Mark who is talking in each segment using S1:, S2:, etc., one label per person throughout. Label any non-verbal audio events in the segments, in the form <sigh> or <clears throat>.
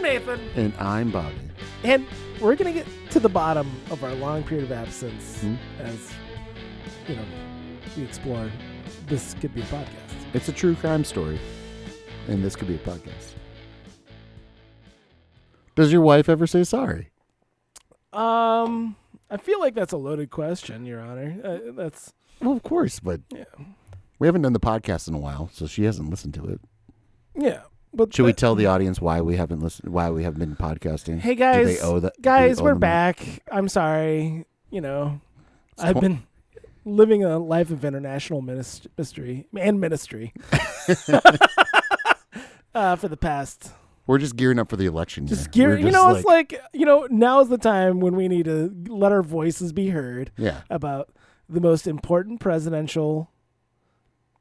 S1: Nathan,
S2: And I'm Bobby.
S1: and we're gonna get to the bottom of our long period of absence
S2: Hmm.
S1: as you know we explore. This could be a podcast.
S2: It's a true crime story, and this could be a podcast. Does your wife ever say sorry?
S1: Um, I feel like that's a loaded question, Your Honor. Uh, that's
S2: Well, of course, but
S1: Yeah.
S2: we haven't done the podcast in a while, so she hasn't listened to it.
S1: yeah. But
S2: Should we
S1: that-
S2: tell the audience why we haven't listened? Why we haven't been podcasting?
S1: Hey
S2: Do
S1: guys,
S2: they owe that? do they
S1: guys,
S2: owe
S1: we're
S2: them-
S1: back. I'm sorry. You know,
S2: It's
S1: I've been
S2: twen-
S1: living a life of international minis- mystery and
S2: <laughs>
S1: ministry <laughs> uh, for the past.
S2: We're just gearing up for the election. year.
S1: Just gear,
S2: We're
S1: you
S2: just
S1: know, it's like you know, now's the time when we need to let our voices be heard
S2: yeah,
S1: about the most important presidential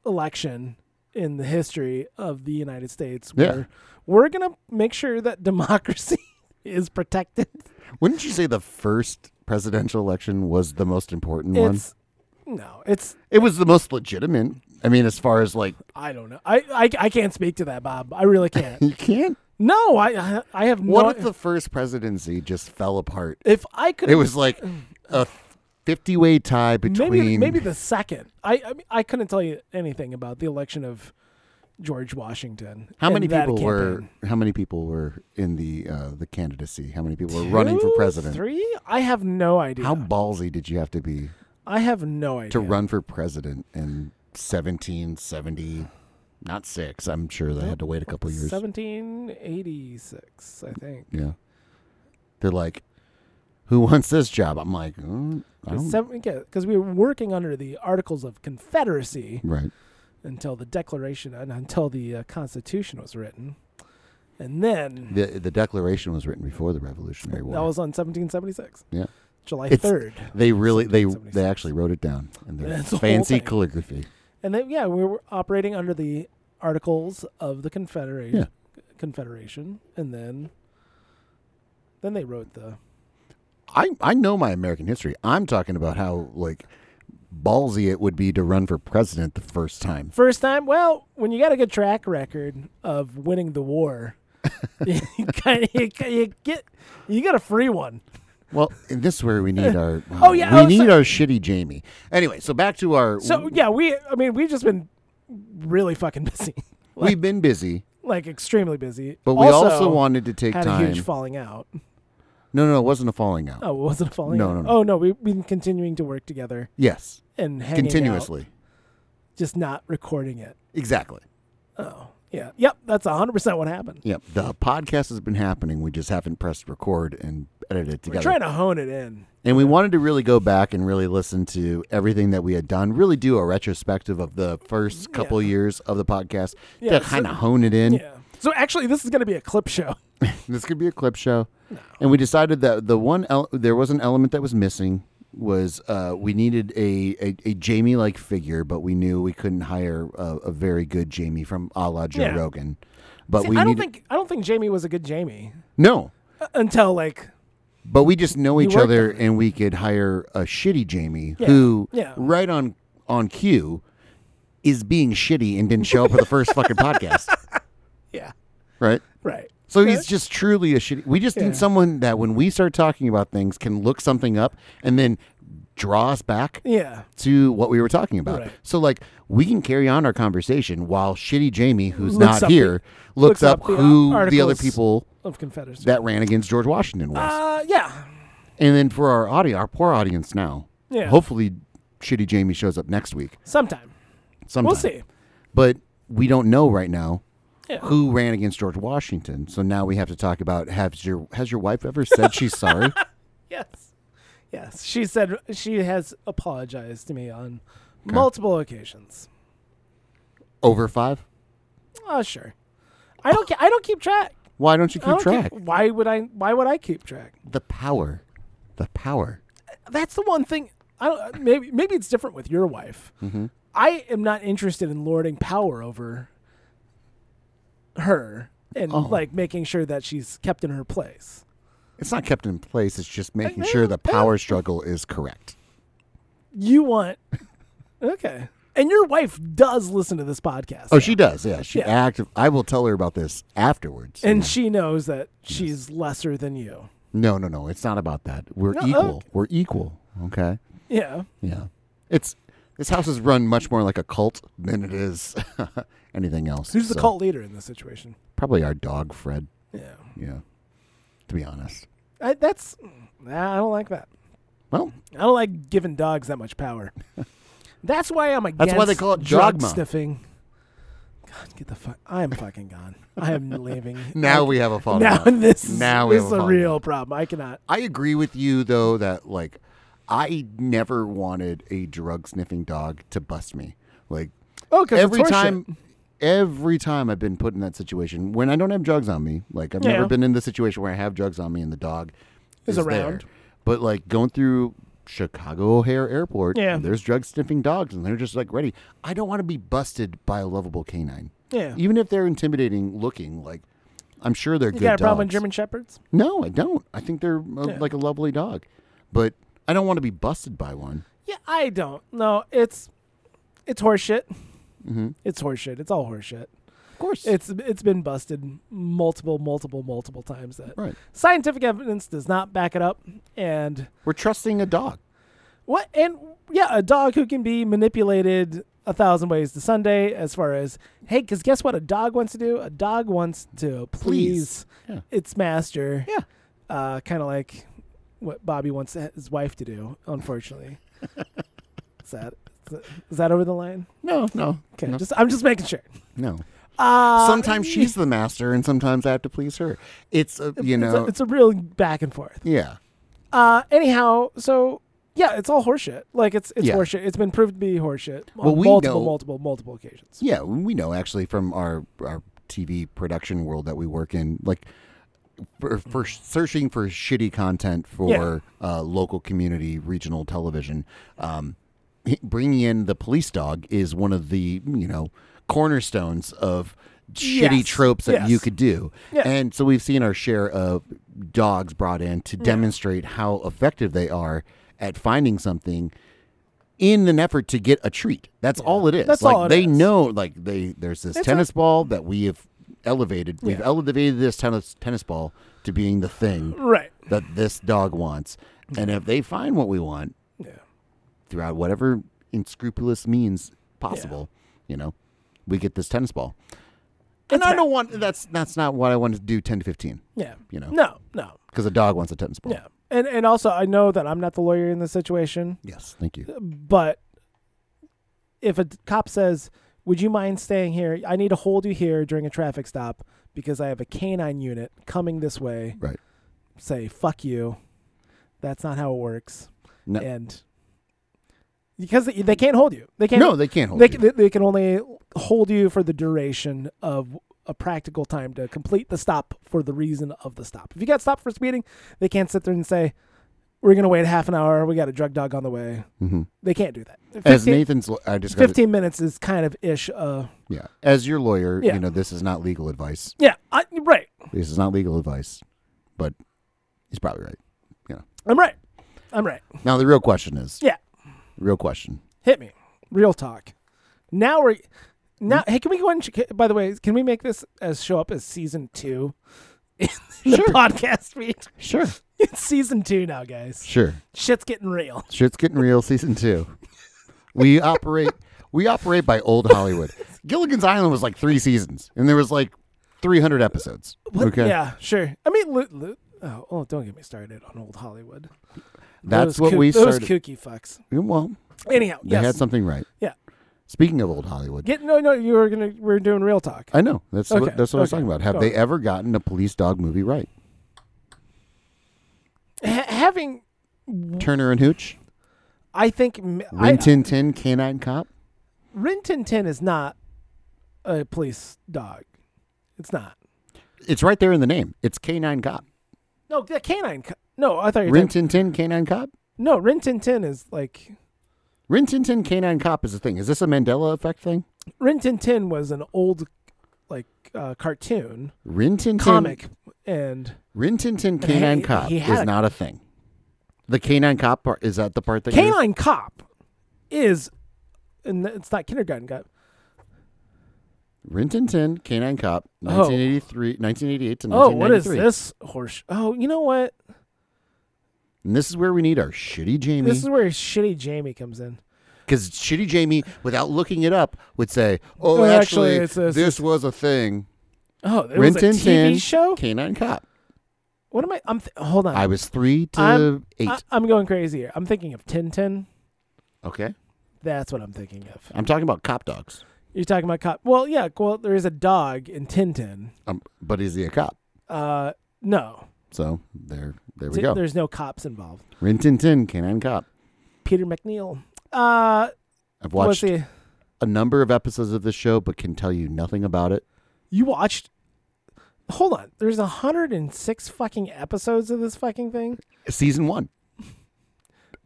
S1: election in the history of the United States.
S2: Yeah.
S1: Where we're gonna make sure that <laughs> democracy is protected.
S2: Wouldn't you say the first presidential election was the most important one?
S1: It's no, it's
S2: It was the most legitimate. I mean, as far as like
S1: I don't know. I, I I can't speak to that, Bob. I really
S2: <laughs>
S1: can't.
S2: you can't.
S1: no, I I- I have
S2: What
S1: no.
S2: if the first presidency just fell apart?
S1: if I could,
S2: <laughs> It was like a fifty-way tie between.
S1: maybe maybe the second. I I, mean, I couldn't tell you anything about the election of George Washington.
S2: how
S1: and
S2: many
S1: that
S2: people were?
S1: campaign.
S2: How many people were in the uh, the candidacy? How many people were running for
S1: Two,
S2: president?
S1: Three? I have no idea.
S2: How ballsy did you have to be
S1: I have no idea.
S2: to run for president in 1770? Not six. I'm sure they had to wait a couple years.
S1: 1786, I think.
S2: Yeah. They're like, who wants this job? I'm like, mm, I don't.
S1: Because we were working under the Articles of Confederacy.
S2: right.
S1: until the Declaration and until the uh, Constitution was written, and then
S2: The, the Declaration was written before the Revolutionary War.
S1: that was on 1776.
S2: Yeah.
S1: July
S2: It's-
S1: third,
S2: they really they they
S1: 1776.
S2: actually wrote it down in their
S1: That's the whole
S2: fancy
S1: thing.
S2: calligraphy.
S1: and then yeah, we were operating under the Articles of the Confederation. Confederation, and then then they wrote the
S2: I I know my American history. I'm talking about how like ballsy it would be to run for president the first time.
S1: first time. Well, when you got a good track record of winning the
S2: <laughs>
S1: war. you, kind of, you, ki- you get you get a free one.
S2: Well, and this is where
S1: <laughs>
S2: we need our
S1: Oh, yeah,
S2: we
S1: oh,
S2: need
S1: so-
S2: our shitty Jamie. Anyway, so back to our
S1: So yeah, we I mean we've just been really fucking busy. <laughs> like-
S2: we've been busy,
S1: like extremely busy.
S2: but we also, wanted to take
S1: had
S2: time.
S1: a huge falling out.
S2: no, no, no, it wasn't a falling out.
S1: Oh, it wasn't a falling
S2: No,
S1: out.
S2: no, no.
S1: Oh no, we've been continuing to work together
S2: Yes,
S1: and hanging out,
S2: continuously.
S1: just not recording it.
S2: Exactly.
S1: Oh yeah, yep, that's hundred percent what happened.
S2: Yep. The podcast has been happening. We just haven't pressed record and edited it
S1: We're
S2: together.
S1: trying to hone it in.
S2: And we wanted to really go back and really listen to everything that we had done, really do a retrospective of the first couple years of the podcast
S1: Mm, Yeah,
S2: to
S1: so-
S2: kind of hone it in.
S1: Yeah. So actually, this is going to be a clip show.
S2: This could be a clip show. And we decided that the one el- there was an element that was missing was uh, we needed a, a, a Jamie like figure, but we knew we couldn't hire a, a very good Jamie from a la Joe
S1: Yeah.
S2: Rogan. <laughs> But
S1: See,
S2: we
S1: I don't
S2: needed
S1: think I don't think Jamie was a good Jamie
S2: no,
S1: uh, until like
S2: But we just know each
S1: worked
S2: other, and we could hire a shitty Jamie
S1: Yeah,
S2: who,
S1: yeah.
S2: right on on cue, is being shitty and didn't show up for the first
S1: <laughs>
S2: fucking podcast,
S1: yeah,
S2: right?
S1: right.
S2: So he's just truly a shitty. We just
S1: Yeah.
S2: need someone that, when we start talking about things, can look something up and then draw us back
S1: Yeah,
S2: to what we were talking about.
S1: Right.
S2: So like we can carry on our conversation while shitty Jamie, who's
S1: Looks
S2: not
S1: up the-
S2: here,
S1: looks
S2: looks, up,
S1: up the, uh,
S2: who the other
S1: articles.
S2: people
S1: of Confederacy.
S2: that ran against George Washington was.
S1: uh, yeah,
S2: And then for our audio, our poor audience now.
S1: Yeah.
S2: Hopefully, shitty Jamie shows up next week.
S1: sometime
S2: Sometime.
S1: we'll see.
S2: But we don't know right now
S1: Yeah.
S2: who ran against George Washington. So now we have to talk about has your has your wife ever said
S1: <laughs>
S2: she's sorry?
S1: Yes. Yes. She said she has apologized to me on multiple occasions.
S2: Over five?
S1: Oh, sure. I
S2: <sighs>
S1: don't. Ke- I don't keep track.
S2: Why don't you
S1: I
S2: keep
S1: don't
S2: track?
S1: keep- why would I? Why would I keep track?
S2: The power, the power.
S1: That's the one thing. I don't. Maybe. Maybe it's different with your wife.
S2: Mm-hmm.
S1: I am not interested in lording power over her and
S2: Oh.
S1: like making sure that she's kept in her place.
S2: It's not kept in place. It's just making
S1: I-
S2: sure the power struggle is correct.
S1: You want. <laughs> Okay. And your wife does listen to this podcast.
S2: Oh, she does. Yeah, she
S1: Yeah.
S2: active. I will tell her about this afterwards.
S1: and she knows that she's lesser than you.
S2: no, no, no. It's not about that. We're
S1: No,
S2: equal.
S1: okay.
S2: We're equal. Okay.
S1: Yeah.
S2: Yeah. It's this house is run much more like a cult than it is <laughs> anything else.
S1: Who's the
S2: So,
S1: cult leader in this situation?
S2: Probably our dog Fred.
S1: Yeah.
S2: Yeah. To be honest.
S1: I, that's. mm, Nah, I don't like that.
S2: Well,
S1: I don't like giving dogs that much
S2: <laughs>
S1: power. That's why I'm against.
S2: That's why they call it
S1: drug
S2: dogma.
S1: sniffing. God, get the fuck! I am fucking gone. I
S2: <laughs>
S1: am leaving.
S2: now we have a
S1: I,
S2: fallout.
S1: now <laughs> this is,
S2: Now we
S1: this
S2: have
S1: is
S2: a
S1: a
S2: fallout.
S1: real problem. I cannot.
S2: I agree with you though that like I never wanted a drug sniffing dog to bust me. Like
S1: Oh, because
S2: every time every time I've been put in that situation when I don't have drugs on me, like I've
S1: Yeah.
S2: never been in the situation where I have drugs on me and the dog
S1: Is
S2: is,
S1: around.
S2: There. But like going through Chicago O'Hare Airport,
S1: Yeah.
S2: there's drug sniffing dogs and they're just like ready. I don't want to be busted by a lovable canine.
S1: yeah, you,
S2: Even if they're intimidating looking, like I'm sure they're good
S1: got a problem with
S2: dogs.
S1: German shepherds?
S2: No, I don't. I think they're uh,
S1: Yeah.
S2: like a lovely dog, but I don't want to be busted by one.
S1: Yeah, I don't. No, it's it's horseshit.
S2: hmm
S1: It's horseshit. It's all horseshit.
S2: Of course,
S1: It's it's been busted multiple, multiple, multiple times. That
S2: right.
S1: scientific evidence does not back it up, and
S2: We're trusting a dog.
S1: What and yeah, a dog who can be manipulated a thousand ways to Sunday as far as hey, because guess what? A dog wants to do. A dog wants to please,
S2: Please. Yeah.
S1: its master.
S2: Yeah.
S1: uh, kind of like what Bobby wants his wife to do. Unfortunately,
S2: <laughs>
S1: is that is that over the line?
S2: No, no,
S1: Okay,
S2: no.
S1: just I'm just making sure.
S2: no.
S1: Uh, <laughs>
S2: Sometimes she's the master, and sometimes I have to please her. It's a,
S1: it's
S2: you
S1: a,
S2: know,
S1: it's a real back and forth.
S2: yeah,
S1: Uh, anyhow, so yeah, it's all horseshit. Like it's it's
S2: Yeah.
S1: horseshit. It's been proved to be horseshit on
S2: Well, we
S1: multiple,
S2: know-
S1: multiple, multiple occasions.
S2: yeah. We know actually from our our TV production world that we work in, like. For, for searching for shitty content for uh, local community regional television, um, bringing in the police dog is one of the you know cornerstones of shitty
S1: Yes.
S2: tropes that
S1: Yes.
S2: you could do
S1: Yeah.
S2: and so we've seen our share of dogs brought in to demonstrate how effective they are at finding something in an effort to get a treat that's all it is
S1: That's
S2: like
S1: all it
S2: they
S1: is.
S2: know like they there's this
S1: It's
S2: tennis ball that we have elevated we've
S1: Yeah.
S2: elevated this tennis tennis ball to being the thing
S1: Right.
S2: that this dog wants and if they find what we want
S1: Yeah.
S2: throughout whatever inscrupulous means possible. You know, we get this tennis ball, and
S1: It's
S2: I
S1: bad.
S2: don't want that's that's not what I want to do. Ten to fifteen,
S1: Yeah.
S2: you know,
S1: No, no.
S2: because a dog wants a tennis ball.
S1: Yeah. And and also I know that I'm not the lawyer in this situation,
S2: Yes, thank you.
S1: but if a d- cop says, "Would you mind staying here? I need to hold you here during a traffic stop because I have a canine unit coming this way."
S2: Right.
S1: Say, "Fuck you." That's not how it works.
S2: No.
S1: And because they, they can't hold you. They can't
S2: No, they can't hold
S1: they,
S2: you.
S1: they, they can only hold you for the duration of a practical time to complete the stop for the reason of the stop. If you got stopped for speeding, they can't sit there and say, "We're going to wait half an hour. We got a drug dog on the way."
S2: Mhm.
S1: They can't do that. 15,
S2: As Nathan's, I just got
S1: 15 minutes is kind of ish. Uh,
S2: yeah. As your lawyer,
S1: Yeah.
S2: you know this is not legal advice.
S1: yeah, I, right.
S2: This is not legal advice, but he's probably right.
S1: I'm right. I'm right.
S2: Now the real question is,
S1: Yeah,
S2: real question.
S1: hit me. Real talk. Now we're now. Hey, can we go and ch- by the way, can we make this as show up as season two in the
S2: Sure.
S1: <laughs> podcast feed?
S2: Sure,
S1: <laughs> It's season two now, guys.
S2: sure.
S1: shit's getting real.
S2: Shit's getting real, season two. We operate <laughs> we operate by old Hollywood. Gilligan's Island was like three seasons, and there was like three hundred episodes.
S1: What-
S2: Okay,
S1: Yeah, sure. I mean, lo- lo- oh, oh, don't get me started on old Hollywood.
S2: that's
S1: Those
S2: what
S1: koo-
S2: we
S1: those
S2: started.
S1: kooky fucks.
S2: Well,
S1: Anyhow,
S2: they
S1: yes.
S2: had something right.
S1: Yeah.
S2: Speaking of old Hollywood,
S1: Get no, no. You were gonna. We're doing real talk.
S2: I know that's
S1: Okay,
S2: what that's what I was
S1: okay,
S2: talking about. Have
S1: go
S2: they
S1: on.
S2: ever gotten a police dog movie right?
S1: Ha- having,
S2: Turner and Hooch,
S1: I think, m- I- uh,
S2: Rin Tin Tin, Canine Cop.
S1: Rin Tin Tin is not a police dog. It's not.
S2: It's right there in the name. It's Canine Cop.
S1: No, the canine. co- No, I thought you were
S2: Rin
S1: talking-
S2: Tin Tin, Canine Cop.
S1: No, Rin Tin Tin is like
S2: Rin Tin Tin, Canine Cop is a thing. Is this a Mandela effect thing?
S1: Rin Tin Tin was an old, like, uh, cartoon
S2: Rin Tin Tin
S1: comic, and
S2: Rin Tin Tin
S1: he-
S2: Canine Cop
S1: he had
S2: is
S1: a-
S2: not a thing. The Canine Cop part is that the part that you're-
S1: Canine Cop is and it's not kindergarten cop.
S2: Rin Tin Tin, Canine Cop,
S1: Oh.
S2: 1983, 1988 to
S1: Oh, what is
S2: 1993.
S1: this horse? Oh, you know what?
S2: And this is where we need our shitty Jamie.
S1: This is where shitty Jamie comes in.
S2: Because shitty Jamie, without looking it up, would say, "Oh,
S1: Oh,
S2: actually,
S1: actually, it's a-
S2: this was a thing."
S1: Oh, it
S2: Rin
S1: was a
S2: Tin Tin,
S1: TV show.
S2: Canine Cop.
S1: What am I? I'm th- hold on.
S2: I was three to
S1: I'm-
S2: eight.
S1: I, am going crazy here. I'm thinking of Tintin.
S2: okay,
S1: That's what I'm thinking of.
S2: I'm talking about cop dogs.
S1: You're talking about cop. Well, yeah. Well, there is a dog in Tintin.
S2: Um, but is he a cop?
S1: Uh, no,
S2: So there, there we
S1: Ti-
S2: go.
S1: there's no cops involved.
S2: Rin Tin Tin, Canine Cop.
S1: Peter McNeil. Uh,
S2: I've
S1: what's
S2: watched
S1: the?
S2: a number of episodes of this show, but can tell you nothing about it.
S1: You watched. Hold on. There's 106 fucking episodes of this fucking thing.
S2: Season one,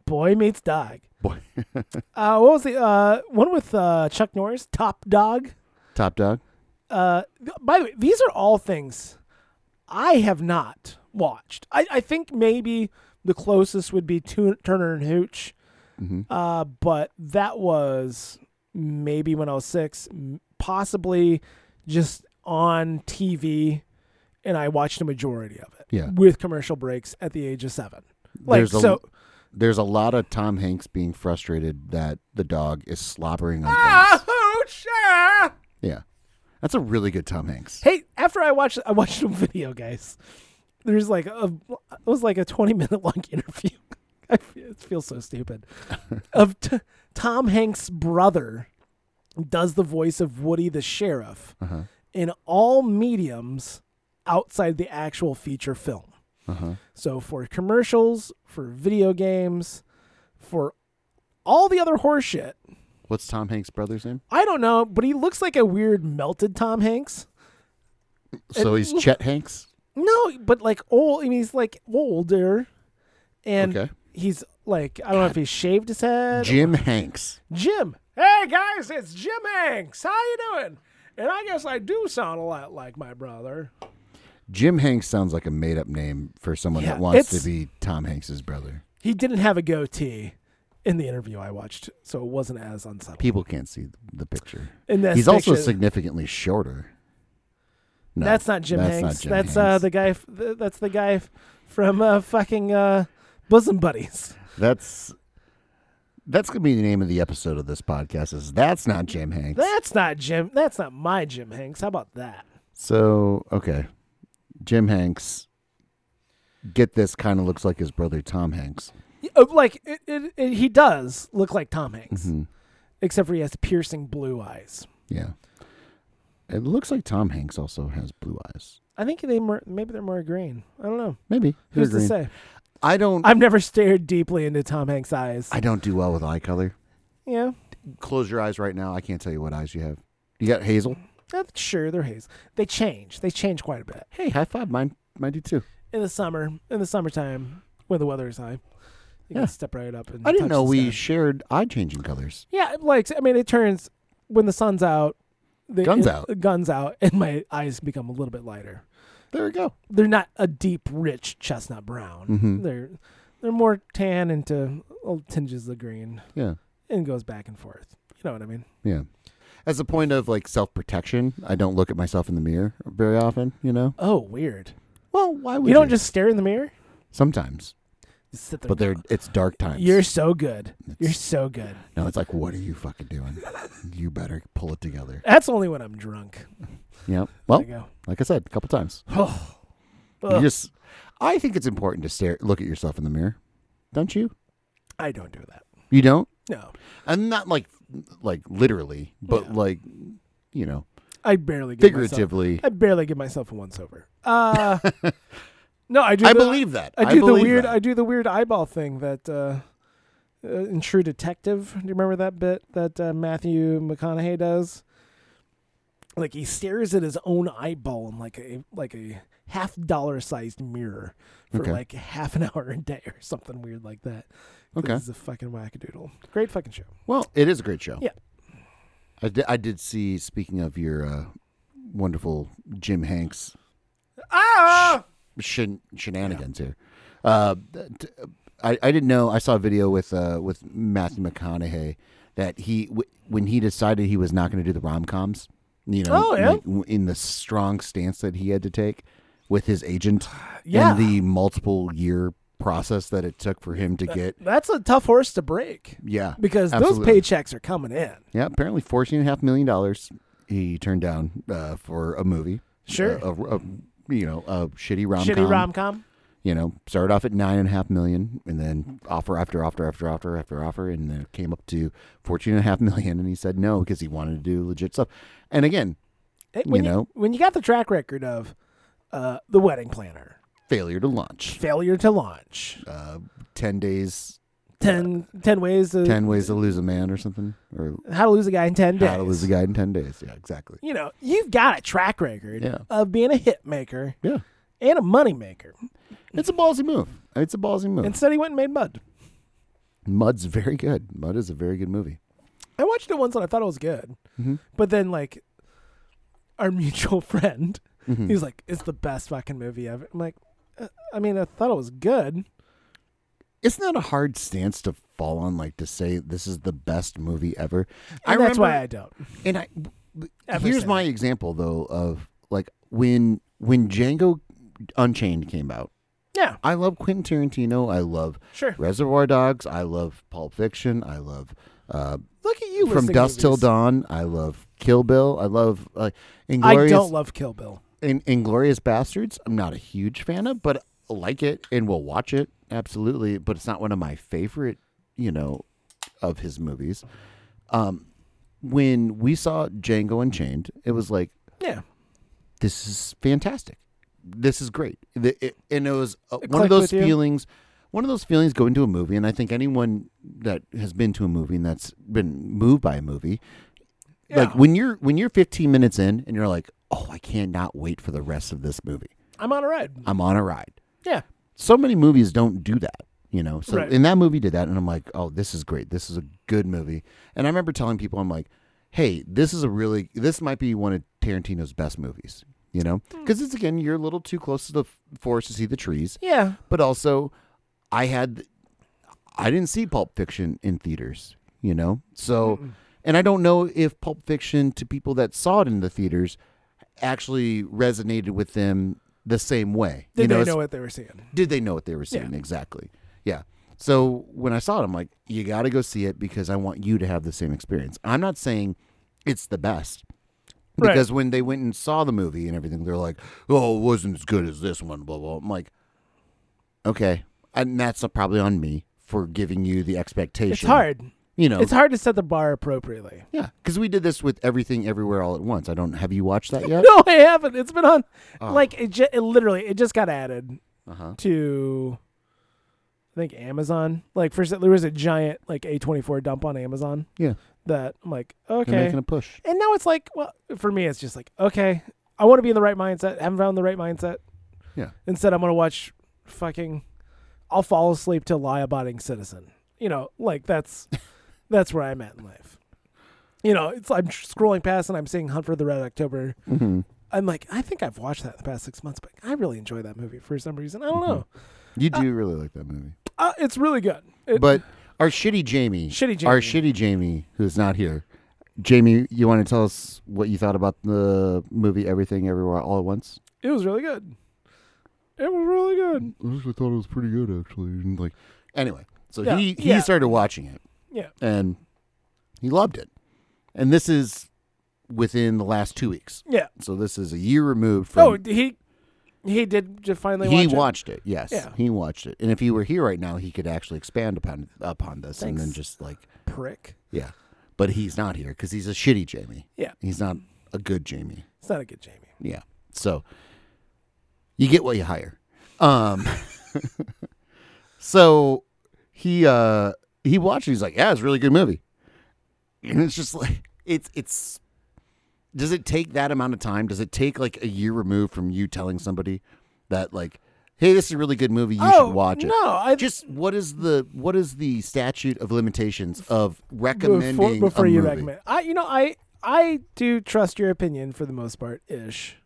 S1: Boy meets dog.
S2: boy,
S1: Uh, what was the uh one with uh Chuck Norris? Top Dog.
S2: Top Dog.
S1: Uh, th- by the way, these are all things I have not watched. I, I think maybe the closest would be Tu- Turner and Hooch,
S2: Mhm.
S1: uh, but that was maybe when I was six, m- possibly just on TV, and I watched a majority of it
S2: Yeah.
S1: with commercial breaks at the age of seven. Like
S2: There's a-
S1: so,
S2: There's a lot of Tom Hanks being frustrated that the dog is slobbering on things.
S1: Hooch. ah!
S2: Yeah, that's a really good Tom Hanks.
S1: Hey, after I watched, I watched a video, guys. There's like a, it was like a 20 minute long interview. <laughs> I feel, it feels so stupid. of t- Tom Hanks' brother does the voice of Woody the sheriff
S2: Uh huh.
S1: in all mediums outside the actual feature film.
S2: Uh huh.
S1: So for commercials, for video games, for all the other horseshit,
S2: What's Tom Hanks' brother's name?
S1: I don't know, but he looks like a weird melted Tom Hanks. Uh,
S2: So he's Chet Hanks.
S1: No, but like old. I mean, he's like older, and
S2: Okay.
S1: he's like I don't know if he shaved his head.
S2: Jim Hanks.
S1: Jim. Hey guys, it's Jim Hanks. How you doing? And I guess I do sound a lot like my brother.
S2: Jim Hanks sounds like a made up name for someone
S1: Yeah,
S2: that wants
S1: it's-
S2: to be Tom Hanks's brother.
S1: He didn't have a goatee in the interview I watched, so it wasn't as unsubtle.
S2: People can't see the picture.
S1: In this
S2: He's also
S1: picture-
S2: significantly shorter. No,
S1: that's not Jim
S2: that's
S1: Hanks.
S2: not Jim
S1: that's uh
S2: Hanks.
S1: the guy. F- th- that's the guy f- from uh, fucking uh, bosom buddies.
S2: that's that's gonna be the name of the episode of this podcast. Is that's not Jim Hanks?
S1: That's not Jim. That's not my Jim Hanks. How about that?
S2: so okay, Jim Hanks. Get this kind of looks like his brother Tom Hanks.
S1: Uh, like it, it, it, he does look like Tom Hanks,
S2: Mhm.
S1: except for he has piercing blue eyes.
S2: Yeah, it looks like Tom Hanks also has blue eyes.
S1: I think they mer- maybe they're more green. I don't know.
S2: Maybe
S1: Who's
S2: They're
S1: to
S2: green.
S1: say?
S2: I don't.
S1: I've never stared deeply into Tom Hanks' eyes.
S2: I don't do well with eye color.
S1: yeah,
S2: Close your eyes right now. I can't tell you what eyes you have. You got hazel.
S1: Uh, sure they're haze. They change. They change quite a bit
S2: Hey, high five. Mine, mine do too.
S1: in the summer. In the summertime, when the weather is high, you
S2: Yeah.
S1: can step right up and.
S2: I didn't
S1: touch
S2: know
S1: the
S2: we
S1: sky.
S2: shared eye changing colors.
S1: yeah, like I mean, it turns when the sun's out. The,
S2: Guns
S1: it-
S2: out.
S1: Guns out, and my eyes become a little bit lighter.
S2: There we go.
S1: they're not a deep, rich chestnut brown.
S2: Mhm.
S1: They're they're more tan into little tinges of green
S2: Yeah,
S1: and goes back and forth. You know what I mean?
S2: yeah. As a point of like self protection, I don't look at myself in the mirror very often. You know.
S1: Oh, weird.
S2: Well, why would
S1: You don't just stare in the mirror.
S2: sometimes?
S1: You sit there.
S2: But
S1: and
S2: there, it's dark times.
S1: go, You're so good. You're so good.
S2: no, it's like, what are you fucking
S1: <laughs>
S2: doing? you better pull it together.
S1: That's only when I'm drunk.
S2: Yeah.
S1: I
S2: Well,
S1: go.
S2: like I said, a couple times.
S1: Oh, <sighs>
S2: You
S1: Ugh.
S2: just, I think it's important to stare, look at yourself in the mirror. Don't you?
S1: I don't do that.
S2: You don't?
S1: No,
S2: And not like, like literally, but
S1: Yeah.
S2: like, you know,
S1: I barely give Myself,
S2: figuratively.
S1: I barely give myself a once over.
S2: <laughs>
S1: Uh, no, I do.
S2: I
S1: the-
S2: believe that.
S1: I do the
S2: believe
S1: weird.
S2: that.
S1: I do the weird eyeball thing that uh, uh, in True Detective. Do you remember that bit that uh, Matthew McConaughey does? Like he stares at his own eyeball in like a like a half dollar sized mirror for
S2: Okay.
S1: like half an <laughs> hour a day or something weird like that.
S2: Okay.
S1: This is a fucking wackadoodle. Great fucking show.
S2: Well, it is a great show.
S1: Yeah.
S2: I di- I did see, speaking of your uh, wonderful Jim Hanks
S1: Ah!
S2: shen- shenanigans here, uh, t- I, I didn't know. I saw a video with uh, with Matthew McConaughey that he w- when he decided he was not going to do the rom coms, you know,
S1: Oh, yeah.
S2: like, w- in the strong stance that he had to take with his agent
S1: <sighs> Yeah.
S2: and the multiple year process that it took for him to get.
S1: That's a tough horse to break
S2: Yeah,
S1: Uh, because
S2: Absolutely.
S1: those paychecks are coming in.
S2: yeah. Apparently, fourteen and a half million dollars he turned down uh, for a movie.
S1: Sure.
S2: a, a- a- you know a shitty rom
S1: Shitty rom com.
S2: you know, started off at nine and a half million and then offer after offer after offer after offer and then it came up to 14 and a half million and he said no because he wanted to do legit stuff. And again,
S1: When
S2: You
S1: you,
S2: know.
S1: when you got the track record of uh, the wedding planner,
S2: failure to launch.
S1: failure to launch,
S2: Uh, 10 days,
S1: 10, 10 ways to
S2: 10 ways to lose a man or something or
S1: how to lose a guy in 10 days.
S2: how to lose a guy in 10 days. Yeah, exactly.
S1: You know, you've got a track record
S2: Yeah.
S1: of being a hit maker
S2: Yeah.
S1: and a money maker.
S2: It's a ballsy move. It's a ballsy move.
S1: Instead, he went and made mud.
S2: Mud's very good. Mud is a very good movie.
S1: I watched it once and I thought it was good.
S2: Mhm.
S1: But then, like, our <laughs> mutual friend,
S2: Mm-hmm.
S1: he's like, it's the best fucking movie ever. I'm like, uh, I mean, I thought it was good.
S2: It's not a hard stance to fall on, like to say this is the best movie ever.
S1: And that's
S2: remember-
S1: why I don't.
S2: And I, b-
S1: Ever
S2: here's
S1: since.
S2: my example though of like when when Django Unchained came out.
S1: Yeah,
S2: I love Quentin Tarantino. I love
S1: sure.
S2: Reservoir Dogs. I love Pulp Fiction. I love uh,
S1: Look at you.
S2: From
S1: listing
S2: Dust Till
S1: movies.
S2: Dawn. I love Kill Bill. I love uh,
S1: I
S2: Inglorious
S1: don't love Kill Bill.
S2: in, Inglorious Bastards. I'm not a huge fan of, but I like it and will watch it absolutely. But it's not one of my favorite, you know, of his movies. Um, when we saw Django Unchained, it was like
S1: Yeah,
S2: this is fantastic. This is great. The, it, and it was uh,
S1: It
S2: one of
S1: clicked
S2: those
S1: with you?
S2: feelings, one of those feelings going to a movie. And I think anyone that has been to a movie and that's been moved by a movie, like
S1: Yeah.
S2: when you're when you're 15 minutes in and you're like, oh, I cannot wait for the rest of this movie.
S1: I'm on a ride.
S2: I'm on a ride.
S1: Yeah,
S2: So many movies don't do that, you know. So
S1: Right.
S2: and that movie did that, and I'm like, oh, this is great. This is a good movie. And I remember telling people, I'm like, hey, this is a really, this might be one of Tarantino's best movies, you know,
S1: Hmm.
S2: because it's again, you're a little too close to the f- forest to see the trees,
S1: yeah.
S2: but also, I had, I didn't see Pulp Fiction in theaters, you know, so, and I don't know if Pulp Fiction to people that saw it in the theaters actually resonated with them the same way.
S1: Did
S2: you know,
S1: they
S2: it's-
S1: know what they were seeing?
S2: did they know what they were seeing exactly yeah so when i saw it i'm like you gotta go see it because i want you to have the same experience i'm not saying it's the best
S1: Right.
S2: because when they went and saw the movie and everything they're like oh it wasn't as good as this one blah blah i'm like okay and that's probably on me for giving you the expectation
S1: It's hard.
S2: you know
S1: It's hard to set the bar appropriately.
S2: yeah because we did this with everything everywhere all at once i don't have you
S1: <laughs>
S2: watched that yet
S1: No, I haven't. It's been on.
S2: Oh.
S1: Like it, ju- it literally, it just got added
S2: uh-huh
S1: to. I think Amazon. Like first, there was a giant like A twenty four dump on Amazon.
S2: Yeah.
S1: That I'm like
S2: they're
S1: okay,
S2: making a push
S1: and now it's like well for me it's just like okay, I want to be in the right mindset. haven't found the right mindset.
S2: Yeah.
S1: Instead, I'm gonna watch fucking. I'll fall asleep to lie abiding citizen. You know, like
S2: <laughs>
S1: that's that's where I'm at in life. You know, it's I'm scrolling past and I'm seeing Hunt for the Red October.
S2: mm-hmm.
S1: I'm like, I think I've watched that the past six months, but I really enjoy that movie for some reason. I don't
S2: Mm-hmm.
S1: know.
S2: you do really like that movie
S1: Uh, it's really good. It-
S2: but our shitty Jamie,
S1: Uh, Shitty
S2: our
S1: Jamie.
S2: shitty Jamie, who's not here. Jamie, you want to tell us what you thought about the movie Everything Everywhere All at Once?
S1: it was really good. It was really good.
S2: I actually thought it was pretty good, actually. And like, anyway, so
S1: Yeah,
S2: he he
S1: yeah.
S2: started watching it
S1: Yeah.
S2: and he loved it, and this is within the last two weeks.
S1: Yeah.
S2: So this is a year removed from.
S1: Oh, he he did just finally watch
S2: he
S1: it.
S2: watched it. Yes,
S1: Yeah.
S2: he watched it. And if he were here right now, he could actually expand upon upon this, and then
S1: Thanks.
S2: just like
S1: Prick.
S2: Yeah. But he's not here because he's a shitty Jamie.
S1: Yeah.
S2: He's not a good Jamie.
S1: It's not a good Jamie.
S2: Yeah. So you get what you hire. Um <laughs> so he uh he watched it, he's like, Yeah, it's a really good movie. And it's just like it's it's does it take that amount of time? Does it take like a year removed from you telling somebody that like, hey, this is a really good movie, you
S1: oh,
S2: should watch it?
S1: No, I
S2: just what is the what is the statute of limitations of recommending
S1: before, before
S2: a
S1: you
S2: movie?
S1: recommend. I you know I I do trust your opinion for the most part ish.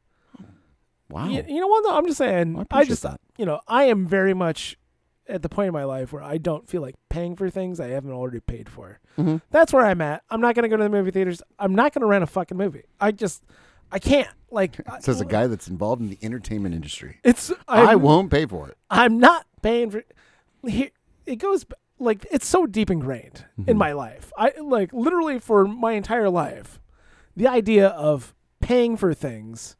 S2: Wow,
S1: You, you know what? though? I'm just saying.
S2: I
S1: I,
S2: appreciate
S1: just
S2: that.
S1: you know I am very much at the point in my life where I don't feel like paying for things I haven't already paid for.
S2: Mhm.
S1: That's where I'm at. I'm not gonna go to the movie theaters. I'm not gonna rent a fucking movie. I just, I can't. Like,
S2: Says
S1: I,
S2: a guy that's involved in the entertainment industry.
S1: It's
S2: I'm, I
S1: I'm,
S2: will not pay for it. <laughs>
S1: I'm not paying for. Here, it goes b- like it's so deep ingrained in
S2: Mm-hmm.
S1: my life. I like literally for my entire life, the idea of paying for things,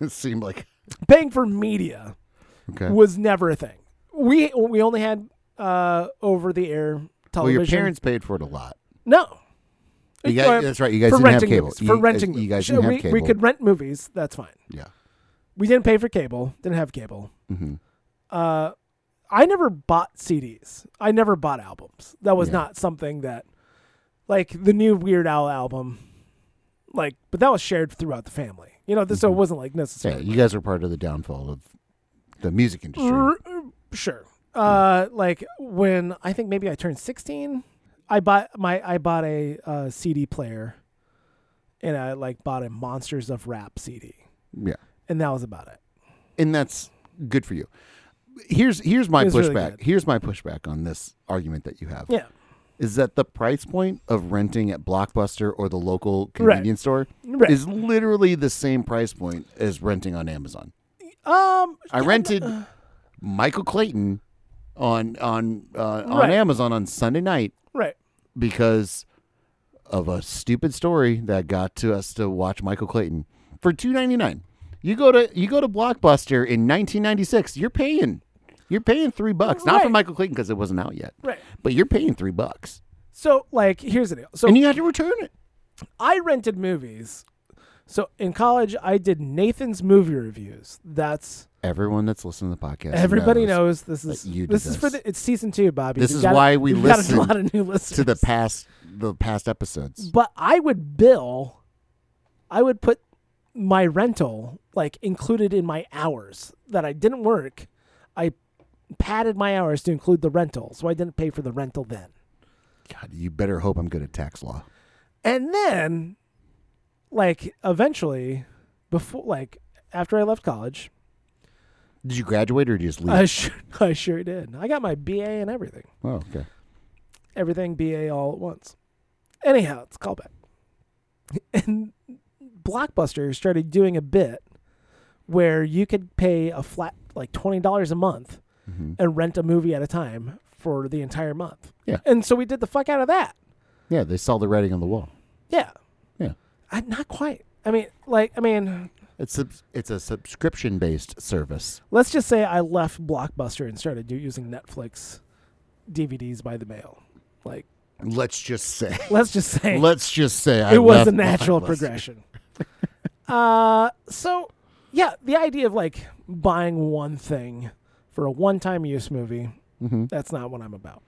S2: it seemed like
S1: paying for media,
S2: okay.
S1: was never a thing. We we only had uh, over the air television.
S2: Well, your parents paid for it a lot.
S1: No.
S2: You
S1: Uh,
S2: guys, that's right. You guys
S1: for
S2: didn't have
S1: renting
S2: cable.
S1: movies,
S2: you,
S1: for
S2: guys-
S1: renting
S2: you
S1: movies.
S2: guys didn't
S1: we,
S2: have cable.
S1: we could rent movies. That's fine.
S2: Yeah.
S1: We didn't pay for cable. Didn't have cable.
S2: hmm
S1: Uh, I never bought CDs. I never bought albums. That was
S2: Yeah.
S1: not something that, like the new Weird Al album, like. But that was shared throughout the family. You know, this so it
S2: Mhm.
S1: wasn't like
S2: Yeah,
S1: necessary.
S2: you guys are part of the downfall of the music industry.
S1: R- sure. Uh, like when I think maybe I turned sixteen, I bought my I bought a uh, CD player, and I like bought a Monsters of Rap CD,
S2: Yeah.
S1: and that was about it.
S2: and that's good for you. Here's here's my
S1: It's really
S2: pushback.
S1: good.
S2: here's my pushback on this argument that you have.
S1: Yeah.
S2: Is that the price point of renting at Blockbuster or the local
S1: Right.
S2: convenience store
S1: Right.
S2: is literally the same price point as renting on Amazon.
S1: um.
S2: I rented Michael Clayton on on uh, on
S1: Right.
S2: Amazon on Sunday night
S1: Right.
S2: because of a stupid story that got to us to watch Michael Clayton for two ninety nine. You go to you go to Blockbuster in nineteen ninety six. You're paying you're paying three bucks, not for
S1: Right.
S2: Michael Clayton because it wasn't out yet,
S1: Right.
S2: but you're paying three bucks,
S1: So like, here's the deal. So <laughs>
S2: and you had to return it.
S1: I rented movies. So in college, I did Nathan's movie reviews. That's
S2: Everyone that's listening to the podcast,
S1: everybody knows, this is
S2: that you did
S1: this is for
S2: this.
S1: the it's season two, Bobby.
S2: This
S1: You've
S2: is
S1: got a-
S2: why we
S1: you've
S2: listen
S1: got a lot of new listeners
S2: to the past the past episodes.
S1: But I would bill. I would put my rental like included in my hours that I didn't work. I padded my hours to include the rental, so I didn't pay for the rental then.
S2: God, you better hope I'm good at tax law.
S1: And then, like, eventually, before, like, after I left college,
S2: Did you graduate or did you just leave?
S1: I sure, <laughs> I sure did. I got my BA and everything.
S2: oh, okay.
S1: Everything BA all at once. Anyhow, it's a callback. <laughs> And Blockbuster started doing a bit where you could pay a flat, like, $20 a month
S2: hmm
S1: and rent a movie at a time for the entire month.
S2: Yeah.
S1: And so we did the fuck out of that.
S2: Yeah, they saw the writing on the wall.
S1: Yeah.
S2: Yeah.
S1: I, not quite. I mean, like, I mean,
S2: It's sub- it's a subscription based service.
S1: Let's just say I left Blockbuster and started do, using Netflix DVDs by the mail. Like,
S2: Let's just say.
S1: let's just say
S2: Let's just say I
S1: it was
S2: left
S1: a natural
S2: Blockbuster.
S1: progression. <laughs> uh, so yeah, the idea of like buying one thing for a one-time use movie—that's
S2: Mhm.
S1: not what I'm about.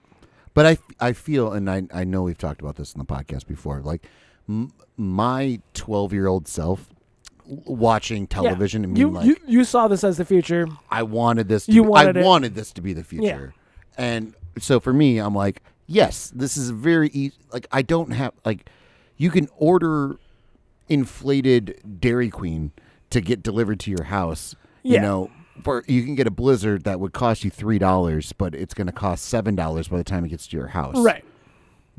S2: But I I feel and I I know we've talked about this in the podcast before. Like m- my twelve year old self w- watching
S1: Yeah.
S2: television and
S1: you,
S2: being like,
S1: you you saw this as the future.
S2: I wanted this. To
S1: You
S2: be,
S1: wanted
S2: I
S1: it.
S2: wanted this to be the future. And so for me, I'm like, yes, this is very easy. Like I don't have like, you can order inflated Dairy Queen to get delivered to your house. You
S1: Yeah.
S2: know, for you can get a Blizzard that would cost you three dollars, but it's going to cost seven dollars by the time it gets to your house,
S1: Right.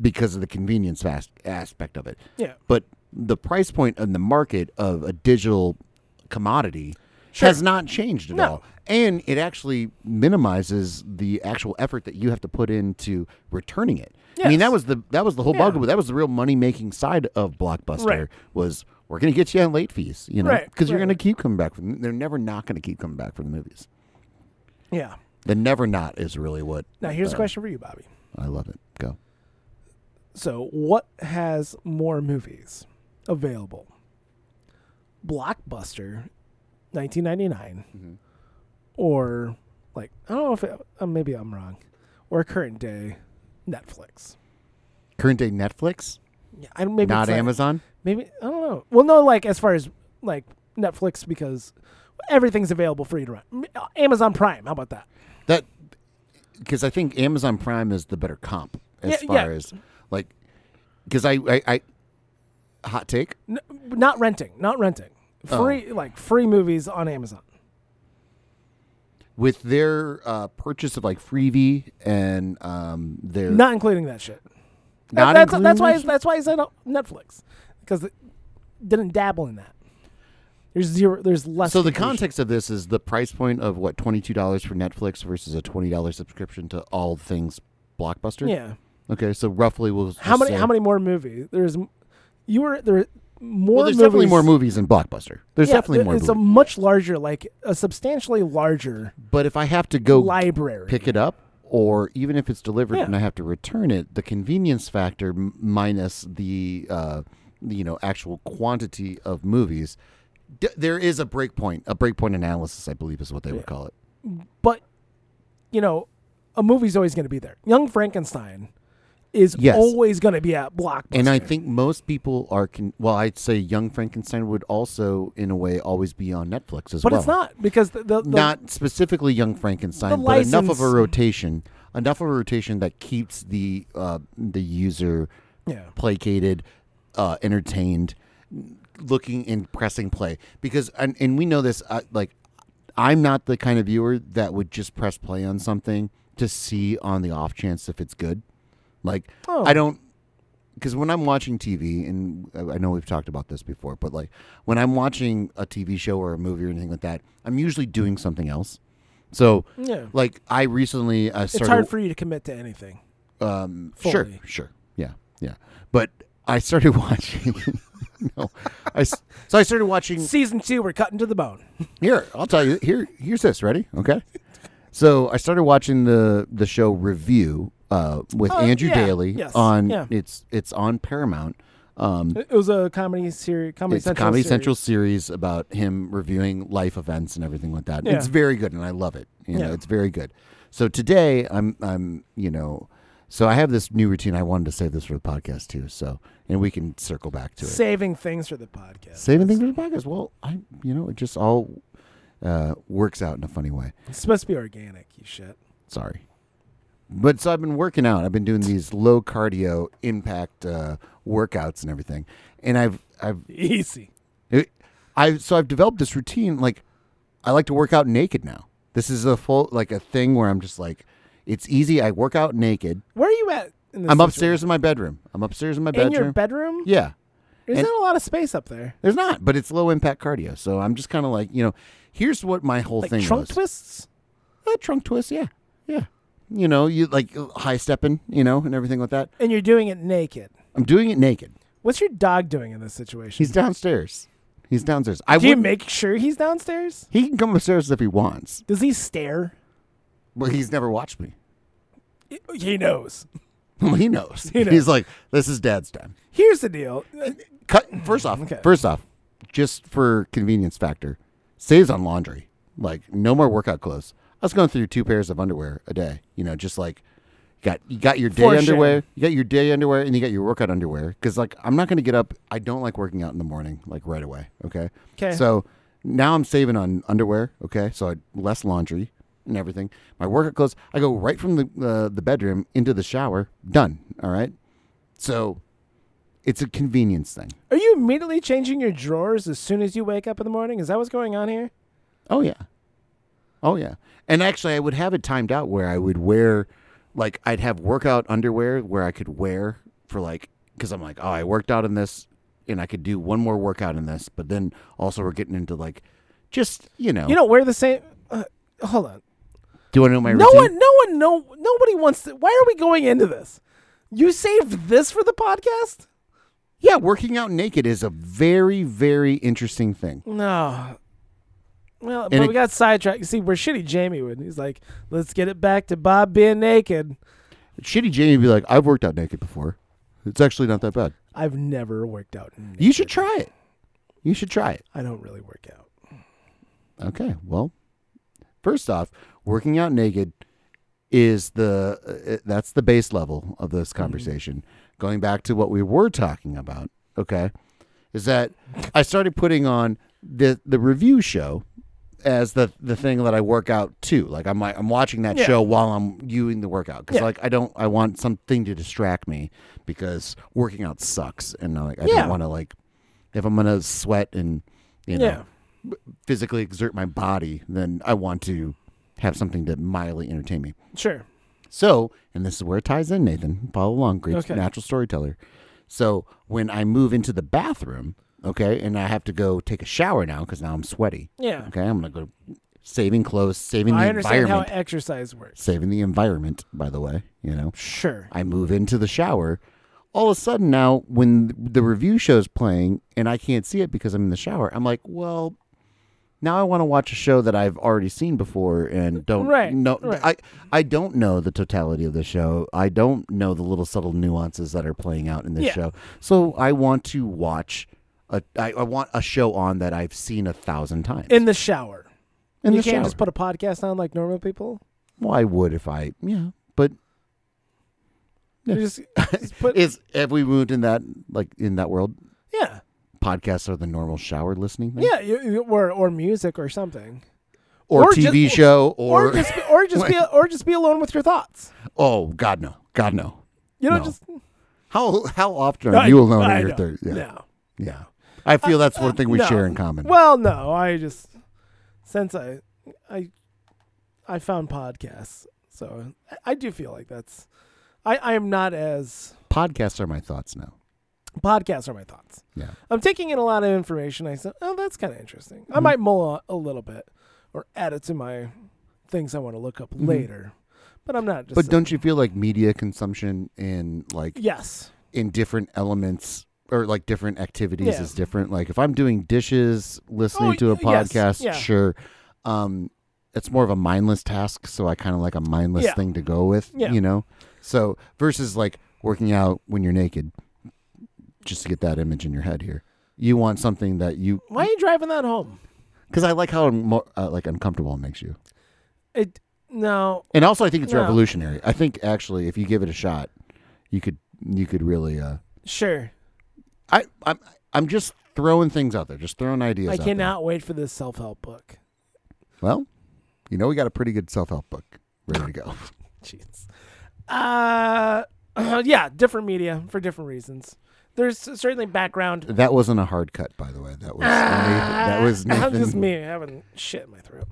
S2: Because of the convenience fast aspect of it.
S1: Yeah.
S2: But the price point in the market of a digital commodity has not changed at
S1: No.
S2: all. And it actually minimizes the actual effort that you have to put into returning it. I mean,
S1: Yes.
S2: that was the that was the whole
S1: Yeah.
S2: bugaboo. That was the real money making side of Blockbuster
S1: Right.
S2: was we're going to get you on late fees, you know,
S1: Right,
S2: because you're
S1: right,
S2: going to
S1: right.
S2: keep coming back. From, they're never not going to keep coming back from the movies.
S1: Yeah.
S2: The never not is really what
S1: Now here's a
S2: uh,
S1: question for you, Bobby.
S2: I love it. Go.
S1: So, what has more movies available? Blockbuster, 1999,
S2: Mhm.
S1: or like I don't know if it, uh, maybe I'm wrong, or current day Netflix.
S2: Current day Netflix,
S1: Yeah, I don't maybe
S2: not
S1: it's like-
S2: Amazon.
S1: Maybe I don't know. Well, no, like as far as like Netflix because everything's available for you to rent. M- uh, Amazon Prime, how about that?
S2: That because I think Amazon Prime is the better comp as
S1: Yeah, yeah.
S2: far as like because I, I I hot take
S1: N- not renting, not renting.
S2: Oh.
S1: Free like free movies on Amazon.
S2: with their uh, purchase of like Freebie and um, their
S1: Not including that shit. That-
S2: Not
S1: that's
S2: including
S1: that's why
S2: that shit?
S1: that's why I said uh, Netflix because it didn't dabble in that. There's zero. There's less.
S2: so the
S1: content.
S2: context of this is the price point of what twenty two dollars for Netflix versus a twenty dollars subscription to all things Blockbuster.
S1: Yeah.
S2: Okay, so roughly we'll just
S1: How many?
S2: say-
S1: How many more movies? There's m- you were there. More
S2: Well, there's
S1: movies.
S2: definitely more movies in Blockbuster. There's
S1: Yeah,
S2: definitely
S1: there-
S2: more.
S1: It's
S2: movies.
S1: a much larger, like a substantially larger
S2: but if I have to go
S1: library.
S2: pick it up, or even if it's delivered
S1: Yeah.
S2: and I have to return it, the convenience factor m- minus the uh, you know actual quantity of movies, d- there is a breakpoint. A breakpoint analysis, I believe, is what they would call it.
S1: but you know, a movie's always going to be there. Young Frankenstein is
S2: Yes.
S1: always going to be at Blockbuster.
S2: And I think most people are con- well. I'd say Young Frankenstein would also, in a way, always be on Netflix as
S1: but
S2: well.
S1: it's not because the, the, the
S2: not specifically Young Frankenstein,
S1: The
S2: but enough of a
S1: license-
S2: rotation, enough of a rotation that keeps the uh, the user
S1: Yeah.
S2: placated, uh, entertained, looking and pressing play. Because and, and we know this, uh, like I'm not the kind of viewer that would just press play on something to see on the off chance if it's good. Like
S1: Oh.
S2: I don't because when I'm watching TV, and I I know we've talked about this before, but like when I'm watching a TV show or a movie or anything like that, I'm usually doing something else. So,
S1: Yeah.
S2: like I recently uh, started.
S1: Mm. It's hard for you to commit to anything.
S2: um, sure,
S1: fully.
S2: sure, yeah, yeah. But I started <laughs> watching. no, I s- so I started watching
S1: Season two, we're cutting to the bone.
S2: here, I'll tell you. Here, here's this. Ready? Okay. So I started watching the the show Review uh, with
S1: Oh,
S2: Andrew
S1: yeah,
S2: Daly
S1: yes,
S2: on
S1: yeah.
S2: it's it's on Paramount. Um,
S1: It was a comedy series. Comedy
S2: it's
S1: Central.
S2: a Comedy
S1: series.
S2: Central series about him reviewing life events and everything like that.
S1: Yeah.
S2: It's very good, and I love it. You know,
S1: Yeah.
S2: it's very good. So today, I'm I'm you know, so I have this new routine. I wanted to save this for the podcast too. So and we can circle back to it.
S1: Saving things for the podcast.
S2: Saving things for the podcast. Well, I you know it just all uh, works out in a funny way.
S1: It's supposed to be organic. You shit. <laughs>
S2: Sorry. But so I've been working out. I've been doing these low cardio impact uh, workouts and everything. And I've I've
S1: Easy.
S2: it, I so I've developed this routine. Like I like to work out naked now. This is a full like a thing where I'm just like, it's easy. I work out naked.
S1: Where are you at? In this
S2: I'm
S1: situation?
S2: upstairs in my bedroom. I'm upstairs in my
S1: In
S2: bedroom.
S1: your bedroom?
S2: yeah,
S1: There's
S2: and-
S1: not a lot of space up there.
S2: there's not, but it's low impact cardio. So I'm just kind of like, you know, here's what my whole
S1: Like
S2: thing
S1: trunk
S2: was.
S1: twists?
S2: Uh, trunk twist. Yeah, yeah. You know, you like high stepping. You know, and everything like that.
S1: And you're doing it naked.
S2: I'm doing it naked.
S1: What's your dog doing in this situation?
S2: He's downstairs. He's downstairs. I
S1: Do you
S2: would.
S1: make sure he's downstairs?
S2: he can come upstairs if he wants,
S1: Does he stare?
S2: but he's never watched me.
S1: I- He knows.
S2: <laughs> Well, he knows.
S1: He knows.
S2: He's like, this is dad's time.
S1: Here's the deal. Uh,
S2: Cut. First off,
S1: Okay.
S2: first off, just for convenience factor, saves on laundry. Like no more workout clothes. I was going through two pairs of underwear a day. You know, just like got you got your day
S1: For
S2: underwear, you got your day underwear, and you got your workout underwear. Because like I'm not going to get up. I don't like working out in the morning like right away. Okay.
S1: 'Kay.
S2: So now I'm saving on underwear. Okay. So I less laundry and everything. My workout clothes. I go right from the uh, the bedroom into the shower. Done. All right. So it's a convenience thing.
S1: Are you immediately changing your drawers as soon as you wake up in the morning? Is that what's going on here?
S2: Oh yeah. Oh yeah. And actually I would have it timed out where I would wear like I'd have workout underwear where I could wear for like cuz I'm like, "Oh, I worked out in this and I could do one more workout in this." But then also we're getting into like just, you know,
S1: You don't wear the same. Uh, hold on.
S2: do I know my
S1: No
S2: routine?
S1: one, no one, no, nobody wants to. Why are we going into this? You saved this for the podcast?
S2: Yeah, working out naked is a very very interesting thing.
S1: No. Well, but
S2: it-
S1: we got sidetracked. You see, we're shitty Jamie would. He's like, let's get it back to Bob being naked.
S2: Shitty Jamie would be like, "I've worked out naked before. It's actually not that bad.
S1: I've never worked out. naked.
S2: You should try it. You should try it."
S1: I don't really work out.
S2: Okay. Well, first off, working out naked is the uh, that's the base level of
S1: Mm-hmm.
S2: this conversation. Going back to what we were talking about, okay, is that I started putting on the the review show as the the thing that I work out to. Like I'm like I'm watching that
S1: Yeah.
S2: show while I'm doing the workout because
S1: Yeah.
S2: like I don't I want something to distract me because working out sucks and uh, like I
S1: Yeah.
S2: don't want to like if I'm gonna sweat and you know
S1: Yeah.
S2: physically exert my body, then I want to have something to mildly entertain me.
S1: Sure.
S2: So, and this is where it ties in, Nathan. Follow along, great
S1: Okay.
S2: natural storyteller. So, when I move into the bathroom, okay, and I have to go take a shower now because now I'm sweaty.
S1: Yeah.
S2: Okay, I'm gonna go saving clothes, saving the
S1: I understand how
S2: environment,
S1: exercise works.
S2: saving the environment. By the way, you know,
S1: Sure.
S2: I move into the shower. All of a sudden, now when the review show's playing and I can't see it because I'm in the shower, I'm like, well, now I want to watch a show that I've already seen before and don't
S1: Right,
S2: know.
S1: right.
S2: I I don't know the totality of the show. I don't know the little subtle nuances that are playing out in this
S1: Yeah.
S2: show. So I want to watch. A, I, I want a show on that I've seen a thousand times.
S1: In the shower.
S2: In
S1: you
S2: the
S1: can't
S2: shower.
S1: just put a podcast on like normal people.
S2: well, I would if I, yeah, but
S1: You just, <laughs> just put,
S2: is have we moved in that like in that world?
S1: yeah.
S2: podcasts are the normal shower listening thing.
S1: Yeah. You, you- or, or music or something.
S2: Or,
S1: Or
S2: TV
S1: just-
S2: show
S1: Or,
S2: or,
S1: just be- or just <laughs> be or just be alone with your thoughts.
S2: <laughs> oh god no. God no.
S1: You know,
S2: No.
S1: just
S2: How how often are
S1: I-
S2: you alone
S1: I
S2: in your
S1: know.
S2: third? Yeah.
S1: No.
S2: Yeah. I feel that's one thing we
S1: no.
S2: share in common.
S1: Well, no, I just since I I I found podcasts, so I, I do feel like that's I I am not as
S2: Podcasts are my thoughts now.
S1: podcasts are my thoughts.
S2: Yeah.
S1: I'm taking in a lot of information. I said, oh, that's kind of interesting.
S2: Mm-hmm.
S1: I might mull a, a little bit or add it to my things I want to look up later, but I'm not just.
S2: Mm-hmm. But don't you feel like media consumption in like
S1: yes,
S2: in different elements or like different activities
S1: Yeah.
S2: is different? Like if I'm doing dishes, listening
S1: Oh,
S2: to a
S1: y- yes.
S2: podcast,
S1: Yeah.
S2: sure. Um it's more of a mindless task, so I kind of like a mindless
S1: Yeah.
S2: thing to go with,
S1: Yeah.
S2: you know. So versus like working out when you're naked, just to get that image in your head here. You want something that you
S1: why are you driving that home?
S2: because I like how mo- uh, like uncomfortable it makes you.
S1: It no,
S2: And also, I think it's
S1: No.
S2: revolutionary. I think actually, if you give it a shot, you could you could really. Uh,
S1: sure.
S2: I I'm I'm just throwing things out there, just throwing ideas.
S1: I
S2: out there.
S1: cannot wait for this self help book.
S2: Well, you know, we got a pretty good self help book ready to go.
S1: <laughs> Jeez. Uh, <clears throat> yeah, different media for different reasons. There's certainly background.
S2: that wasn't a hard cut, by the way. That was that was
S1: <laughs> Ah,
S2: Nathan.
S1: just me having shit in my throat.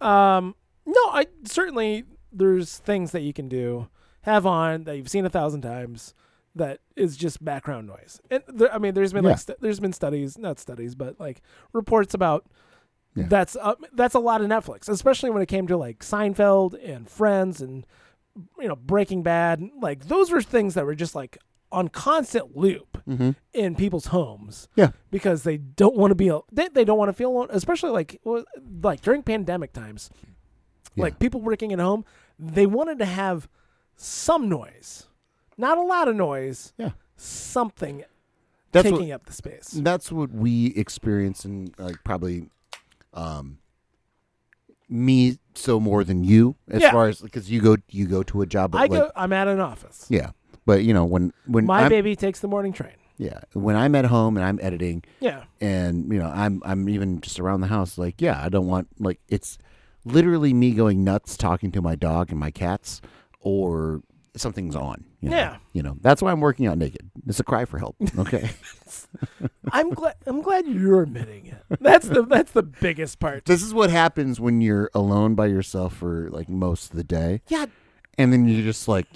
S1: Um, no, I certainly there's things that you can do, have on that you've seen a thousand times that is just background noise. And there, I mean, there's been
S2: Yeah.
S1: like st- there's been studies, not studies, but like reports about.
S2: Yeah.
S1: That's uh, that's a lot of Netflix, especially when it came to like Seinfeld and Friends and you know Breaking Bad. Like those were things that were just like on constant loop
S2: Mhm.
S1: in people's homes
S2: Yeah,
S1: because they don't want to be al- they, they don't want to feel alone especially like well, like during pandemic times
S2: Yeah.
S1: like people working at home they wanted to have some noise not a lot of noise
S2: yeah.
S1: something
S2: That's what Mm,
S1: taking up the space
S2: that's what we experience in like probably um me so more than you as
S1: Yeah.
S2: far as because you go you go to a job but
S1: i
S2: like,
S1: go i'm at an office
S2: yeah but you know when when
S1: my
S2: I'm,
S1: baby takes the morning train
S2: yeah when i'm at home and i'm editing
S1: yeah
S2: and you know i'm i'm even just around the house like yeah i don't want like it's literally me going nuts talking to my dog and my cats or something's on you know?
S1: Yeah.
S2: you know that's why i'm working out naked it's a cry
S1: <laughs>
S2: for help okay
S1: i'm glad i'm glad you're admitting it that's the that's the biggest part
S2: this is what happens when you're alone by yourself for like most of the day
S1: yeah
S2: and then you're just like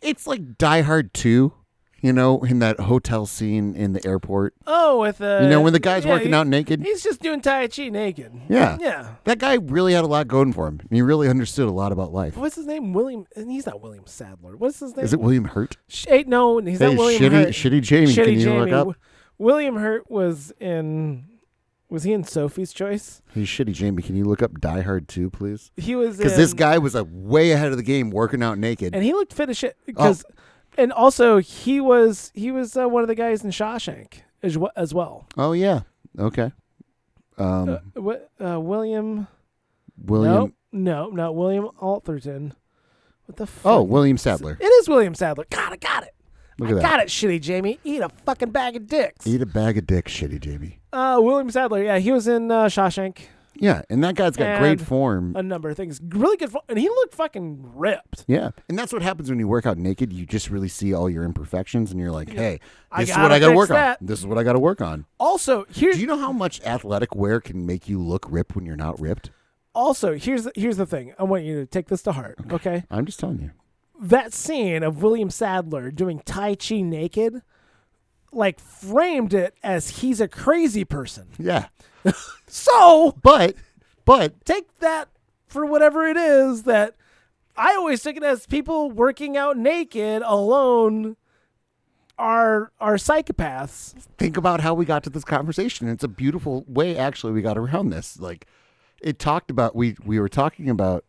S2: it's like die hard 2 you know in that hotel scene in the airport
S1: oh with uh
S2: you know when the guy's
S1: yeah,
S2: working
S1: he-
S2: out naked
S1: he's just doing tai chi naked
S2: Yeah.
S1: yeah
S2: that guy really had a lot going for him and he really understood a lot about life
S1: what's his name william and he's not william sadler what's his name
S2: is it william hurt
S1: Sh- eh, no, he's
S2: hey
S1: not William
S2: shitty
S1: Hurt.
S2: shitty jamie
S1: Shitty
S2: can you
S1: Jamie.
S2: look up
S1: W- William Hurt was in. Was he in Sophie's Choice?
S2: hey shitty jamie can you look up die hard 2 please
S1: He was
S2: because
S1: in-
S2: this guy was a way ahead of the game working out naked
S1: and he looked fit as shit.
S2: Oh.
S1: Because, and also he was he was uh, one of the guys in Shawshank as, we- as well.
S2: oh yeah okay um
S1: Uh, what uh, William?
S2: william
S1: No, no, not William Altherton. What the fuck?
S2: oh william sadler
S1: it is William Sadler. God, I got it.
S2: look
S1: I
S2: at that
S1: got it, shitty Jamie. Eat a fucking bag of dicks.
S2: Eat a bag of dick, shitty Jamie.
S1: Uh, William Sadler. Yeah, he was in uh, Shawshank.
S2: Yeah, and that guy's got great
S1: And-
S2: form.
S1: a number of things. Really good, fo- and he looked fucking ripped.
S2: yeah, and that's what happens when you work out naked. You just really see all your imperfections, and you're like, "Hey,
S1: I
S2: this is
S1: gotta
S2: what I got to
S1: fix
S2: work
S1: that.
S2: on. This is what I got to work on."
S1: Also, here's
S2: Do you know how much athletic wear can make you look ripped when you're not ripped?
S1: Also, here's the, here's the thing. I want you to take this to heart. Okay,
S2: I'm just telling you.
S1: that scene of William Sadler doing Tai Chi naked, like framed it as he's a crazy person.
S2: Yeah.
S1: <laughs> So
S2: But, but
S1: take that for whatever it is that I always took it as people working out naked alone are are psychopaths.
S2: think about how we got to this conversation. It's a beautiful way, actually, we got around this. Like, it talked about, we, we were talking about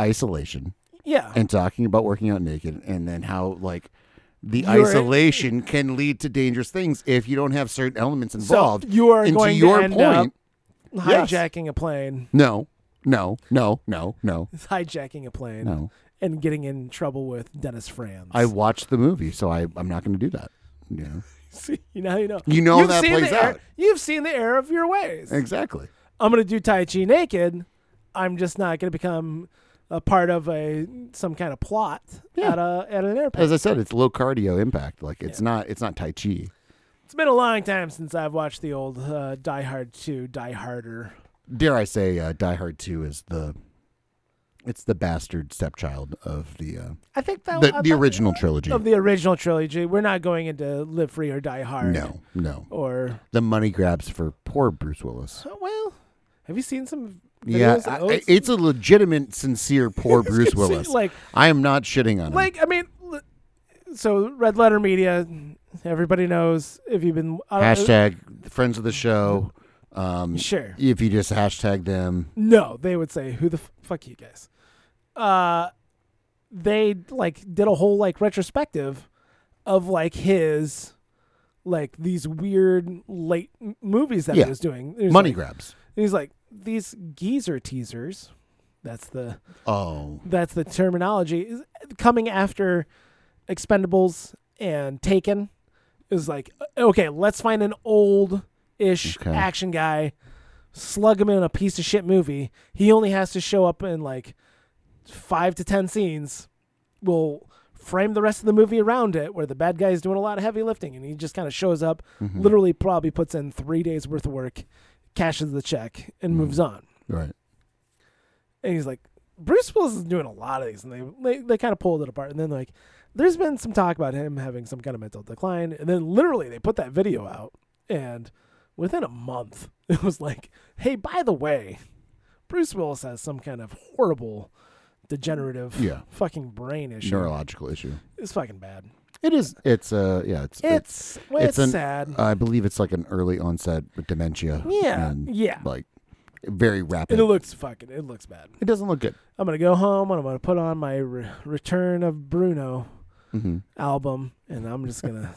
S2: isolation
S1: Yeah.
S2: and talking about working out naked and then how, like, the
S1: You're-
S2: isolation can lead to dangerous things if you don't have certain elements
S1: so
S2: involved.
S1: you are
S2: and
S1: going
S2: to your
S1: to end
S2: point,
S1: up
S2: yes.
S1: hijacking a plane. <laughs>
S2: no, no, no, no, no,
S1: Hijacking a plane
S2: no.
S1: and getting in trouble with Dennis Franz. <laughs>
S2: I watched the movie, so I, I'm not going to do that. You know?
S1: See, you know, you know,
S2: You know that
S1: seen the
S2: plays
S1: error-
S2: out.
S1: you've seen the error of your ways.
S2: Exactly.
S1: I'm gonna do Tai Chi naked. I'm just not gonna become a part of a some kind of plot
S2: Yeah.
S1: at a at an airport.
S2: As I said, it's low cardio impact. Like it's not it's not Tai Chi.
S1: It's been a long time since I've watched the old uh, Die Hard 2, Die Harder.
S2: Dare I say, uh, Die Hard Two is the it's the bastard stepchild of the uh,
S1: I think that
S2: the,
S1: I
S2: the
S1: thought-
S2: original trilogy.
S1: of the original trilogy. We're not going into Live Free or Die Hard.
S2: No, no,
S1: Or
S2: the money grabs for poor Bruce Willis.
S1: oh, well, have you seen some?
S2: Yeah,
S1: Videos Oh,
S2: I-
S1: of old-
S2: I-
S1: <laughs>
S2: it's a legitimate, sincere poor Bruce
S1: See,
S2: Willis.
S1: like
S2: I am not shitting on him.
S1: like I mean, l- so Red Letter Media, everybody knows if you've been I don't-
S2: hashtag friends of
S1: <laughs>
S2: the show. Um,
S1: Sure.
S2: if you just hashtag them,
S1: No, they would say, "Who the f- fuck you guys?" Uh, they like did a whole like retrospective of like his like these weird late m- movies that
S2: Yeah.
S1: he was doing. He was
S2: money
S1: like-
S2: grabs.
S1: He's like these geezer teasers. That's the
S2: Oh,
S1: that's the terminology is coming after Expendables and Taken is like uh, okay, let's find an old ish
S2: Okay.
S1: action guy, slug him in a piece of shit movie. He only has to show up in like five to ten scenes. We'll frame the rest of the movie around it where the bad guy is doing a lot of heavy lifting and he just kind of shows up, literally probably puts in three days worth of work, cashes the check, and moves on.
S2: right.
S1: And he's like, Bruce Willis is doing a lot of these, and they they, they kind of pulled it apart. And then like, there's been some talk about him having some kind of mental decline, and then literally they put that video out, and within a month <laughs> it was like, hey, by the way, Bruce Willis has some kind of horrible, degenerative,
S2: Yeah.
S1: fucking brain issue.
S2: Neurological issue.
S1: It's fucking bad.
S2: It is. It's uh. Yeah. It's.
S1: It's well, it's,
S2: it's an-
S1: sad.
S2: I believe it's like an early onset with dementia.
S1: yeah,
S2: And
S1: yeah.
S2: Like very rapid.
S1: And it looks fucking. It looks bad.
S2: it doesn't look good.
S1: I'm gonna go home and I'm gonna put on my re- Return of Bruno
S2: hmm
S1: album and I'm just
S2: <laughs>
S1: gonna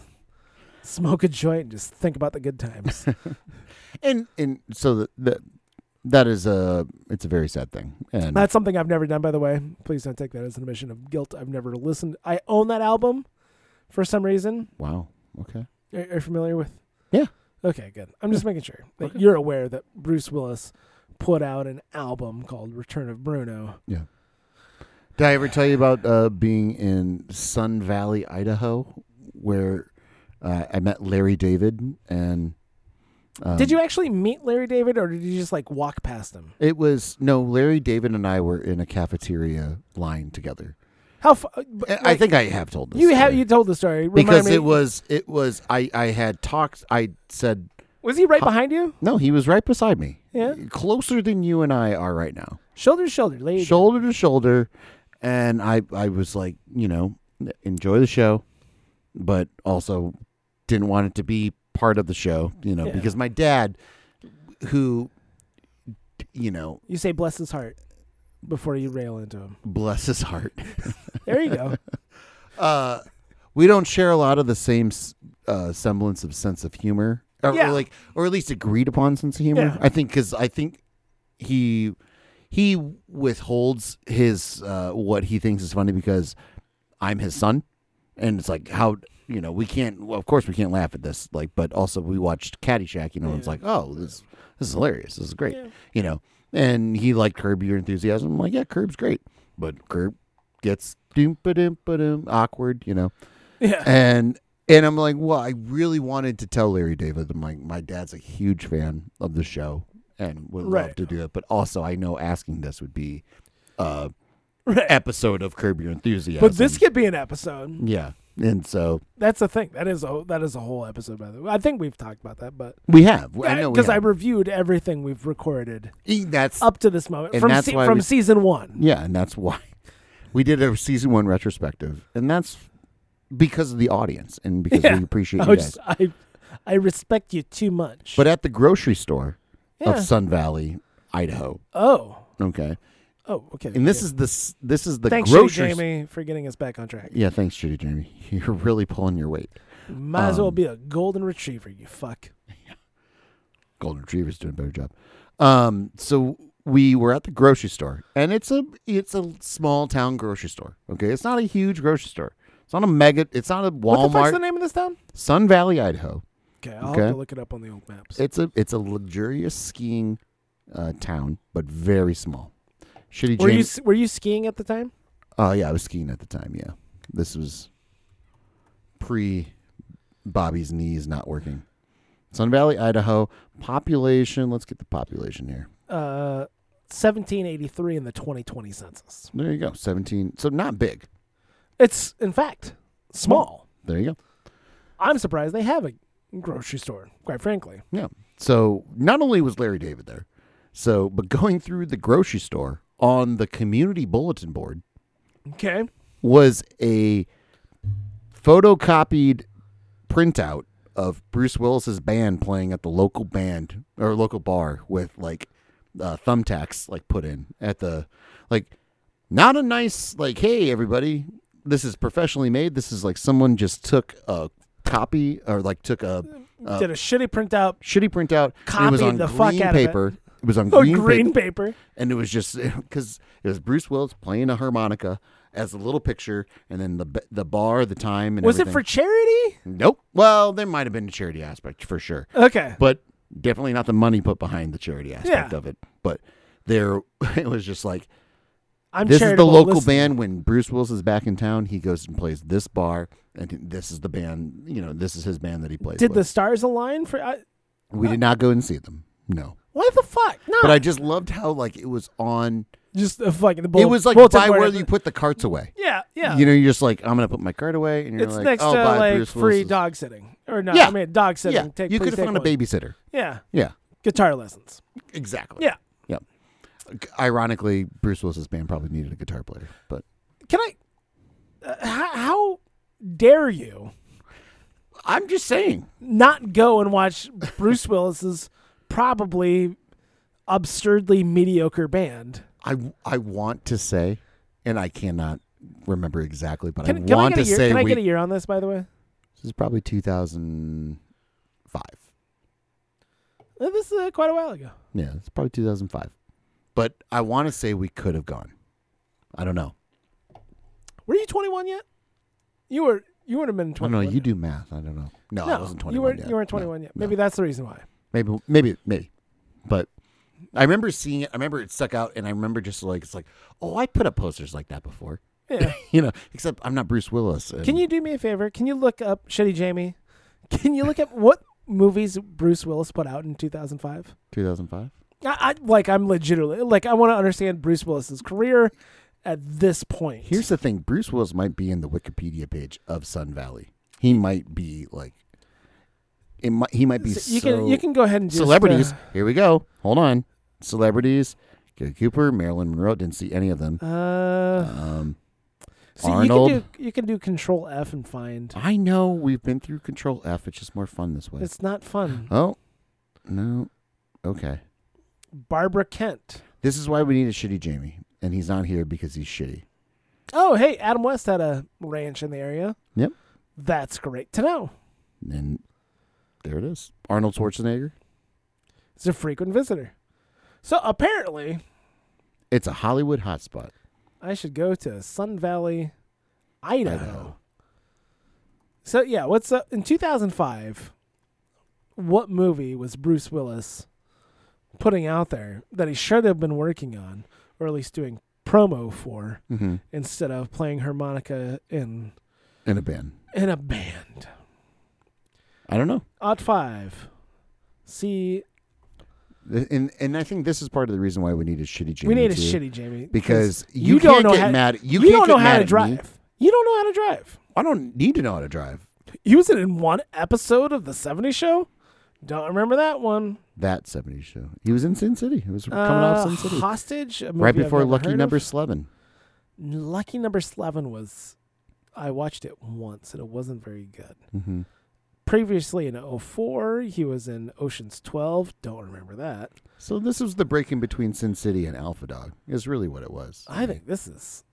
S1: smoke a joint and just think about the good
S2: <laughs>
S1: times.
S2: And and so that that that is a it's a very sad thing. And
S1: That's something I've never done, by the way. Please don't take that as an admission of guilt. I've never listened. I own that album for some reason.
S2: wow. Okay.
S1: Are, are you familiar with?
S2: Yeah.
S1: Okay, good. I'm just making sure that
S2: Okay.
S1: you're aware that Bruce Willis put out an album called Return of Bruno.
S2: Did I ever tell you about uh, being in Sun Valley, Idaho, where uh, I met Larry David and. Um,
S1: did you actually meet Larry David, or did you just like walk past him?
S2: It was no. Larry David and I were in a cafeteria line together.
S1: How? Fu-
S2: I- I
S1: like,
S2: think I have told this.
S1: you have
S2: story.
S1: you told the story Remind
S2: because
S1: me,
S2: it was it was I I had talked I said
S1: was he right behind you?
S2: no he was right beside me
S1: Yeah.
S2: closer than you and I are right now
S1: Shoulder to shoulder, lady.
S2: shoulder to shoulder and I I was like you know enjoy the show but also didn't want it to be part of the show you know
S1: Yeah.
S2: because my dad who you know
S1: You say bless his heart before you rail into him.
S2: bless his heart
S1: There you go.
S2: uh, we don't share a lot of the same s- uh, semblance of sense of humor, or, or
S1: Yeah.
S2: like, or at least agreed upon sense of humor.
S1: Yeah.
S2: I think because I think he he withholds his uh, what he thinks is funny because I'm his son, and it's like how you know we can't. Well, of course we can't laugh at this. Like, but also we watched Caddyshack. You know, and it's
S1: Yeah.
S2: like, oh, this this is hilarious. This is <laughs> great.
S1: Yeah.
S2: You know, and he liked Curb Your Enthusiasm. I'm like, yeah, Curb's great, but Curb gets doom ba-doom, ba-doom, awkward, you know.
S1: Yeah.
S2: And and I'm like, well, I really wanted to tell Larry David. I'm like, my dad's a huge fan of the show, and would love
S1: Right.
S2: to do it. But also, I know asking this would be a
S1: Right.
S2: episode of Curb Your Enthusiasm.
S1: But this could be an episode.
S2: eh, yeah, and so
S1: That's the thing. That is a that is a whole episode. By the way, I think we've talked about that, but
S2: we have. I know we
S1: because I,
S2: have.
S1: reviewed everything we've recorded
S2: E- that's
S1: up to this moment
S2: And
S1: from
S2: that's
S1: se-
S2: why
S1: from
S2: we-
S1: season one.
S2: yeah, and that's why <laughs> we did a season one retrospective, and that's because of the audience and because
S1: Yeah.
S2: we
S1: <laughs>
S2: appreciate
S1: I,
S2: you
S1: was
S2: guys.
S1: just- I I respect you too much.
S2: But at the grocery store
S1: yeah.
S2: of Sun Valley, Idaho.
S1: oh
S2: Okay,
S1: oh okay.
S2: and this
S1: Yeah.
S2: is the s- this is the
S1: thanks, Shitty
S2: grocery. s-
S1: Jamie, for getting us back on track.
S2: Yeah, thanks, Shitty Jamie. <laughs> You're really pulling your weight.
S1: Might as well
S2: Um,
S1: be a golden retriever. You fuck.
S2: golden retrievers doing a better job. Um, so we were at the grocery store, and it's a it's a small town grocery store. Okay, it's not a huge grocery store. It's not a mega. It's not a
S1: What the fuck's the
S2: Walmart.
S1: name of this town?
S2: Sun Valley, Idaho.
S1: Okay, I'll
S2: Okay.
S1: have to look it up on the old maps.
S2: It's a it's a luxurious skiing uh, town, but very small. Shitty
S1: were you
S2: Jamie.
S1: s- were you skiing at the time?
S2: Oh yeah, I was skiing at the time. Yeah, this was pre Bobby's knees not working. Sun Valley, Idaho. Population. Let's get the population here.
S1: Uh, 1783 in the 2020 census.
S2: There you go. 17. So not big.
S1: It's in fact small.
S2: There you go.
S1: I'm surprised they have a grocery store. Quite frankly,
S2: Yeah. So not only was Larry David there, so but going through the grocery store on the community bulletin board
S1: okay.
S2: was a photocopied printout of Bruce Willis's band playing at the local band or local bar with like uh, thumbtacks like put in at the like not a nice like hey everybody this is professionally made this is like someone just took a copy or like took a Uh,
S1: Did a shitty printout.
S2: shitty printout. and it
S1: Copied
S2: was on
S1: the
S2: green
S1: fuck out of it.
S2: paper. It. was on
S1: Oh,
S2: green,
S1: green
S2: paper,
S1: paper.
S2: and it was just <laughs> because it was Bruce Willis playing a harmonica as a little picture, and then the b- the bar, the time, and
S1: Was it for
S2: everything.
S1: charity?
S2: Nope. Well, there might have been a charity aspect for sure,
S1: Okay.
S2: but definitely not the money put behind the charity aspect
S1: Yeah.
S2: of it. But there, <laughs> it was just like
S1: I'm
S2: this is the
S1: charitable.
S2: local
S1: Listen,
S2: band. When Bruce Willis is back in town, he goes and plays this bar, and this is the band. You know, this is his band that he plays.
S1: Did the
S2: with.
S1: stars align for? I,
S2: We did not go and see them. No.
S1: why the fuck? No.
S2: But I just loved how like it was on.
S1: just a fucking. The bull,
S2: it was like
S1: bulletin
S2: by
S1: board
S2: where
S1: at the-
S2: you put the carts away.
S1: Yeah, yeah.
S2: You know, you're just like, I'm gonna put my cart away, and you're
S1: it's
S2: like,
S1: next
S2: oh,
S1: to
S2: bye,
S1: like
S2: Bruce
S1: free
S2: Willis's-
S1: dog sitting or no?
S2: Yeah.
S1: I mean dog sitting.
S2: Yeah,
S1: Take,
S2: you
S1: please
S2: could have
S1: take
S2: found a
S1: one.
S2: babysitter.
S1: Yeah,
S2: Yeah,
S1: guitar lessons.
S2: exactly.
S1: Yeah.
S2: yeah. Ironically, Bruce Willis's band probably needed a guitar player, but
S1: Can I? Uh, how, how dare you
S2: I'm just saying,
S1: not go and watch Bruce Willis's probably absurdly mediocre band?
S2: I I want to say, and I cannot remember exactly, but
S1: Can,
S2: I
S1: can I
S2: want
S1: get a
S2: to
S1: year?
S2: say
S1: Can I
S2: we,
S1: get a year on this? By the way,
S2: this is probably 2005.
S1: Uh, this is uh, quite a while ago.
S2: Yeah, it's probably 2005. But I want to say we could have gone. I don't know.
S1: Were you 21 yet? You were. You would have been
S2: I don't
S1: 21.
S2: know. You do math. I don't know. No, I wasn't 21
S1: You weren't.
S2: yet.
S1: You weren't
S2: No,
S1: 21 yet.
S2: no.
S1: Maybe that's the reason why.
S2: Maybe, maybe, maybe. But I remember seeing it. I remember it stuck out, and I remember just like it's like, oh, I put up posters like that before. <laughs>
S1: Yeah.
S2: You know, except I'm not Bruce Willis. and-
S1: Can you do me a favor? Can you look up Shitty Jamie? Can you look up what movies Bruce Willis put out in 2005?
S2: 2005.
S1: I, I like I'm legitimately like I want to understand Bruce Willis's career at this point.
S2: Here's the thing: Bruce Willis might be in the Wikipedia page of Sun Valley. He might be like, it might. He might be.
S1: So you
S2: so
S1: can you can go ahead and just, uh,
S2: celebrities. Here we go. Hold on, celebrities. Gary Cooper, Marilyn Monroe. Didn't see any of them.
S1: Uh, uh
S2: Um,
S1: see, you
S2: Arnold.
S1: can do you can do Control F and find.
S2: I know we've been through Control F. It's just more fun this way.
S1: It's not fun.
S2: Oh, no. Okay.
S1: Barbara Kent.
S2: This is why we need a shitty Jamie, and he's not here because he's shitty.
S1: Oh hey, Adam West had a ranch in the area.
S2: Yep.
S1: That's great to know.
S2: And there it is. Arnold Schwarzenegger.
S1: He's a frequent visitor. So apparently,
S2: It's a Hollywood hotspot.
S1: I should go to Sun Valley, Idaho.
S2: Idaho.
S1: So yeah, what's up in 2005? What movie was Bruce Willis putting out there that he should have been working on, or at least doing promo for,
S2: Mm-hmm.
S1: instead of playing harmonica in
S2: In a bin.
S1: in a band?
S2: I don't know.
S1: Odd five. See
S2: Th- And and I think this is part of the reason why we need a shitty Jamie.
S1: we need a
S2: too,
S1: shitty Jamie
S2: because you, can't get
S1: how,
S2: mad. You,
S1: you
S2: can't
S1: don't know
S2: get
S1: how
S2: mad
S1: to
S2: at
S1: drive.
S2: me.
S1: You don't know how to drive.
S2: I don't need to know how to drive.
S1: He was in one episode of the '70s show. Don't remember that one.
S2: That '70s show. He was in Sin City. He was coming
S1: Uh,
S2: off Sin City
S1: Hostage. a
S2: right
S1: movie I've
S2: before
S1: never
S2: Lucky
S1: heard
S2: Number
S1: of.
S2: Eleven.
S1: Lucky number eleven was. I watched it once and it wasn't very good.
S2: hmm
S1: Previously in 04, he was in Ocean's 12. Don't remember that.
S2: So this was the breaking between Sin City and Alpha Dog. Is really what it was.
S1: I think this is.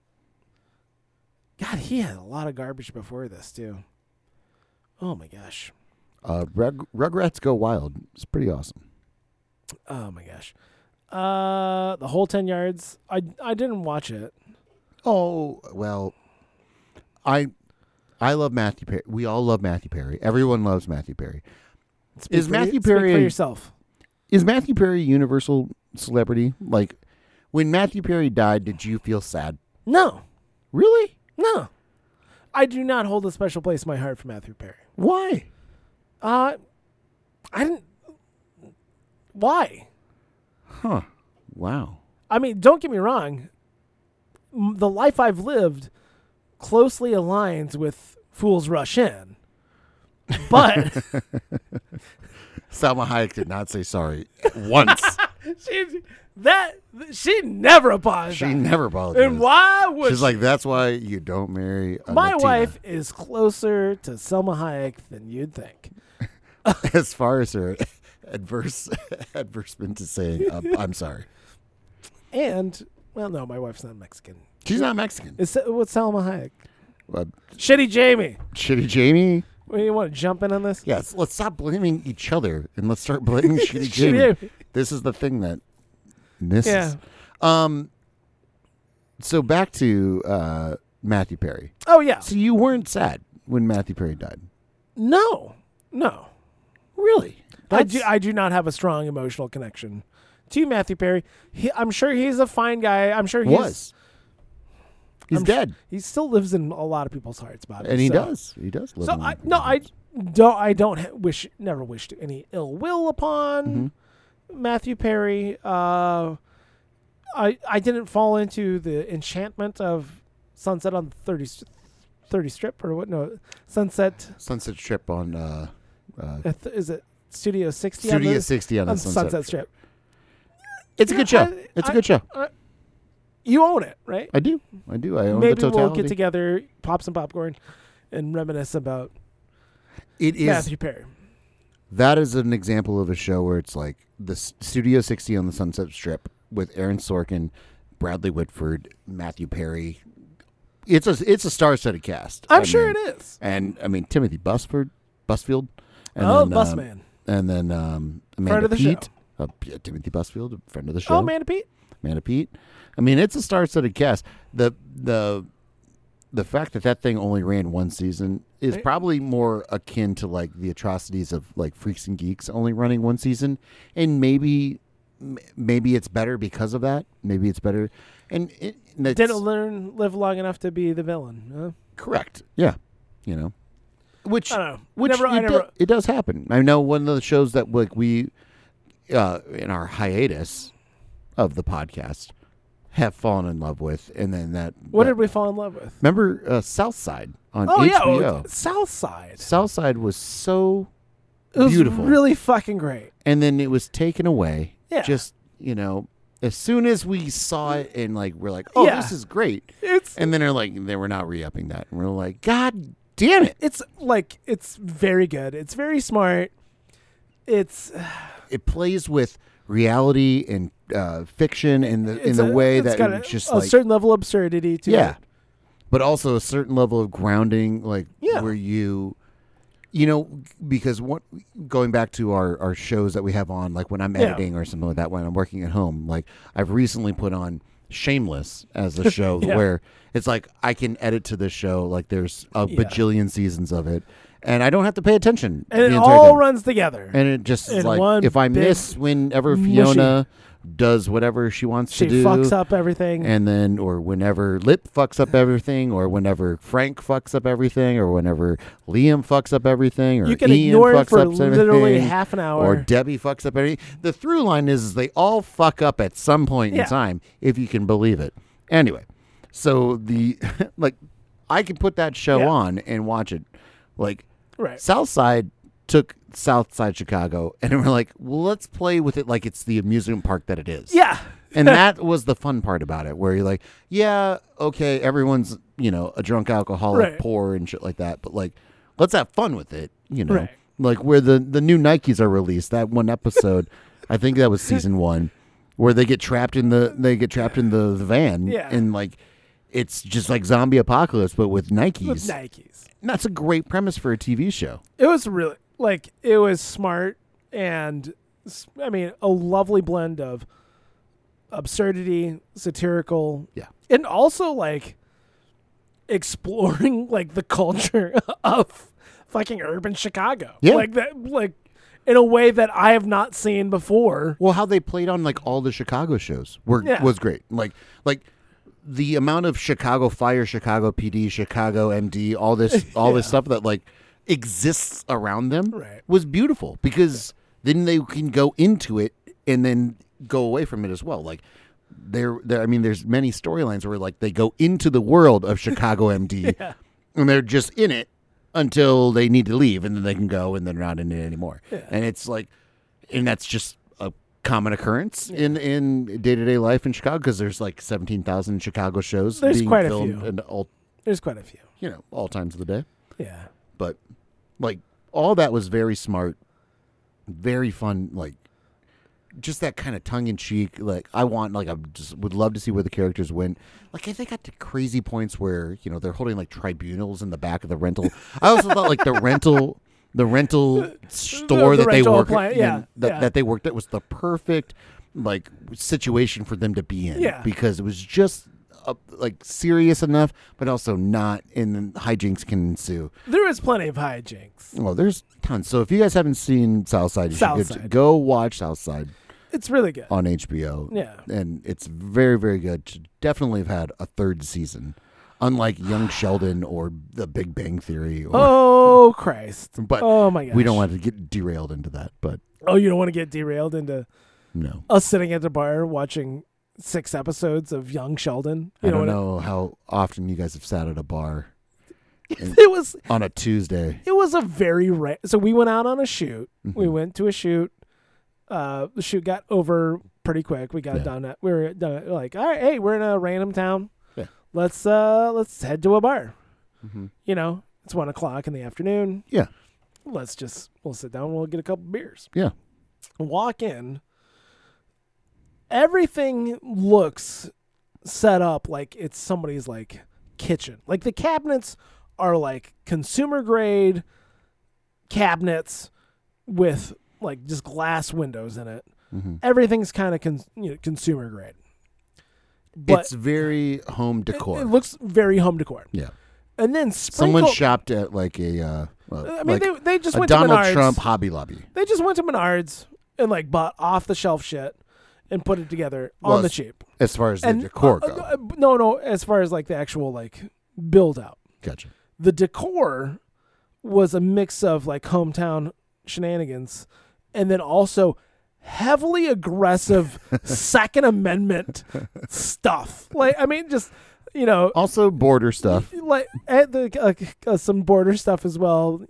S1: God, he had a lot of garbage before this too. Oh my gosh.
S2: Uh, Rug, Rugrats Go Wild. It's pretty awesome.
S1: Oh my gosh. Uh, the whole ten yards. I I didn't watch it.
S2: Oh well, I I love Matthew Perry. We all love Matthew Perry. Everyone loves Matthew Perry.
S1: Speak
S2: Is
S1: for
S2: Matthew
S1: you-
S2: Perry
S1: speak for
S2: in-
S1: yourself?
S2: Is Matthew Perry a universal celebrity? Like when Matthew Perry died, did you feel sad?
S1: No,
S2: Really?
S1: no. I do not hold a special place in my heart for Matthew Perry.
S2: Why?
S1: Uh, I didn't. Why?
S2: Huh. Wow.
S1: I mean, don't get me wrong. M- The life I've lived closely aligns with Fools Rush In,
S2: <laughs>
S1: but <laughs>
S2: Salma Hayek did not say sorry <laughs> once.
S1: she, that she never apologized.
S2: she never apologized.
S1: and why would
S2: She's
S1: she?
S2: like, that's why you don't marry a
S1: my
S2: Latina."
S1: wife is closer to Selma Hayek than you'd think.
S2: <laughs> As far as her adverse <laughs> adversement to saying, um, I'm sorry.
S1: And well, no, my wife's not Mexican.
S2: She's not Mexican.
S1: Is what's Selma Hayek?
S2: Uh,
S1: Shitty Jamie.
S2: Shitty Jamie.
S1: What, You want to jump in on this?
S2: Yes, let's stop blaming each other and let's
S1: <laughs>
S2: start blaming Shitty Jamie.
S1: Jamie.
S2: This is the thing that misses.
S1: Yeah.
S2: Um. So back to uh, Matthew Perry.
S1: Oh yeah.
S2: So you weren't sad when Matthew Perry died,
S1: No, no.
S2: really?
S1: I do, I do not have a strong emotional connection to Matthew Perry. He, I'm sure he's a fine guy. I'm sure he's,
S2: was. He's
S1: I'm sure-
S2: dead,
S1: He still lives in a lot of people's hearts, Bobby.
S2: and he
S1: so-
S2: does. He does. Live
S1: So
S2: in
S1: I
S2: Matthew
S1: no, I
S2: Perry's-
S1: don't. I don't ha- wish, never wished any ill will upon
S2: Mm-hmm.
S1: Matthew Perry. Uh, I I didn't fall into the enchantment of Sunset on the 30, St- 30 Strip or what? No, Sunset.
S2: Sunset Strip on uh, uh,
S1: uh, th- Is it Studio sixty? on the-
S2: Studio 60 on the
S1: on
S2: Sunset,
S1: Sunset
S2: Strip.
S1: Strip.
S2: It's a good
S1: Yeah,
S2: show.
S1: I-
S2: it's a
S1: I-
S2: good show.
S1: You own it, right?
S2: I do. I do. I own
S1: Maybe
S2: the totality.
S1: we'll get together, pop some popcorn, and reminisce about
S2: it is
S1: Matthew Perry.
S2: that is an example of a show where it's like the S- Studio 60 on the Sunset Strip with Aaron Sorkin, Bradley Whitford, Matthew Perry. It's a it's a star-studded cast.
S1: I'm sure
S2: it is.
S1: it is.
S2: and I mean Timothy Busford, Busfield, and
S1: oh,
S2: then, um,
S1: Busman.
S2: and then um, Amanda
S1: Friend of the show.
S2: Pete, uh, yeah, Timothy Busfield, a friend of the show,
S1: Oh, Amanda Pete.
S2: Amanda Pete. I mean, it's a star-studded cast. The the the fact that that thing only ran one season is
S1: Right.
S2: probably more akin to like the atrocities of like Freaks and Geeks only running one season, and maybe m- maybe it's better because of that. Maybe it's better, and it, and it's-
S1: Didn't learn live long enough to be the villain. Huh?
S2: correct. Yeah, you know, which
S1: I don't know.
S2: which
S1: never, I
S2: it, do-
S1: never.
S2: it does happen. I know one of the shows that like we uh, in our hiatus of the podcast have fallen in love with, and then that
S1: What
S2: that-
S1: did we fall in love with?
S2: remember uh, Southside on
S1: Oh yeah,
S2: HBO.
S1: oh, Southside.
S2: Southside was so
S1: It was
S2: beautiful,
S1: Really fucking great.
S2: and then it was taken away.
S1: Yeah.
S2: Just you know, as soon as we saw it, and like we're like, oh,
S1: Yeah.
S2: this is great,
S1: It's
S2: and then they're like, they were not re-upping that, and we're like, god damn it!
S1: it's like it's very good. It's very smart. It's
S2: it plays with reality and uh, fiction in the in
S1: it's
S2: the
S1: a-
S2: way
S1: it's
S2: that
S1: got
S2: it
S1: a,
S2: just
S1: a
S2: like
S1: certain level of absurdity to
S2: yeah,
S1: it.
S2: but also a certain level of grounding, like
S1: Yeah.
S2: where you, you know, because what going back to our our shows that we have on, like when I'm
S1: Yeah.
S2: editing or something like that, when I'm working at home, like I've recently put on Shameless
S1: <laughs>
S2: as a show
S1: Yeah.
S2: where it's like I can edit to this show, like there's a
S1: Yeah.
S2: bajillion seasons of it, and I don't have to pay attention.
S1: and
S2: the
S1: it
S2: entire
S1: all
S2: time.
S1: runs together.
S2: And it just is
S1: In
S2: like
S1: one
S2: if I
S1: big
S2: miss whenever
S1: mushy-
S2: Fiona does whatever she wants
S1: She
S2: to do.
S1: fucks up everything.
S2: and then or whenever Lip fucks up everything, or whenever Frank fucks up everything, or whenever Liam fucks up everything, or
S1: you can
S2: Ian
S1: ignore
S2: fucks
S1: it for
S2: up
S1: literally
S2: everything,
S1: half an hour.
S2: or Debbie fucks up everything. The through line is, is they all fuck up at some point
S1: Yeah.
S2: in time, if you can believe it. Anyway, so the <laughs> like I can put that show
S1: Yeah.
S2: on and watch it. Like
S1: right.
S2: Southside took Southside Chicago, and we're like, well, let's play with it like it's the amusement park that it is
S1: Yeah. <laughs>
S2: and that was the fun part about it, where you're like, yeah, okay, everyone's you know a drunk alcoholic,
S1: Right.
S2: poor, and shit like that, but like, let's have fun with it, you know,
S1: Right.
S2: like where the the new Nikes are released. That one episode, I think that
S1: <laughs>
S2: was season one, where they get trapped in the they get trapped in the, the van,
S1: Yeah.
S2: and like. It's just like zombie apocalypse, but with Nikes.
S1: With Nikes.
S2: And That's a great premise for a TV show.
S1: It was really like it was smart and s- I mean a lovely blend of absurdity, satirical,
S2: Yeah.
S1: and also like exploring <laughs> like the culture <laughs> of fucking urban Chicago.
S2: Yeah.
S1: Like that like in a way that I have not seen before.
S2: Well, how they played on like all the Chicago shows were
S1: Yeah.
S2: was great. Like like the amount of Chicago Fire, Chicago PD, Chicago MD,
S1: <laughs>
S2: all this all this stuff that like exists around them
S1: Right.
S2: was beautiful because then they can go into it and then go away from it as well. Like there, there. I mean, there's many storylines where like they go into the world of
S1: <laughs>
S2: Chicago MD and they're just in it until they need to leave and then they can go and they're not in it anymore. And it's like, and that's just a common occurrence in in day to day life in Chicago because there's like seventeen thousand Chicago shows.
S1: There's
S2: being
S1: quite a
S2: filmed
S1: few.
S2: and all
S1: There's quite a few.
S2: you know all times of the day
S1: Yeah.
S2: but like all that was very smart, very fun. Like just that kind of tongue in cheek. Like I want, like I just would love to see where the characters went. Like if they got to crazy points where you know they're holding like tribunals in the back of the rental. I also thought like the rental. The rental
S1: <laughs>
S2: store
S1: the
S2: that they
S1: rental
S2: worked
S1: appli-
S2: in,
S1: yeah,
S2: that,
S1: yeah.
S2: that they worked at was the perfect like situation for them to be in
S1: Yeah.
S2: because it was just uh, like serious enough but also not and then hijinks can ensue
S1: There was plenty of hijinks.
S2: well, there's tons. So if you guys haven't seen Southside, you should go,
S1: Southside.
S2: go watch Southside
S1: It's really good.
S2: on HBO.
S1: Yeah.
S2: And it's very, very good. Should definitely have had a third season,
S1: <sighs>
S2: unlike Young Sheldon or The Big Bang Theory. Or,
S1: Oh Christ.
S2: but
S1: Oh my gosh.
S2: we don't want to get derailed into that. But
S1: Oh, you don't want to get derailed into
S2: no,
S1: us sitting at the bar watching six episodes of Young Sheldon. You
S2: I don't
S1: what
S2: know how often you guys have sat at a bar
S1: <laughs> It, it was
S2: on a Tuesday.
S1: it was a very ra- so we went out on a shoot.
S2: Mm-hmm.
S1: We went to a shoot. Uh, the shoot got over pretty quick. We got
S2: Yeah.
S1: done. At, we were done. At, like, all right, hey, we're in a random town.
S2: Yeah.
S1: Let's uh let's head to a bar.
S2: Mhm.
S1: You know, it's one o'clock in the afternoon.
S2: Yeah.
S1: Let's just we'll sit down. We'll get a couple beers.
S2: Yeah.
S1: walk in, everything looks set up like it's somebody's like kitchen. Like the cabinets are like consumer grade cabinets with like just glass windows in it.
S2: Mhm.
S1: Everything's kind of con- you know, consumer grade. But
S2: it's very home decor.
S1: it looks very home decor.
S2: yeah.
S1: And then
S2: Someone
S1: sprinkle-
S2: shopped at like a, uh, well,
S1: I mean,
S2: like
S1: they, they just
S2: a
S1: went to
S2: Donald
S1: Menards.
S2: Trump Hobby Lobby.
S1: They just went to Menards and like bought off the shelf shit and put it together
S2: Well,
S1: on the
S2: it's-
S1: cheap.
S2: As far as the
S1: and
S2: decor
S1: uh,
S2: goes.
S1: uh, no, no. As far as like the actual like build out,
S2: Gotcha.
S1: the decor was a mix of like hometown shenanigans, and then also heavily
S2: <laughs>
S1: aggressive Second Amendment stuff. Like, I mean, just you know,
S2: Also, border stuff.
S1: like at the uh, uh, some border stuff as well.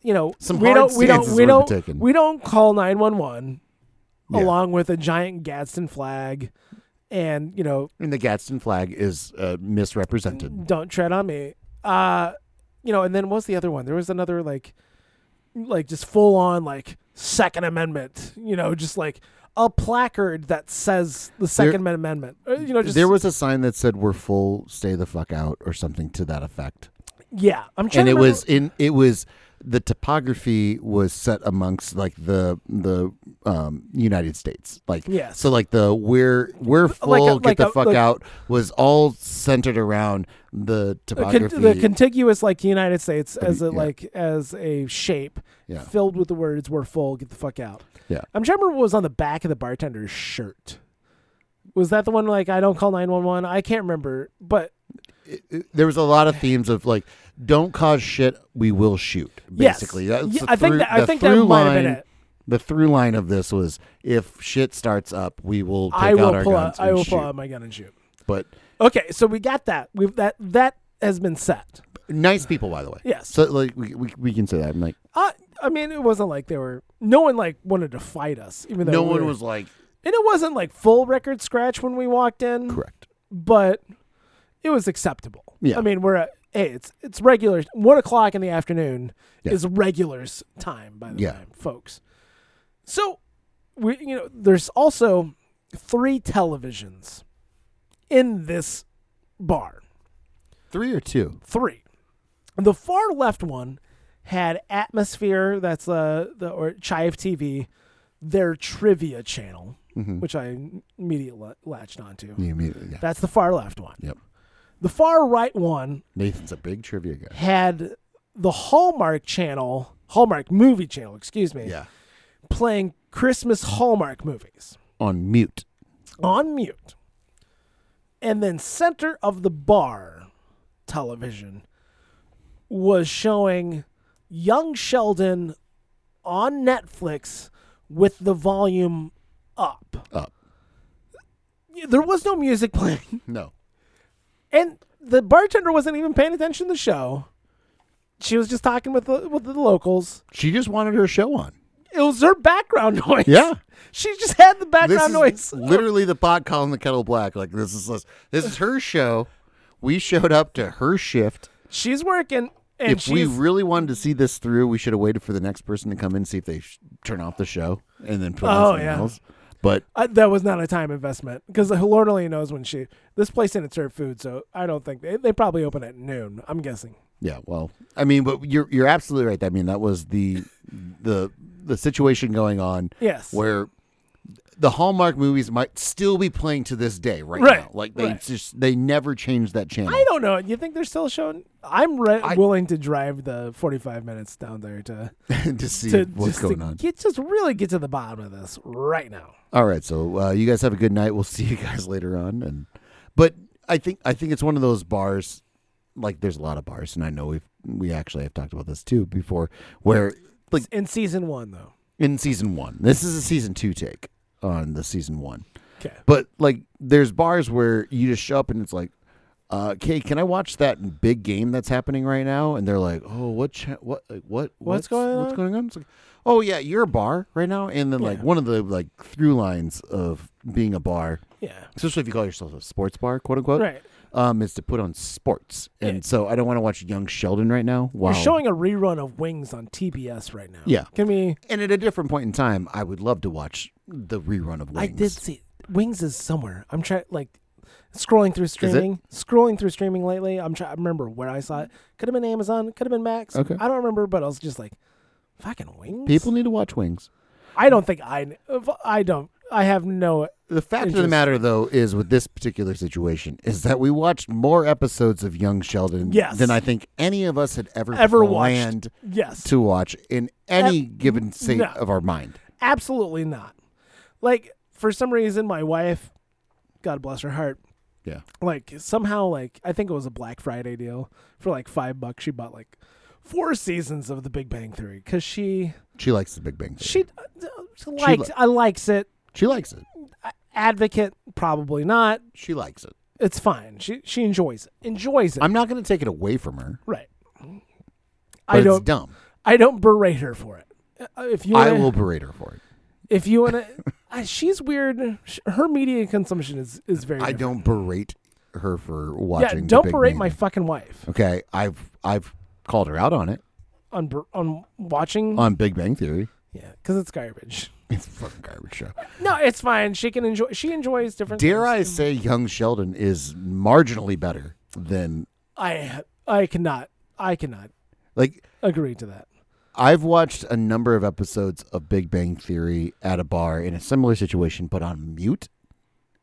S1: You know,
S2: Some
S1: we
S2: hard
S1: don't we don't
S2: stances
S1: we
S2: were
S1: don't
S2: taken.
S1: we don't call nine one one
S2: Yeah.
S1: along with a giant Gadsden flag, and you know
S2: And the Gadsden flag is uh, misrepresented.
S1: don't tread on me. Uh, you know, and then what's the other one? There was another like, like just full on like Second Amendment. You know, just like a placard that says the Second Amendment. Uh, You know, just
S2: There was a sign that said "We're full, stay the fuck out" or something to that effect.
S1: yeah. I'm trying.
S2: And
S1: to
S2: it
S1: remember-
S2: was in it was the topography was set amongst like the the um, United States, like
S1: Yes.
S2: So like the "We're we're full, get
S1: like
S2: the
S1: a-
S2: fuck
S1: like-
S2: out" was all centered around the
S1: the con-
S2: topography.
S1: the contiguous like United States as a
S2: yeah.
S1: like as a shape
S2: Yeah.
S1: filled with the words "We're full, get the fuck out."
S2: Yeah.
S1: I'm trying to remember what was on the back of the bartender's shirt. Was that the one like I don't call nine one one? I can't remember, but
S2: It- it- there was a lot of themes of like, don't cause shit, we will shoot.
S1: Yes.
S2: Basically,
S1: Yeah,
S2: the
S1: I think
S2: through-
S1: that- I
S2: the
S1: think that
S2: through
S1: might have been
S2: line-
S1: it.
S2: The through line of this was if shit starts up, we will take
S1: I
S2: out
S1: will
S2: our
S1: pull out.
S2: guns
S1: I
S2: and
S1: will
S2: shoot.
S1: pull out my gun and shoot.
S2: But
S1: Okay, so we got that. We've that that has been set.
S2: nice people, by the way.
S1: Yes.
S2: So like we, we, we can say that. I'm like
S1: Uh, I mean, it wasn't like they were. No one like wanted to fight us, even though
S2: no
S1: we
S2: one
S1: were-
S2: was like
S1: and it wasn't like full record scratch when we walked in,
S2: correct.
S1: but it was acceptable.
S2: Yeah.
S1: I mean, we're at hey, it's it's regular. One o'clock in the afternoon
S2: Yeah.
S1: is regulars time by the
S2: Yeah.
S1: time, folks. So we, you know, there's also three televisions in this bar.
S2: Three or two.
S1: three. The far left one had Atmosphere, that's uh, the or Chive TV, their trivia channel, which I immediately latched onto.
S2: You immediately. Mm-hmm. Yeah.
S1: That's the far left one.
S2: Yep.
S1: The far right one
S2: Nathan's a big trivia guy.
S1: had the Hallmark channel, Hallmark movie channel, excuse me,
S2: Yeah.
S1: playing Christmas Hallmark movies
S2: On mute.
S1: on mute. And then center of the bar television was showing Young Sheldon on Netflix with the volume up.
S2: Up.
S1: There was no music <laughs> playing.
S2: No.
S1: And the bartender wasn't even paying attention to the show. She was just talking with the with the locals.
S2: She just wanted her show on.
S1: It was her background <laughs> noise.
S2: Yeah.
S1: She just had the
S2: This
S1: background noise. <laughs>
S2: is literally the pot calling the kettle black. Like this is us. This is her show. We showed up to her shift.
S1: She's working and
S2: if
S1: she's
S2: we really wanted to see this through, we should have waited for the next person to come in, see if they sh- turn off the show, and then put on
S1: Oh,
S2: something
S1: yeah.
S2: else. But
S1: I, uh, that was not a time investment because Lord only knows when she. This place didn't serve food, so I don't think they, they probably open at noon. I'm guessing.
S2: yeah, well, I mean, but you're you're absolutely right. I mean, that was the the the situation going on
S1: Yes.
S2: where the Hallmark movies might still be playing to this day right,
S1: Right,
S2: now. Like they
S1: right.
S2: just they never changed that channel.
S1: I don't know. You think they're still showing? I'm re-
S2: I-
S1: willing to drive the 45 minutes down there to
S2: <laughs> to see
S1: to
S2: what's
S1: just to
S2: going on.
S1: Get just really get to the bottom of this right now.
S2: All right, so uh, you guys have a good night. We'll <laughs> see you guys later on. And but I think I think it's one of those bars. Like there's a lot of bars, and I know we've we actually have talked about this too before. Where like
S1: In season one, though.
S2: in season one, this is a season two take on the season one.
S1: Okay.
S2: But like there's bars where you just show up and it's like, uh, "Okay, can I watch that big game that's happening right now?" And they're like, "Oh, what? Cha- what? Like, what?
S1: What's going
S2: What's
S1: on?"
S2: going on?" It's like, "Oh yeah, you're a bar right now." And then like
S1: Yeah.
S2: one of the like through lines of being a bar,
S1: Yeah.
S2: especially if you call yourself a sports bar, quote unquote,
S1: Right.
S2: um, is to put on sports. And
S1: Yeah.
S2: so I don't want to watch Young Sheldon right now. Wow.
S1: You're showing a rerun of Wings on TBS right now.
S2: Yeah.
S1: Can we?
S2: and at a different point in time, I would love to watch the rerun of Wings.
S1: I did see Wings is somewhere. I'm trying like scrolling through streaming, scrolling through streaming lately. I'm trying. I remember where I saw it. Could have been Amazon. Could have been Max.
S2: Okay.
S1: I don't remember, but I was just like, fucking Wings.
S2: People need to watch Wings.
S1: I don't think I. if I don't. I have no.
S2: The fact of the
S1: Interest-
S2: matter, though, is with this particular situation is that we watched more episodes of Young Sheldon
S1: Yes.
S2: than I think any of us had ever
S1: Ever watched.
S2: planned
S1: Yes.
S2: to watch in any given state
S1: no.
S2: of our mind.
S1: absolutely not. Like for some reason, my wife, God bless her heart,
S2: Yeah,
S1: like somehow like I think it was a Black Friday deal for like five bucks. She bought like four seasons of The Big Bang Theory because she
S2: she likes the Big Bang.
S1: She,
S2: Theory.
S1: she likes.
S2: li-
S1: I likes it.
S2: she likes it.
S1: Advocate, probably not.
S2: She likes it.
S1: It's fine. She she enjoys it. Enjoys it.
S2: I'm not going to take it away from her.
S1: right.
S2: But
S1: I don't.
S2: It's dumb.
S1: I don't berate her for it. Uh, If you,
S2: I
S1: wanna-
S2: will berate her for it.
S1: If you
S2: <laughs>
S1: want to, she's weird. Sh- Her media consumption is is very.
S2: I
S1: different.
S2: don't berate her for
S1: Yeah,
S2: watching. The
S1: don't
S2: Big
S1: berate
S2: Bang
S1: my
S2: Theory.
S1: fucking wife
S2: okay, I've I've called her out on it
S1: on ber- on watching.
S2: on Big Bang Theory. <laughs>
S1: yeah, because it's garbage.
S2: It's a fucking garbage show.
S1: No, it's fine. She can enjoy. She enjoys different.
S2: Dare
S1: things.
S2: I say, Young Sheldon is marginally better than
S1: I I cannot. I cannot
S2: like
S1: agree to that.
S2: I've watched a number of episodes of Big Bang Theory at a bar in a similar situation, but on mute,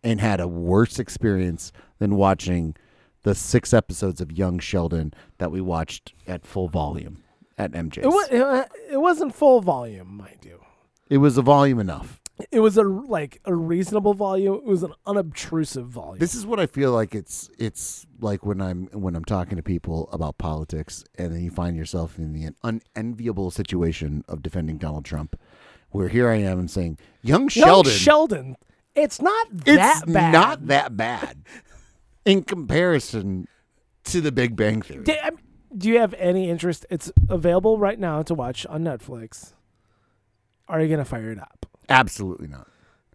S2: and had a worse experience than watching the six episodes of Young Sheldon that we watched at full volume at MJ's.
S1: uh, It, wa- it, wa- it wasn't full volume, mind you.
S2: It was a volume enough.
S1: It was a like a reasonable volume. It was an unobtrusive volume.
S2: This is what I feel like it's it's like when I'm when I'm talking to people about politics and then you find yourself in the unenviable situation of defending Donald Trump. Where here I am and saying, Young
S1: Young
S2: Sheldon,
S1: Sheldon. It's not that
S2: it's
S1: bad.
S2: not that bad in comparison to the Big Bang Theory.
S1: Do, I mean, um, do you have any interest? It's available right now to watch on Netflix. Are you gonna fire it up?
S2: Absolutely not.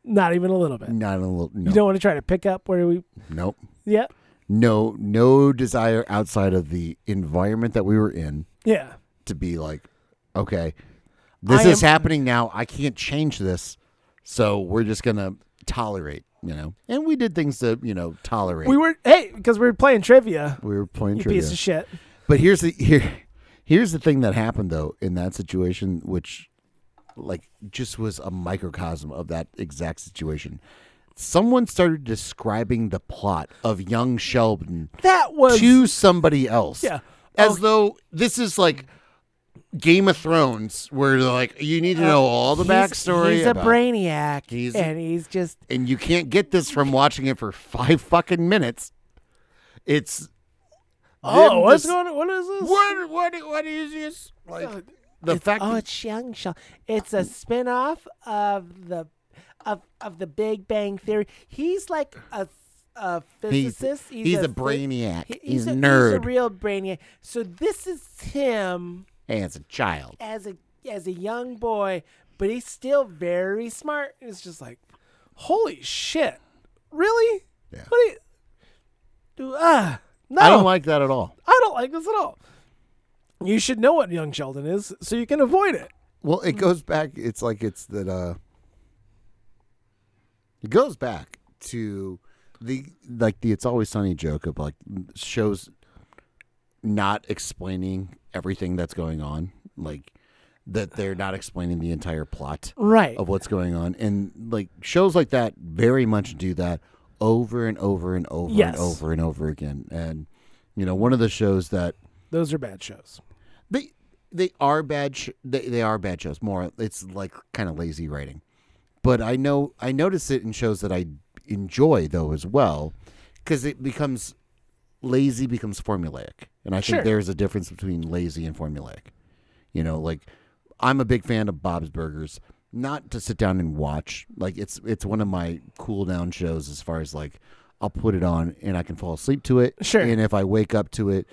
S1: Not even a little bit.
S2: Not a little. No,
S1: You don't want to try to pick up where we.
S2: nope.
S1: Yeah,
S2: No, no desire outside of the environment that we were in
S1: yeah.
S2: to be like, okay, this
S1: I
S2: is
S1: am-
S2: happening now. I can't change this, so we're just gonna tolerate. You know, and we did things to you know tolerate.
S1: We were hey because we were playing trivia.
S2: We were playing
S1: You
S2: trivia.
S1: piece of shit.
S2: But here's the here, here's the thing that happened though in that situation, which like just was a microcosm of that exact situation. Someone started describing the plot of Young Sheldon
S1: That was
S2: to somebody else,
S1: Yeah. Oh.
S2: as
S1: Okay.
S2: though this is like Game of Thrones, where they're like you need to know all the
S1: he's-
S2: backstory.
S1: He's a
S2: about-
S1: brainiac,
S2: He's-
S1: and he's just
S2: and you can't get this from watching it for five fucking minutes. It's
S1: oh,
S2: them
S1: what's
S2: dis-
S1: going? on? What is this?
S2: What what what is this? Like the
S1: It's-
S2: fact
S1: oh,
S2: that-
S1: it's Young Sheldon. It's a spin-off of the of of the Big Bang Theory. He's like a a
S2: He's-
S1: physicist.
S2: he's a
S1: phy-
S2: brainiac.
S1: he-
S2: He's a
S1: He's a
S2: nerd.
S1: real brainiac. So this is him
S2: as a child.
S1: as a as a young boy, but he's still very smart. It's just like, holy shit, really?
S2: Yeah.
S1: What do you do? Ah, no,
S2: I don't like that at all.
S1: I don't like this at all. You should know what Young Sheldon is, so you can avoid it.
S2: Well,
S1: Mm.
S2: it goes back. It's like it's that. uh It goes back to the like the "It's Always Sunny" joke of like shows not explaining everything that's going on, like that they're not explaining the entire plot
S1: Right.
S2: of what's going on, and like shows like that very much do that over and over and over
S1: Yes.
S2: and over and over again. And you know, one of the shows that
S1: Those are bad shows.
S2: They they are bad. Sh- they they are bad shows. More, it's like kind of lazy writing. But I know I notice it in shows that I enjoy though as well, because it becomes lazy becomes formulaic, and I
S1: Sure.
S2: think there's a difference between lazy and formulaic. You know, like I'm a big fan of Bob's Burgers. Not to sit down and watch. Like it's it's one of my cool down shows as far as like I'll put it on and I can fall asleep to it.
S1: Sure.
S2: And if I wake up to it,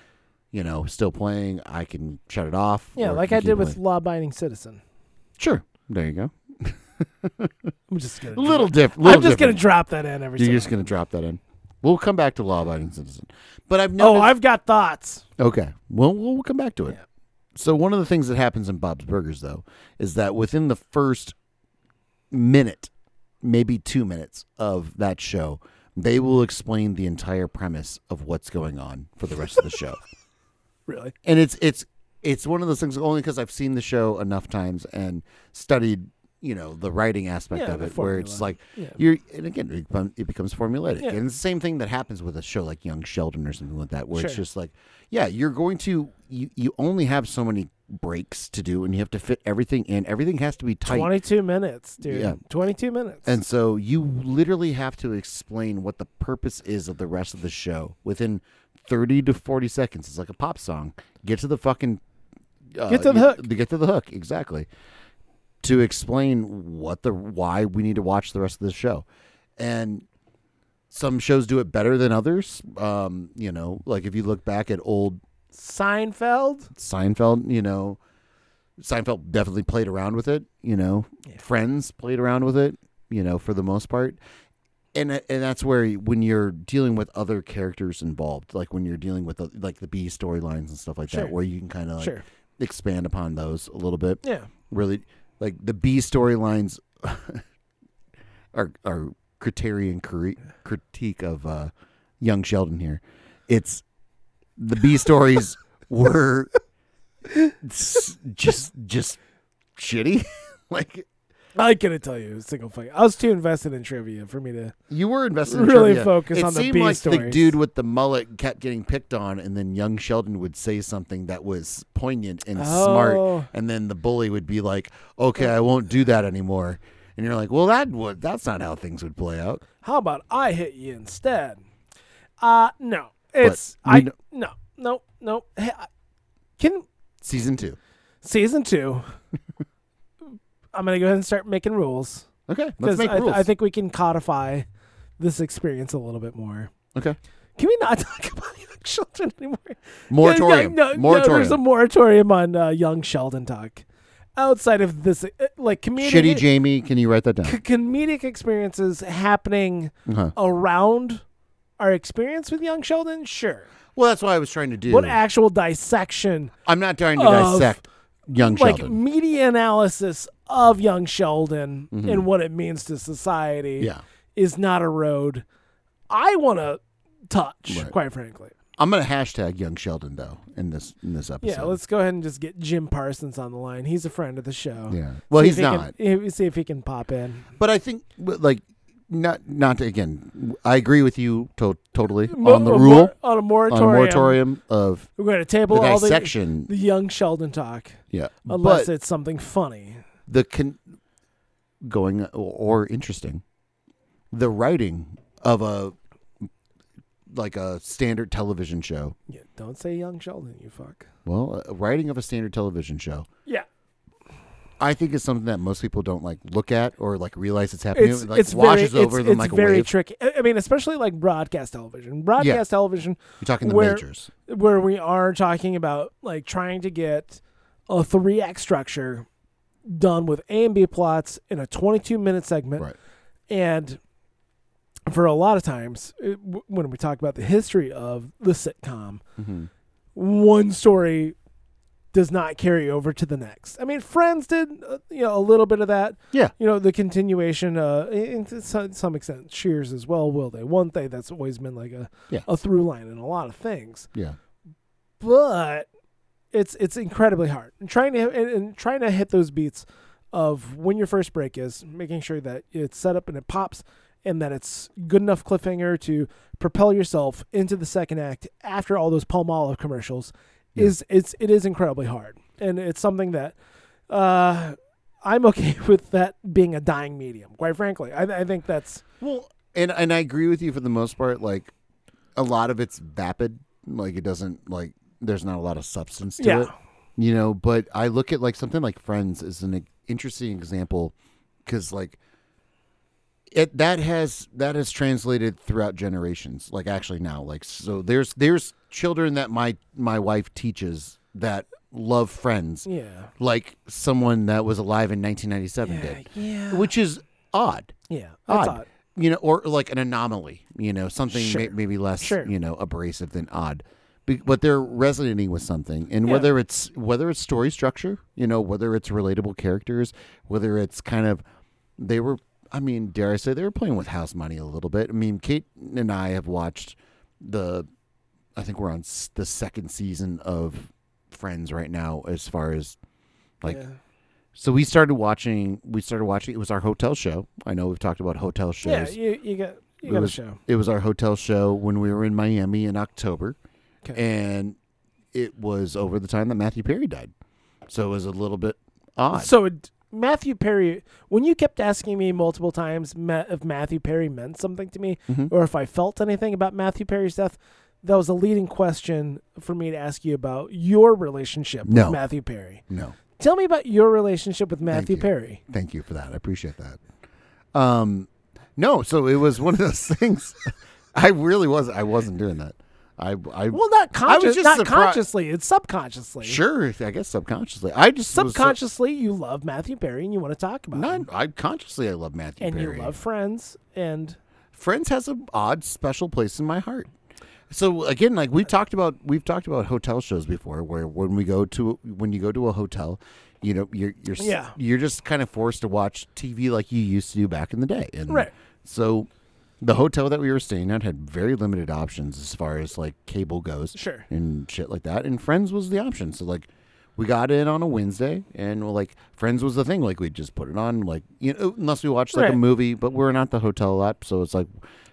S2: you know, still playing, I can shut it off.
S1: Yeah,
S2: or
S1: like
S2: can
S1: I
S2: keep
S1: did with
S2: playing.
S1: Law Abiding Citizen.
S2: Sure. There you go.
S1: I'm just gonna
S2: A little
S1: dro-
S2: different. Little
S1: I'm just gonna
S2: different.
S1: drop that in every.
S2: You're
S1: time.
S2: just gonna drop that in. We'll come back to law abiding citizen. But I've
S1: oh,
S2: noticed
S1: I've got thoughts.
S2: Okay. Well, we'll come back to it. So one of the things that happens in Bob's Burgers though is that within the first minute, maybe 2 minutes of that show, they will explain the entire premise of what's going on for the rest of
S1: <laughs>
S2: the show.
S1: Really?
S2: and it's it's it's one of those things only because I've seen the show enough times and studied you know the writing aspect
S1: Yeah,
S2: of
S1: the
S2: it where it's
S1: formula.
S2: like
S1: Yeah.
S2: you're and again it become- it becomes formulaic
S1: Yeah.
S2: and it's the same thing that happens with a show like Young Sheldon or something like that where it's
S1: Sure.
S2: just like yeah you're going to you, you only have so many breaks to do and you have to fit everything in everything has to be tight
S1: 22 minutes, dude.
S2: Yeah.
S1: 22 minutes.
S2: and so you literally have to explain what the purpose is of the rest of the show within 30 to 40 seconds. It's like a pop song. Get to the fucking. Uh,
S1: Get to the
S2: you-
S1: hook.
S2: To get to the hook, exactly. To explain what the. why we need to watch the rest of the show. And some shows do it better than others. Um, you know, like if you look back at old
S1: Seinfeld.
S2: Seinfeld, you know, Seinfeld definitely played around with it. You know, Friends played around with it. You know, for the most part, and uh, and that's where when you're dealing with other characters involved, like when you're dealing with the, like the B storylines and stuff like
S1: Sure.
S2: that, where you can kind of like
S1: Sure.
S2: expand upon those a little bit.
S1: Yeah.
S2: Really, like the B storylines <laughs> are are criterion cri- critique of uh, young Sheldon here. It's the B stories were s- just just shitty. <laughs> like
S1: I couldn't tell you a single fucking. I was too invested in trivia for me to.
S2: You were invested in
S1: Really
S2: trivia.
S1: focus
S2: it
S1: on the
S2: seemed
S1: B
S2: like the
S1: stories.
S2: dude with the mullet kept getting picked on, and then young Sheldon would say something that was poignant and
S1: Oh.
S2: smart, and then the bully would be like, "Okay, I won't do that anymore." And you're like, "Well, that would that's not how things would play out."
S1: How about I hit you instead? Uh no. It's
S2: we
S1: I
S2: kn-
S1: no no no. Hey, I- can
S2: Season two.
S1: season
S2: <laughs>
S1: two? I'm gonna go ahead and start making rules
S2: Okay, let's
S1: because
S2: make
S1: I,
S2: rules.
S1: I think we can codify this experience a little bit more. <laughs>
S2: okay,
S1: Can we not talk about young Sheldon anymore?
S2: moratorium.
S1: No, no, no,
S2: moratorium.
S1: there's a moratorium on uh, young Sheldon talk. Outside of this, uh, like comedic
S2: Shitty Jamie, can you write that down?
S1: c- comedic experiences happening
S2: Uh-huh.
S1: around our experience with young Sheldon, sure.
S2: Well, that's what I was trying to do.
S1: What actual dissection,
S2: I'm not trying to
S1: of-
S2: dissect young
S1: like
S2: Sheldon.
S1: media analysis of young Sheldon and what it means to society,
S2: Mm-hmm. Yeah.
S1: is not a road I want to touch,
S2: Right.
S1: quite frankly.
S2: I'm gonna hashtag young Sheldon though in this in this episode.
S1: Yeah, let's go ahead and just get Jim Parsons on the line. He's a friend of the show.
S2: Yeah. Well,
S1: See
S2: he's
S1: if he can-
S2: not.
S1: if- see if he can pop in.
S2: But I think w- like not not to, again. I agree with you to- totally
S1: Mo-
S2: on the
S1: a
S2: rule
S1: mor- on a moratorium.
S2: on a moratorium of
S1: We're going to table
S2: the
S1: all
S2: dissection.
S1: the young Sheldon talk,
S2: yeah,
S1: unless
S2: but
S1: it's something funny.
S2: the con- going uh, or, or interesting, the writing of a like a standard television show.
S1: Yeah, don't say young Sheldon, you fuck.
S2: Well, a writing of a standard television show.
S1: Yeah,
S2: I think is something that most people don't like look at or like realize it's happening.
S1: it's
S2: it like
S1: it's
S2: washes
S1: very,
S2: over
S1: it's,
S2: them
S1: it's
S2: like a
S1: very
S2: wave.
S1: tricky. I I mean, especially like broadcast television. Broadcast television,
S2: You're talking the
S1: where-
S2: majors.
S1: where we are talking about like trying to get a three act structure done with A and B plots in a twenty two minute segment,
S2: Right.
S1: and for a lot of times it, w- when we talk about the history of the sitcom,
S2: Mhm.
S1: one story does not carry over to the next. I mean, Friends did uh, you know a little bit of that.
S2: Yeah.
S1: You know the continuation, uh, in, to some, some extent, Cheers as well. Will they? One thing that's always been like a
S2: Yeah.
S1: a through line in a lot of things,
S2: Yeah.
S1: but it's it's incredibly hard. And trying to and, and trying to hit those beats of when your first break is, making sure that it's set up and it pops, and that it's good enough cliffhanger to propel yourself into the second act after all those Palmolive commercials
S2: Yeah.
S1: is it's it is incredibly hard, and it's something that uh, I'm okay <laughs> with that being a dying medium. Quite frankly, I, I think that's
S2: Well, and and I agree with you for the most part. Like a lot of it's vapid. Like it doesn't like there's not a lot of substance to
S1: Yeah.
S2: it. You know, but I look at like something like Friends is an interesting example because like it that has that has translated throughout generations. Like actually now, like so there's there's children that my my wife teaches that love Friends
S1: yeah,
S2: like someone that was alive in 1997
S1: yeah,
S2: did,
S1: yeah,
S2: which is odd
S1: yeah.
S2: odd,
S1: That's odd.
S2: you know, or like an anomaly, you know, something
S1: Sure.
S2: may, maybe less,
S1: Sure.
S2: you know, abrasive than odd. Be- but they're resonating with something, and
S1: Yeah.
S2: whether it's whether it's story structure, you know, whether it's relatable characters, whether it's kind of they were, I mean, dare I say they were playing with house money a little bit. I mean, Kate and I have watched the, I think we're on s- the second season of Friends right now, as far as like
S1: yeah.
S2: so we started watching. We started watching. It was our hotel show. I know we've talked about hotel
S1: Yeah,
S2: shows.
S1: you you got you
S2: It
S1: got
S2: was-
S1: a show.
S2: It was our hotel show when we were in Miami in October,
S1: Okay.
S2: and it was over the time that Matthew Perry died. So it was a little bit odd.
S1: So it- Matthew Perry, when you kept asking me multiple times ma- if Matthew Perry meant something to me
S2: Mhm.
S1: or if I felt anything about Matthew Perry's death, that was a leading question for me to ask you about your relationship
S2: No.
S1: with Matthew Perry.
S2: no,
S1: Tell me about your relationship with Matthew
S2: you.
S1: Perry.
S2: thank you for that. I appreciate that. Um, no. So it was one of those <laughs> things. I really was. I wasn't doing that. I. I
S1: Well, not
S2: I was
S1: conscious,
S2: just
S1: not
S2: surprised-
S1: consciously, it's subconsciously.
S2: Sure, I guess subconsciously. I just was so-
S1: Subconsciously, you love Matthew Perry and you want to talk about
S2: not.
S1: him.
S2: I consciously I love Matthew
S1: And
S2: Perry.
S1: you love friends and
S2: Friends has an odd, special place in my heart. So again, like we've talked about, we've talked about hotel shows before, where when we go to when you go to a hotel, you know, you're you're s-
S1: Yeah.
S2: you're just kind of forced to watch TV like you used to do back in the day, and
S1: Right.
S2: So, the hotel that we were staying at had very limited options as far as like cable goes,
S1: Sure.
S2: and shit like that. And Friends was the option. So like, we got in on a Wednesday, and we're like Friends was the thing. Like we just put it on, like you know, unless we watched like a
S1: Right.
S2: movie, but we're not at the hotel a lot, so it's like,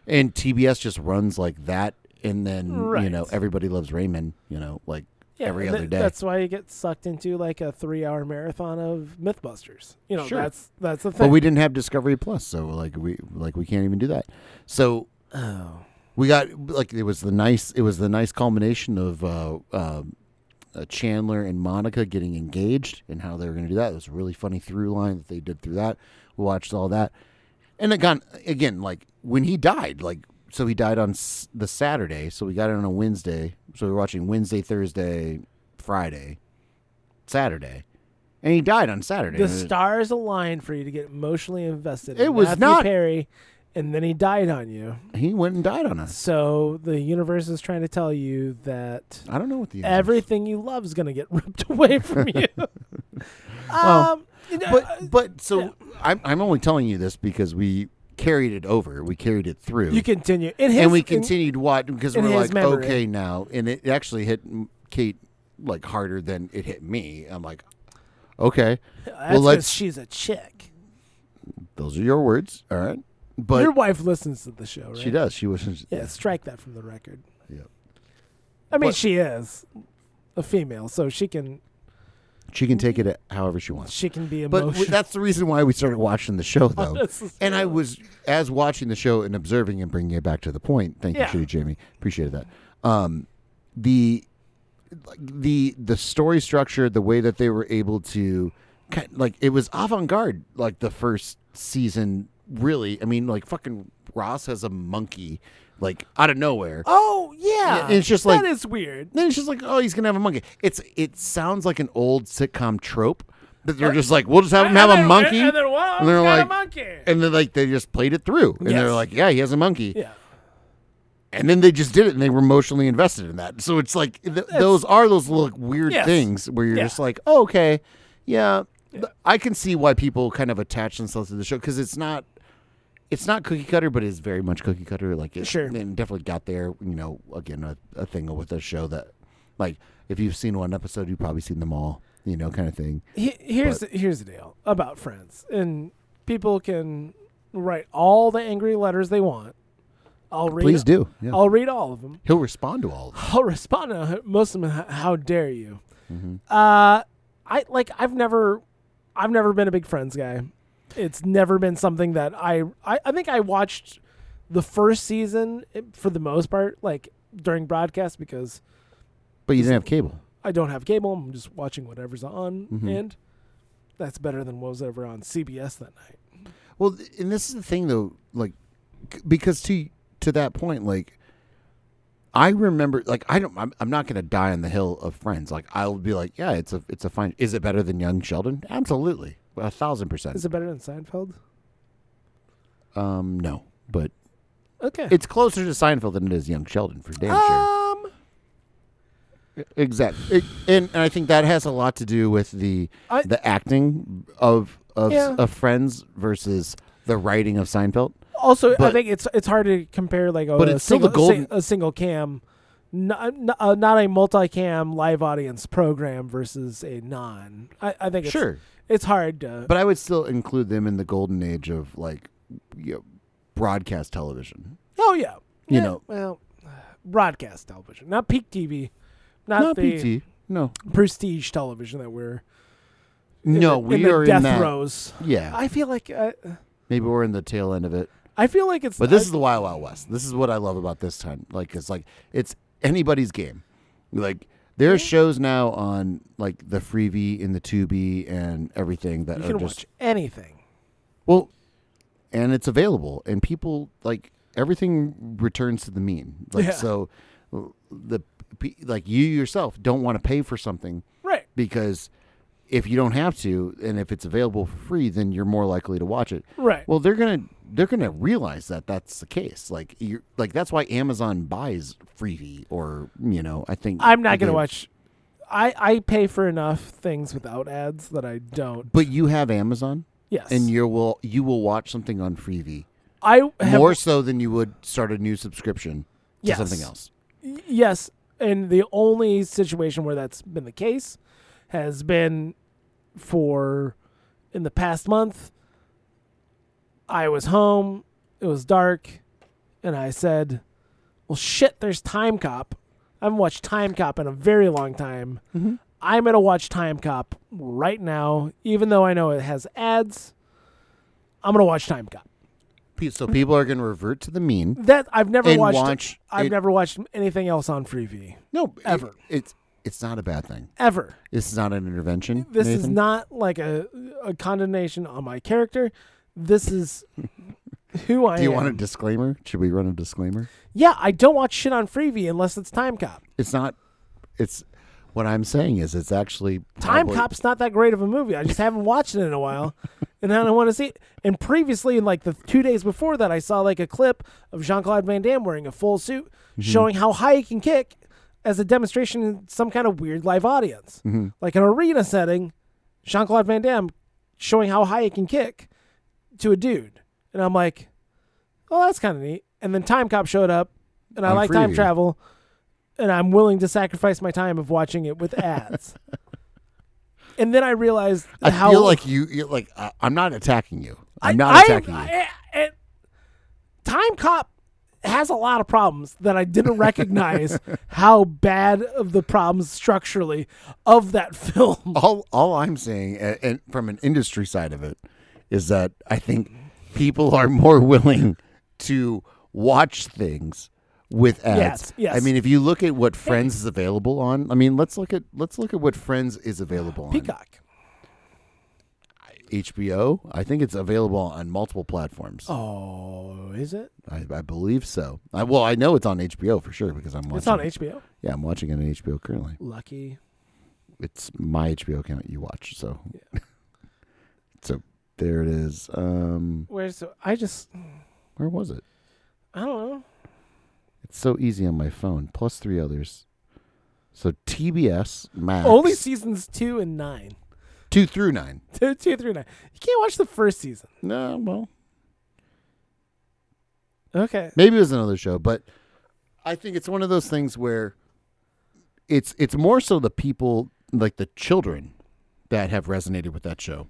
S2: and TBS just runs like that, and then you
S1: Right.
S2: know everybody loves Raymond, you know, like every
S1: and
S2: other
S1: tha-
S2: day.
S1: That's why you get sucked into like a three-hour marathon of MythBusters. You know,
S2: Sure.
S1: that's that's the thing.
S2: but we didn't have Discovery Plus, so like we like we can't even do that. So
S1: oh,
S2: we got like it was the nice it was the nice culmination of uh, uh, uh, Chandler and Monica getting engaged and how they were going to do that. It was a really funny through line that they did through that. We watched all that, and it got again like when he died, like so he died on s- the Saturday, so we got it on a Wednesday, so we were watching Wednesday, Thursday, Friday, Saturday, and he died on Saturday.
S1: the
S2: And it-
S1: stars aligned for you to get emotionally invested.
S2: It
S1: in
S2: was
S1: Matthew
S2: not-
S1: Perry, and then he died on you.
S2: he went and died on us.
S1: So the universe is trying to tell you that
S2: I don't know what the
S1: everything you love is going to get <laughs> ripped away from you.
S2: <laughs> Well,
S1: um, you know,
S2: but but so I'm I'm only telling you this because we carried it over. We carried it through.
S1: you continue. In his,
S2: and we
S1: in-
S2: continued watching because
S1: in
S2: we're
S1: his
S2: like
S1: memory.
S2: okay now and it actually hit m- Kate like harder than it hit me. I'm like okay,
S1: that's
S2: well,
S1: 'cause
S2: let's-
S1: she's a chick.
S2: those are your words. All right. But
S1: Your wife listens to the show, right?
S2: she does. She was
S1: Yeah, strike that from the record.
S2: Yeah.
S1: I mean,
S2: But-
S1: she is a female, so she can
S2: She can take it however she wants.
S1: she can be
S2: But
S1: emotional.
S2: w- that's the reason why we started watching the
S1: <laughs>
S2: show though. And I was as watching the show and observing and bringing it back to the point. Thank
S1: Yeah.
S2: you, Shitty Jamie. Appreciated that. Um, the like, the the story structure, the way that they were able to, kind like it was avant garde. Like the first season, really. I mean, like fucking Ross has a monkey, like out of nowhere.
S1: oh yeah,
S2: Yeah, it's just like-
S1: that is weird.
S2: Then it's just like, oh, he's gonna have a monkey. It's it sounds like an old sitcom trope that they're just like, we'll just have him
S1: And
S2: have Uh, a
S1: then-
S2: monkey,
S1: and then, well,
S2: and they're
S1: he's got
S2: like- Eh.
S1: a monkey.
S2: and then like they just played it through, and they're
S1: Yes.
S2: like, yeah, he has a monkey.
S1: yeah,
S2: and then they just did it and they were emotionally invested in that so it's like th- those are those little like, weird
S1: Yes.
S2: things where you're
S1: Yeah.
S2: just like oh, okay yeah, th- i can see why people kind of attach themselves to the show because it's not it's not cookie cutter but it's very much cookie cutter like it,
S1: Sure.
S2: and definitely got there you know again a, a thing with a show that like if you've seen one episode you've probably seen them all you know kind of thing
S1: He- here's the, here's the deal about friends, and people can write all the angry letters they want. I'll read.
S2: please do yeah.
S1: I'll read all of them.
S2: he'll respond to all of them
S1: I'll respond to most of them. "H- How dare you?
S2: Mm-hmm.
S1: Uh, I like. I've never, I've never been a big Friends guy. It's never been something that I. I, I think I watched the first season eh, for the most part, like during broadcast, because
S2: but you didn't have cable
S1: I don't have cable. I'm just watching whatever's on,
S2: Mhm.
S1: and that's better than what was ever on CBS that night.
S2: Well, th- and this is the thing though, like c- because to to that point, like I remember, like I don't, I'm, I'm not gonna die on the hill of Friends. Like I'll be like, yeah, it's a it's a fine. Is it better than Young Sheldon? Absolutely, a thousand percent.
S1: Is it better than Seinfeld?
S2: Um, no, but
S1: Okay.
S2: it's closer to Seinfeld than it is Young Sheldon for damn sure.
S1: um,
S2: Exactly, It- e, and, and I think that has a lot to do with the
S1: I-
S2: the acting of of,
S1: Yeah.
S2: of Friends versus the writing of Seinfeld.
S1: Also, I
S2: But-
S1: think it's it's hard to compare like a,
S2: But
S1: a
S2: it's still
S1: single,
S2: the golden-
S1: a single cam, not not, uh, not a multi-cam live audience program versus a non. I, I think it's,
S2: Sure.
S1: it's hard to.
S2: But I would still include them in the golden age of like you know, broadcast television.
S1: oh yeah,
S2: You
S1: Yeah,
S2: know.
S1: well, broadcast television, not peak TV, not,
S2: Not
S1: the
S2: PT. No.
S1: prestige television that we're in
S2: No,
S1: the-
S2: we
S1: in the
S2: are
S1: death
S2: in that.
S1: rows.
S2: Yeah.
S1: I feel like I,
S2: Maybe we're in the tail end of it.
S1: I feel like it's
S2: But this
S1: I-
S2: is the Wild Wild West. This is what I love about this time. Like it's like it's anybody's game. Like there's shows now on like the freebie and the Tubi and everything that
S1: you
S2: are
S1: can
S2: just
S1: watch anything.
S2: well, and it's available, and people like everything returns to the mean. Like
S1: Yeah.
S2: so, the p- like you yourself don't want to pay for something
S1: Right.
S2: because if you don't have to, and if it's available for free, then you're more likely to watch it.
S1: Right.
S2: Well, they're gonna they're gonna realize that that's the case. Like you like that's why Amazon buys freebie or you know I think
S1: I'm not gonna
S2: they-
S1: watch. I I pay for enough things without ads that I don't.
S2: But you have Amazon,
S1: Yes.
S2: and you will you will watch something on freebie
S1: I have,
S2: more so than you would start a new subscription to
S1: Yes.
S2: something else.
S1: yes, and the only situation where that's been the case has been for in the past month. I was home, it was dark, and I said, Well, shit, there's Time Cop. I haven't watched Time Cop in a very long time.
S2: Mhm.
S1: I'm going to watch Time Cop right now, even though I know it has ads. I'm going to watch Time Cop.
S2: Pe-
S1: Mm-hmm.
S2: So people are going to revert to the mean
S1: That I've never
S2: and
S1: watched
S2: watch.
S1: I've
S2: it-
S1: never watched anything else on Freevee
S2: no it-
S1: ever.
S2: it's it's not a bad thing.
S1: ever.
S2: This is not an intervention.
S1: This is
S2: Nathan.
S1: not like a, a condemnation on my character. This
S2: <laughs>
S1: is who I
S2: Do you
S1: am.
S2: want a disclaimer? Should we run a disclaimer?
S1: yeah, I don't watch shit on Freevee unless it's Time Cop.
S2: It's not. It's what I'm saying is it's actually
S1: Time
S2: probably-
S1: Cop's not that great of a movie. I just haven't watched it in a while, and I don't want to see it. And previously, like the two days before that, I saw like a clip of Jean Claude Van Damme wearing a full suit,
S2: Mm-hmm.
S1: showing how high he can kick as a demonstration in some kind of weird live audience,
S2: Mm-hmm.
S1: like an arena setting. Jean Claude Van Damme showing how high he can kick to a dude, and I'm like, "Oh, that's kind of neat." And then Time Cop showed up, and I
S2: On
S1: like time
S2: Freeview.
S1: travel, and I'm willing to sacrifice my time of watching it with
S2: <laughs>
S1: ads. and then I realized
S2: I
S1: how
S2: feel like you. You're like I, I'm not attacking you. I'm not
S1: I-
S2: attacking you.
S1: I- I- time Cop has a lot of problems that I
S2: <laughs>
S1: didn't recognize how bad of the problems structurally of
S2: <laughs>
S1: that film.
S2: all all I'm saying, and, and from an industry side of it, is that I think people are more willing to watch things with ads.
S1: Yes, yes.
S2: I mean, if you look at what Friends is available on, I mean, let's look at let's look at what Friends is available on
S1: Peacock.
S2: HBO. I think it's available on multiple platforms.
S1: Oh, is it?
S2: I, I believe so. I, well, I know it's on HBO for sure because I'm watching.
S1: It's on
S2: it.
S1: HBO.
S2: Yeah, I'm watching it on HBO currently.
S1: Lucky.
S2: It's my HBO account you watch, so.
S1: Yeah.
S2: <laughs> so there it is. Um,
S1: Where's I just
S2: where was it?
S1: I don't know.
S2: It's so easy on my phone. Plus three others. So TBS Max
S1: Only seasons two and nine. <laughs>
S2: two through nine.
S1: two, two through nine. You can't watch the first season.
S2: No, well,
S1: Okay.
S2: maybe it was another show, but I think it's one of those things where it's it's more so the people like the children that have resonated with that show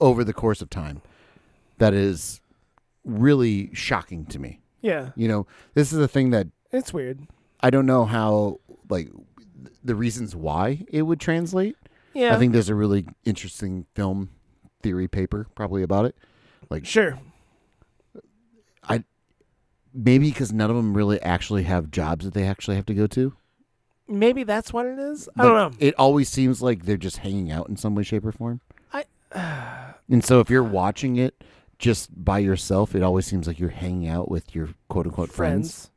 S2: over the course of time that is really shocking to me.
S1: Yeah.
S2: You know, this is a thing that
S1: It's weird.
S2: I don't know how like th- the reasons why it would translate.
S1: Yeah.
S2: I think there's a really interesting film theory paper probably about it.
S1: sure.
S2: Maybe because none of them really actually have jobs that they actually have to go to.
S1: Maybe that's what it is. I
S2: Like,
S1: don't know.
S2: It always seems like they're just hanging out in some way, shape, or form.
S1: I- <sighs>
S2: and so if you're watching it just by yourself, it always seems like you're hanging out with your quote unquote friends,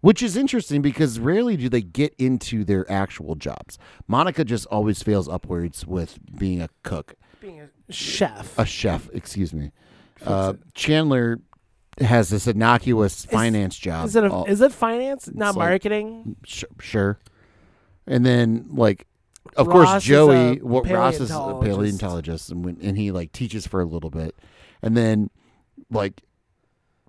S2: which is interesting because rarely do they get into their actual jobs. Monica just always fails upwards with being a cook.
S1: Being a chef.
S2: a chef, excuse me. Uh, Chandler has this innocuous finance job.
S1: is it a,
S2: all-
S1: is it finance, not
S2: like-
S1: marketing?
S2: sh- sure. And then, like, of
S1: Ross
S2: course,
S1: is
S2: Joey.
S1: a
S2: What Ross is a
S1: paleontologist.
S2: paleontologist, and when, and he like teaches for a little bit, and then like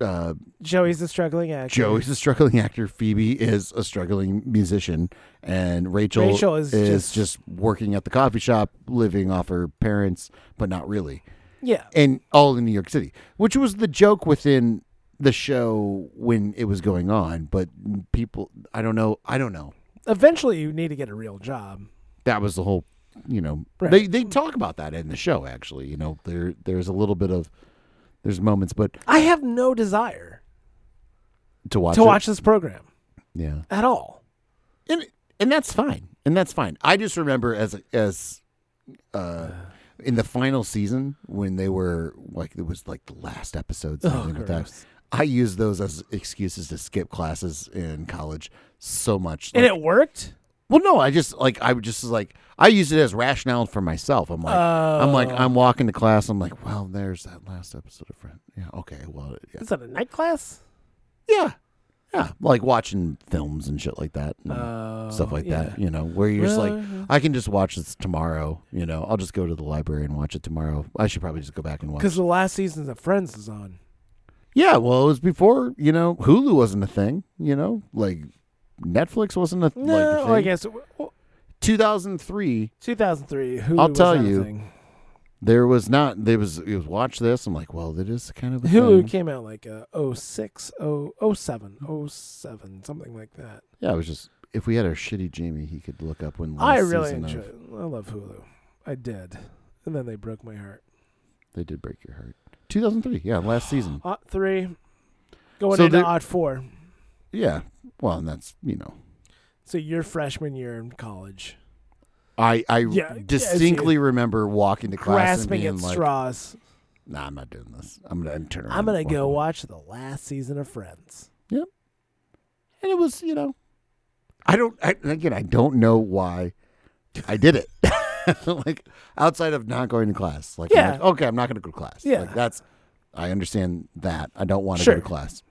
S2: uh,
S1: Joey's a struggling actor.
S2: Joey's a struggling actor. Phoebe is a struggling musician, and Rachel,
S1: Rachel is just-
S2: just working at the coffee shop, living off her parents, but not really.
S1: Yeah.
S2: and all in New York City, which was the joke within the show when it was going on. But people, I don't know, I don't know.
S1: Eventually, you need to get a real job.
S2: That was the whole, you know,
S1: Right.
S2: they they talk about that in the show. Actually, you know, there there's a little bit of there's moments, but
S1: I have no desire
S2: to watch
S1: to
S2: it-
S1: watch this program
S2: yeah,
S1: at all.
S2: and and that's fine, and that's fine. I just remember as as. Uh, in the final season, when they were like, it was like the last episode,
S1: Oh,
S2: something like that.
S1: gross.
S2: I used those as excuses to skip classes in college so much.
S1: and
S2: Like,
S1: it worked.
S2: well, no, I just like I would just like I used it as rationale for myself. I'm like I'm like
S1: Oh.
S2: I'm walking to class. I'm like, well, there's that last episode of Friends. Yeah, okay, well, yeah,
S1: Is that a night class?
S2: yeah, yeah. like watching films and shit like that, and
S1: Uh,
S2: Mm, stuff like
S1: yeah.
S2: that. You know, where you're just
S1: Well,
S2: like,
S1: yeah.
S2: I can just watch this tomorrow. You know, I'll just go to the library and watch it tomorrow. I should probably just go back and watch.
S1: Because the last season of Friends is on.
S2: Yeah, well, it was before you know Hulu wasn't a thing. You know, like Netflix wasn't a
S1: No,
S2: like, a thing.
S1: I guess. Well,
S2: 2003,
S1: 2003. Hulu
S2: I'll
S1: was
S2: tell
S1: not a
S2: you.
S1: thing.
S2: there was not there was it was watch this. I'm like, well, that is kind of a
S1: Hulu
S2: thing.
S1: came out like uh, oh, 06, 0, 07, 07, something like that.
S2: Yeah, it was just if we had our shitty Jamie, he could look up when last
S1: I really
S2: season of-
S1: enjoy it. I love Hulu. I did. And then they broke my heart.
S2: They did break your heart. 2003, yeah,
S1: <sighs>
S2: last season.
S1: Odd three. Going
S2: So
S1: into
S2: there-
S1: odd four.
S2: Yeah, well, and that's you know,
S1: So your freshman year in college.
S2: I I
S1: Yeah, yeah, I see
S2: distinctly remember walking to class and
S1: Grasping
S2: being
S1: at
S2: like,
S1: straws.
S2: Nah, I'm not doing this. I'm gonna turn around.
S1: I'm gonna
S2: and
S1: go
S2: walk
S1: watch the last season of Friends.
S2: away. And it was, you know, I don't. I, and again, I don't know why I did it. <laughs> like outside of not going to class, like, I'm
S1: Yeah.
S2: like, okay, I'm not gonna go to class.
S1: Yeah.
S2: like, that's. I understand that. I don't want to
S1: Sure.
S2: go to class.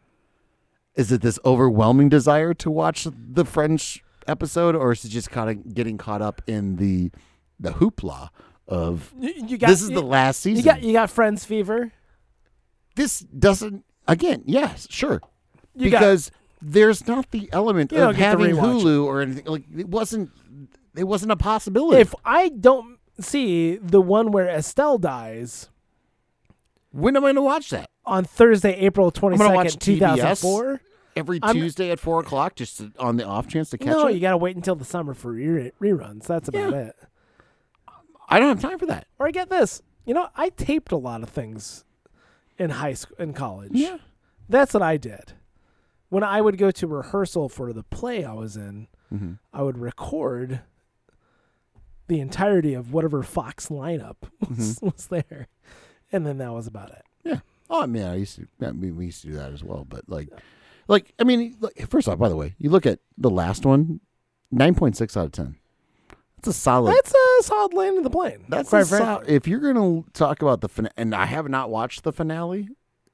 S2: Is it this overwhelming desire to watch the French episode, or is it just kind of getting caught up in the the hoopla of
S1: You, you got
S2: this is
S1: you,
S2: the last
S1: you
S2: season?
S1: got you got Friends fever.
S2: this doesn't again yes sure
S1: You got-
S2: because there's not the element
S1: You don't
S2: of
S1: get to
S2: having
S1: rewatch it.
S2: hulu or anything like it wasn't it wasn't a possibility
S1: if I don't see the one where Estelle dies
S2: when am i going to watch that
S1: on Thursday, April twenty
S2: gonna watch
S1: second, two thousand four.
S2: every
S1: I'm-
S2: tuesday at four o'clock just to- on the off chance to catch
S1: No,
S2: it
S1: you gotta wait until the summer for re- reruns. That's about
S2: Yeah.
S1: it.
S2: i don't have time for that
S1: Or I get this. You know, I taped a lot of things in high school, in college.
S2: Yeah.
S1: That's what I did. When I would go to rehearsal for the play I was in,
S2: Mm-hmm.
S1: I would record the entirety of whatever Fox lineup <laughs> was,
S2: Mm-hmm.
S1: was there. And then that was about it.
S2: yeah oh i mean i used to I mean, we used to do that as well but like like i mean like, first off by the way you look at the last one 9.6 out of 10 that's a solid
S1: That's a solid land of the plane.
S2: That's
S1: quite
S2: a
S1: frankly.
S2: sol- if you're gonna talk about the finale, and I have not watched the finale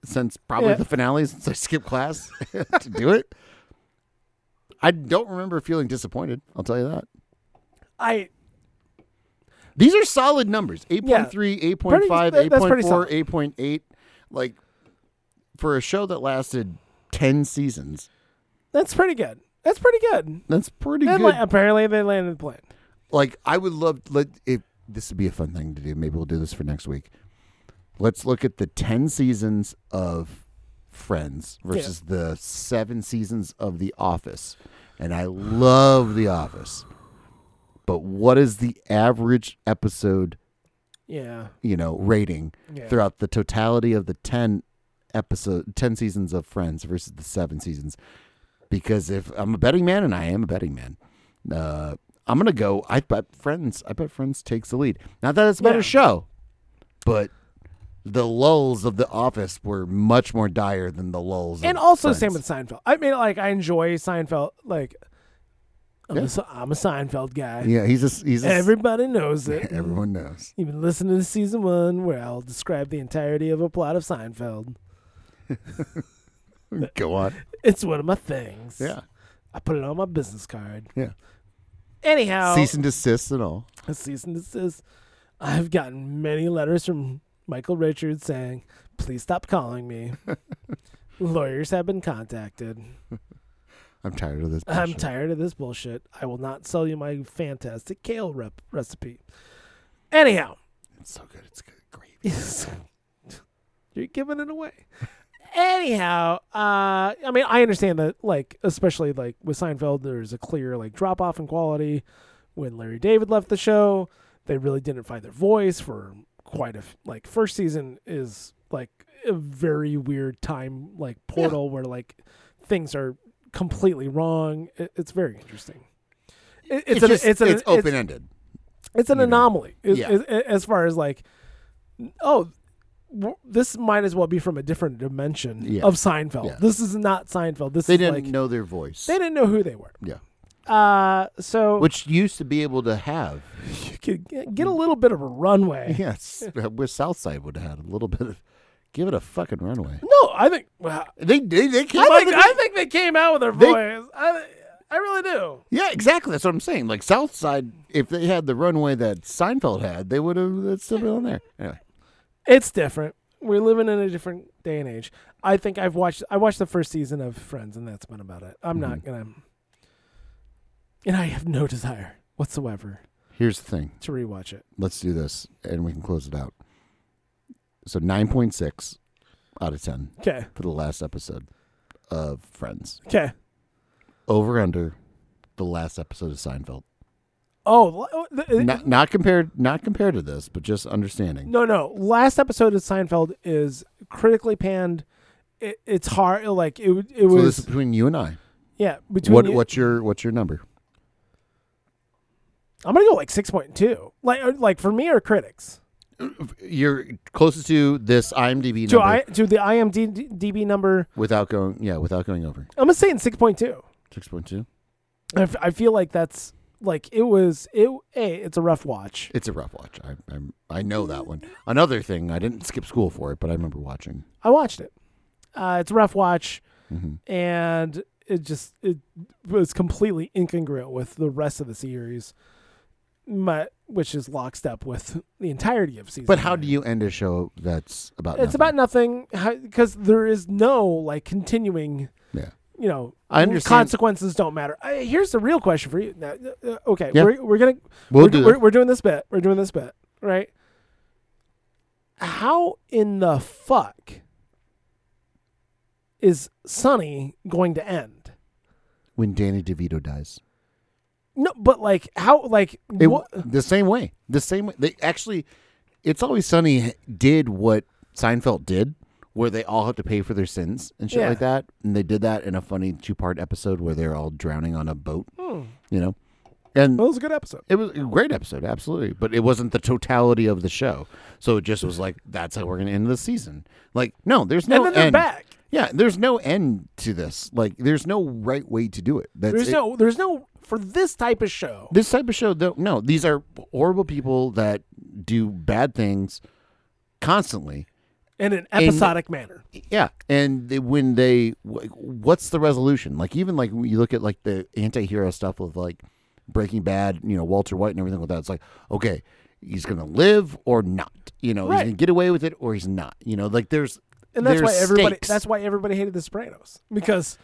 S2: since probably
S1: Yeah.
S2: the finale <laughs> since I skipped class <laughs> to do it. I don't remember feeling disappointed. I'll tell you that.
S1: I
S2: These are solid numbers 8.3, 8.5,
S1: Pretty- that- that's pretty
S2: 8.4, 8.8. Like for a show that lasted 10 seasons,
S1: that's pretty good. That's pretty good.
S2: that's pretty
S1: Then,
S2: good.
S1: like, apparently they landed the plane.
S2: like I would love let if this would be a fun thing to do. Maybe we'll do this for next week. Let's look at the ten seasons of Friends versus the seven seasons of The Office. And I love The Office. But what is the average episode,
S1: Yeah.
S2: you know, rating
S1: Yeah.
S2: throughout the totality of the ten episode ten seasons of Friends versus the seven seasons? Because if I'm a betting man and I am a betting man, uh, I'm gonna go. I bet Friends. I bet Friends takes the lead. Not that it's a better
S1: Yeah.
S2: show, but the lulls of The Office were much more dire than the lulls.
S1: and
S2: of
S1: also
S2: Friends.
S1: same with Seinfeld. I mean, like I enjoy Seinfeld. Like I'm,
S2: Yeah.
S1: a Se- I'm a Seinfeld guy.
S2: yeah, he's just he's just,
S1: Everybody knows it.
S2: <laughs> everyone knows. <laughs>
S1: You've been listening to season one, where I'll describe the entirety of a plot of Seinfeld.
S2: Go on.
S1: It's one of my things.
S2: Yeah,
S1: I put it on my business card.
S2: yeah.
S1: Anyhow,
S2: Cease and desist and all.
S1: a cease and desist. I've gotten many letters from Michael Richards saying, "Please stop calling
S2: <laughs>
S1: me." Lawyers have been contacted.
S2: I'm tired of this.
S1: I'm
S2: bullshit.
S1: tired of this bullshit. I will not sell you my fantastic kale rep- recipe. Anyhow,
S2: It's so good. It's good. Great.
S1: <laughs> you're giving it away. Anyhow, uh, I mean, I understand that, like, especially like with Seinfeld, there's a clear like drop off in quality. When Larry David left the show, they really didn't find their voice for quite a f- like first season is like a very weird time like portal where like things are completely wrong. It, it's very interesting. It-
S2: It's,
S1: an-
S2: just, it's,
S1: an-
S2: open ended.
S1: it's an
S2: you know.
S1: anomaly is-
S2: Yeah.
S1: is- as, far as like oh w- this might as well be from a different dimension
S2: Yeah.
S1: of seinfeld
S2: Yeah.
S1: this is not seinfeld this
S2: They
S1: is
S2: didn't
S1: like
S2: know their voice,
S1: they didn't know who they were
S2: Yeah.
S1: uh so <laughs>
S2: which used to be able to have. <laughs>
S1: you could get get a little bit of a runway
S2: Yes, <laughs> with Southside would have had a little bit of. Give it a fucking runway.
S1: no i think well,
S2: They they, they came
S1: i
S2: out
S1: think
S2: of the
S1: i think they came out with their
S2: They-
S1: voice i i really do
S2: Yeah, exactly. That's what I'm saying. Like Southside, if they had the runway that Seinfeld had, they would have. That's still been on there. Anyway,
S1: it's different we're living in a different day and age i think i've watched i watched the first season of
S2: Mm-hmm.
S1: friends and that's been about it i'm not gonna and i have no desire whatsoever
S2: Here's the thing.
S1: to rewatch it.
S2: Let's do this, and we can close it out. So nine point six out of ten
S1: Okay.
S2: for the last episode of Friends.
S1: Okay.
S2: Over under the last episode of Seinfeld.
S1: Oh, l- oh, th-
S2: Not, not compared, not compared to this, but just understanding.
S1: No, no. Last episode of Seinfeld is critically panned. It, it's hard. Like it. It
S2: so
S1: was.
S2: this is between you and I.
S1: yeah. Between
S2: What
S1: you-
S2: what's your what's your number?
S1: I'm gonna go like six point two. Like or- like for me or critics.
S2: You're closest to this IMDb number
S1: To I to the IMDb number.
S2: without going, yeah, without going over
S1: I'm gonna say in six point two.
S2: six point two.
S1: I, f- I feel like that's like it was it. A it's a rough watch.
S2: It's a rough watch. I I'm, I know that one. Another thing, I didn't skip school for it, but I remember watching.
S1: I watched it. Uh, it's a rough watch,
S2: Mhm.
S1: and it just it was completely incongruent with the rest of the series, my, which is lockstep with the entirety of season.
S2: But how
S1: nine.
S2: do you end a show that's about?
S1: It's about nothing because there is no like continuing.
S2: Yeah.
S1: You know,
S2: I understand.
S1: consequences don't matter. I, here's the real question for you. Now, uh, okay,
S2: Yeah.
S1: we're we're gonna
S2: We'll
S1: we're,
S2: do
S1: we're,
S2: that.
S1: we're doing this bit. We're doing this bit, right? How in the fuck is Sunny going to end?
S2: when Danny DeVito dies.
S1: No, but like how like
S2: It,
S1: what?
S2: The same way. The same way. They actually, it's always Sunny did what Seinfeld did, where they all have to pay for their sins and shit
S1: Yeah.
S2: like that. And they did that in a funny two part episode where they're all drowning on a boat.
S1: Hmm. Oh.
S2: You know, and
S1: That was a good episode.
S2: it was a great episode, absolutely. But it wasn't the totality of the show. So it just was like, that's how we're going to end the season. Like, no, there's no
S1: and then they're
S2: end.
S1: back.
S2: Yeah, there's no end to this. Like, there's no right way to do it. That's
S1: There's
S2: it.
S1: no there's no for this type of show.
S2: this type of show. Though, no, these are horrible people that do bad things constantly.
S1: in an episodic manner.
S2: Yeah, and they, when they, wh- what's the resolution? Like, even like when you look at like the anti-hero stuff with like Breaking Bad, you know, Walter White and everything like that. It's like, okay, he's gonna live or not. You know, he's
S1: Right.
S2: gonna get away with it or he's not. You know, like there's
S1: And that's
S2: there's
S1: why everybody
S2: stakes.
S1: that's why everybody hated the Sopranos because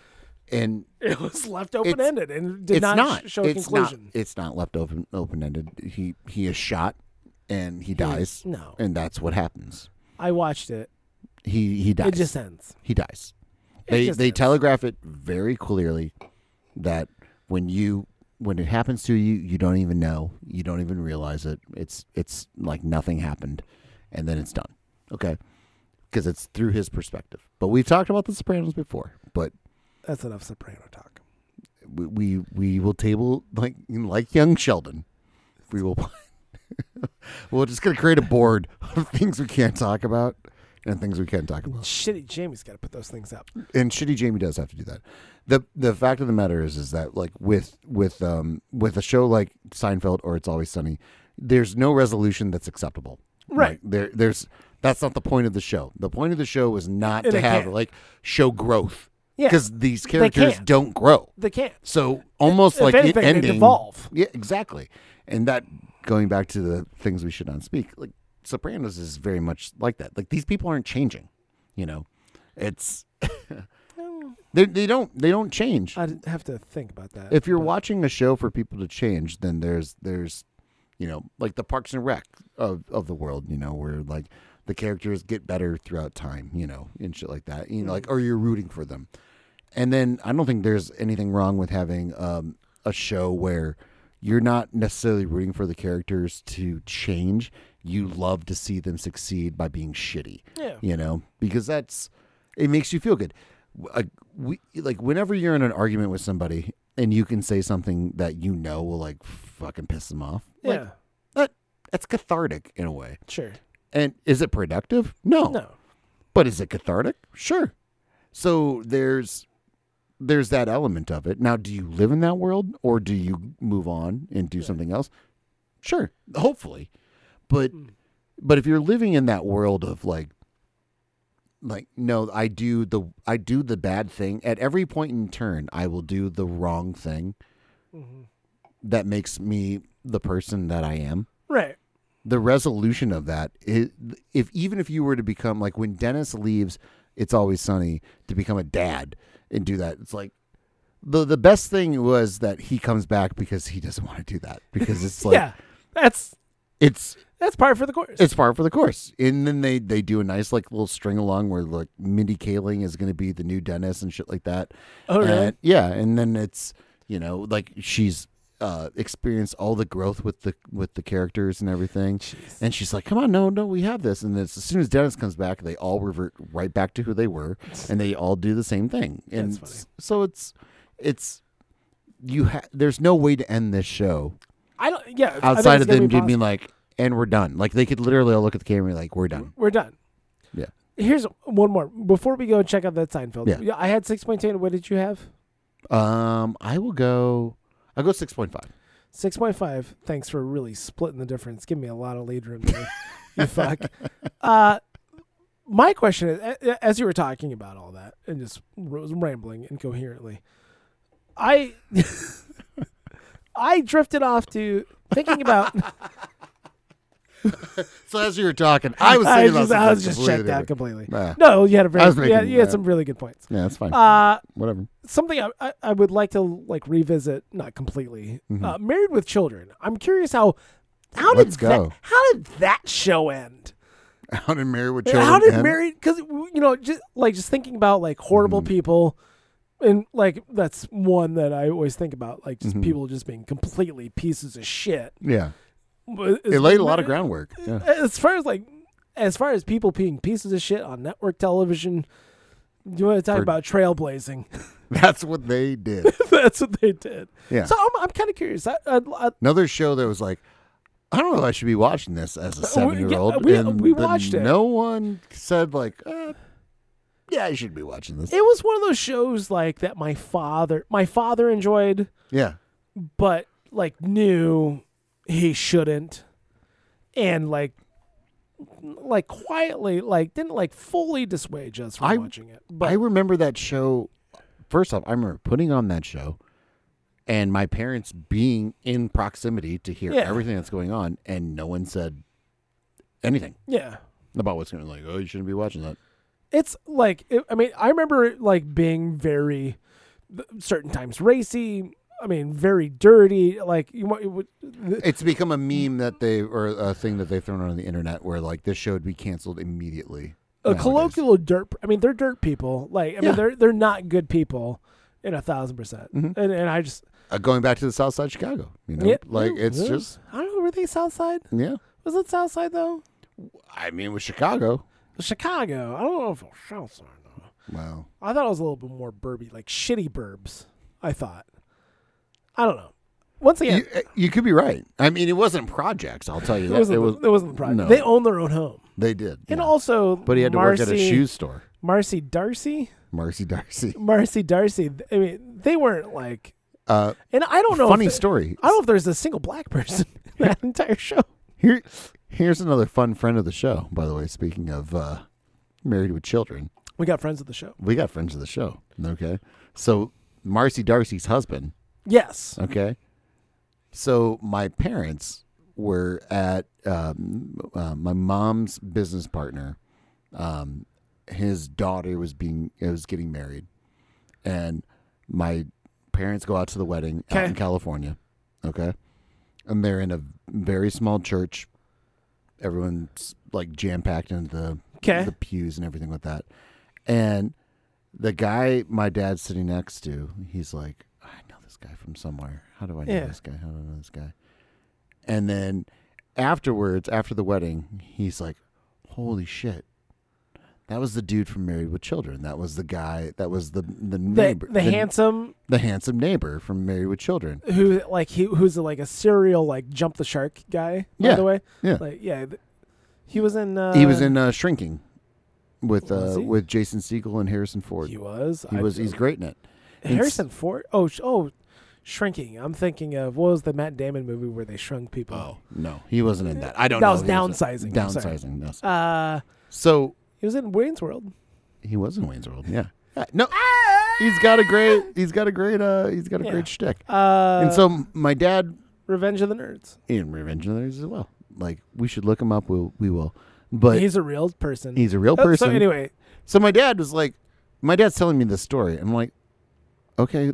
S2: and
S1: <laughs> it was left open ended and did
S2: it's not,
S1: not, sh- show a
S2: it's
S1: conclusion.
S2: Not, it's not left open open ended. He he is shot and he dies.
S1: no.
S2: And that's what happens.
S1: I watched it.
S2: He he dies.
S1: It just ends.
S2: he dies.
S1: It
S2: They
S1: just
S2: they
S1: is.
S2: telegraph it very clearly that when you when it happens to you, you don't even know. You don't even realize it. It's it's like nothing happened and then it's done. Okay? Cuz it's through his perspective. But we've talked about the Sopranos before, but
S1: That's enough Soprano talk.
S2: we we, we will table like like young Sheldon. We will. <laughs> we're just gonna create a board of things we can't talk about and things we can talk about.
S1: Shitty Jamie's got to put those things up.
S2: And shitty Jamie does have to do that. the The fact of the matter is, is that like with with um with a show like Seinfeld or It's Always Sunny, there's no resolution that's acceptable.
S1: Right.
S2: Like, there there's that's not the point of the show. The point of the show is not
S1: And
S2: to
S1: they
S2: have
S1: can't.
S2: like show growth.
S1: Yeah.
S2: Because these characters
S1: can't.
S2: don't grow.
S1: They can't.
S2: So almost
S1: if
S2: like
S1: anything,
S2: it
S1: they
S2: ending.
S1: devolve.
S2: Yeah, exactly. And that going back to the things we should not speak, like Sopranos is very much like that. Like these people aren't changing. You know, it's <laughs> they they don't they don't change.
S1: I'd have to think about that.
S2: if you're
S1: but-
S2: watching a show for people to change, then there's there's you know like the Parks and Rec of of the world. You know where like the characters get better throughout time. You know and shit like that. You know like or you're rooting for them. And then I don't think there's anything wrong with having um, a show where you're not necessarily rooting for the characters to change. You love to see them succeed by being shitty.
S1: Yeah.
S2: You know, because that's it makes you feel good. W- Like we like whenever you're in an argument with somebody and you can say something that you know will like fucking piss them off.
S1: yeah,
S2: Like, that that's cathartic in a way.
S1: sure.
S2: And is it productive? No.
S1: No,
S2: But is it cathartic? Sure. So there's there's that element of it. Now, do you live in that world or do you move on and do something else? Sure. Hopefully. But but if you're living in that world of like like no, I do the I do the bad thing at every point in turn, I will do the wrong thing. That makes me the person that I am
S1: right.
S2: the resolution of that is if even if you were to become like when Dennis leaves it's always sunny to become a dad and do that it's like the the best thing was that he comes back because he doesn't want to do that because it's
S1: <laughs>
S2: like
S1: yeah, that's
S2: it's
S1: that's part for the course.
S2: it's par for the course. And then they they do a nice like little string along where like Mindy Kaling is going to be the new Dennis and shit like that.
S1: oh really?
S2: And, yeah, and then it's you know like she's uh experienced all the growth with the with the characters and everything.
S1: Jeez.
S2: And she's like, "Come on, no, no, we have this." And it's, as soon as Dennis comes back, they all revert right back to who they were, and they all do the same thing. And
S1: That's funny.
S2: s- so it's, it's, you ha- there's no way to end this show
S1: I don't. Yeah, I think
S2: outside
S1: it's
S2: of
S1: gonna be
S2: them being like, "And we're done." Like they could literally all look at the camera and be like, "We're done."
S1: We're done.
S2: Yeah.
S1: Here's one more before we go check out that Seinfeld.
S2: Yeah.
S1: I had six point ten. What did you have?
S2: Um, I will go. I'll go six point five.
S1: Six point five. Thanks for really splitting the difference. Give me a lot of lead room
S2: <laughs>
S1: there. you fuck. Uh, my question is, a- a- as you were talking about all that and just r- rambling incoherently, I <laughs> I drifted off to thinking about.
S2: So as you were talking, <laughs> <laughs> I
S1: <laughs>
S2: was
S1: I
S2: thinking
S1: just,
S2: about.
S1: I was just
S2: something
S1: checked
S2: completely
S1: out
S2: different.
S1: completely.
S2: Nah.
S1: No, you had a very
S2: I was
S1: you had,
S2: making,
S1: you had
S2: uh,
S1: some really good points.
S2: Yeah, that's fine.
S1: Uh,
S2: <laughs> Whatever.
S1: something I, I, I would like to like revisit, not completely. Uh, Married with Children. I'm curious how how did
S2: Mm-hmm. Let's
S1: that
S2: go.
S1: how did that show end?
S2: How did Married with
S1: And
S2: Children?
S1: how did
S2: end?
S1: Married? Because you know, just like just thinking about like horrible
S2: Mm-hmm.
S1: people, and like that's one that I always think about, like
S2: Mm-hmm.
S1: just people just being completely pieces of shit.
S2: Yeah,
S1: But
S2: it
S1: as-
S2: laid a lot of <laughs> groundwork. Yeah.
S1: As far as like, as far as people being pieces of shit on network television. You want to talk
S2: For-
S1: about trailblazing? <laughs>
S2: That's what they did. <laughs>
S1: That's what they did.
S2: Yeah.
S1: So I'm, I'm kind of curious. I, I, I,
S2: Another show that was like, I don't know if I should be watching this as a
S1: Uh, we-
S2: seven year old.
S1: yeah, we- we watched it.
S2: No one said, like, uh, yeah, I should be watching this.
S1: it was one of those shows like that my father my father enjoyed,
S2: yeah.
S1: but like knew he shouldn't, and like like quietly like didn't like fully dissuade us from
S2: I-
S1: watching it. But
S2: I remember that show. First off, I remember putting on that show and my parents being in proximity to hear
S1: Yeah.
S2: everything that's going on, and no one said anything
S1: yeah,
S2: about what's going to like, oh, you shouldn't be watching that.
S1: it's like it, I mean I remember it, like being very th- certain times racy. I mean, very dirty. Like you want, it would-
S2: It's become a meme that they, or a thing that they've thrown on the internet where, like, this show would be canceled immediately.
S1: a
S2: nowadays.
S1: colloquial dirt. I mean, they're dirt people. Like, I
S2: Yeah.
S1: mean, they're they're not good people, in a thousand percent.
S2: Mm-hmm.
S1: And and I just
S2: uh, going back to the South Side Chicago. You know,
S1: yeah,
S2: like
S1: yeah,
S2: it's
S1: yeah.
S2: just
S1: I don't know. Were they South Side?
S2: yeah.
S1: Was it South Side though?
S2: I mean, with Chicago,
S1: Chicago. I don't know if it was South Side though.
S2: wow.
S1: I thought it was a little bit more burby, like shitty burbs. I thought. I don't know. Once again,
S2: You, uh, you could be right. I mean, it wasn't projects. I'll tell
S1: it
S2: you that.
S1: wasn't
S2: It
S1: the-
S2: was.
S1: it wasn't the project.
S2: no.
S1: They own their own home,
S2: They did.
S1: and
S2: yeah.
S1: also,
S2: but he had to
S1: Marcy,
S2: work at a shoe store.
S1: Marcy Darcy, <laughs>
S2: Marcy Darcy.
S1: Marcy Darcy. I mean, they weren't like,
S2: Uh,
S1: and I don't know. if
S2: funny
S1: they-
S2: story.
S1: I don't know if there's a single black person <laughs> in that entire show.
S2: Here, here's another fun friend of the show. By the way, speaking of uh, married with children,
S1: We got friends of the show.
S2: we got friends of the show. Okay, so Marcy Darcy's husband
S1: Yes.
S2: Okay. So my parents were at um, uh, my mom's business partner. Um, his daughter was being uh, was getting married, and my parents go out to the wedding out
S1: Okay.
S2: in California. Okay, and they're in a very small church. Everyone's like jam packed into the
S1: Okay.
S2: the pews and everything like that. And the guy my dad's sitting next to, he's like, I know this guy from somewhere. How do I know
S1: Yeah.
S2: this guy? How do I know this guy? And then afterwards, after the wedding, he's like, Holy shit. That was the dude from Married with Children. That was the guy. That was the the
S1: The,
S2: neighbor,
S1: the handsome
S2: the handsome neighbor from Married with Children.
S1: who like he who's like a serial like jump the shark guy. By
S2: Yeah.
S1: the way,
S2: Yeah.
S1: like yeah, th- he was in. Uh,
S2: he was in uh, Shrinking with
S1: Was
S2: uh,
S1: he?
S2: with Jason Siegel and Harrison Ford.
S1: He was.
S2: He
S1: I-
S2: was. He's great in it. And s-
S1: Harrison Ford. Oh sh- oh, shrinking. I'm thinking of what was the Matt Damon movie where they shrunk people?
S2: Oh no, he wasn't in that. I don't.
S1: That
S2: know
S1: was
S2: if he
S1: downsizing, I'm sorry.
S2: Downsizing. Yes.
S1: Uh,
S2: So
S1: he was in Wayne's World.
S2: he was in Wayne's World. Yeah. Yeah, No, he's got a great. He's got a great. Uh, he's got a
S1: Ah! Yeah.
S2: great shtick.
S1: Uh,
S2: and so my dad
S1: Revenge of the Nerds.
S2: in Revenge of the Nerds as well. Like we should look him up. We'll, we will. But he's,
S1: he's a real person.
S2: a real
S1: Oh,
S2: person.
S1: So anyway,
S2: So my dad was like, my dad's telling me this story. I'm like, okay,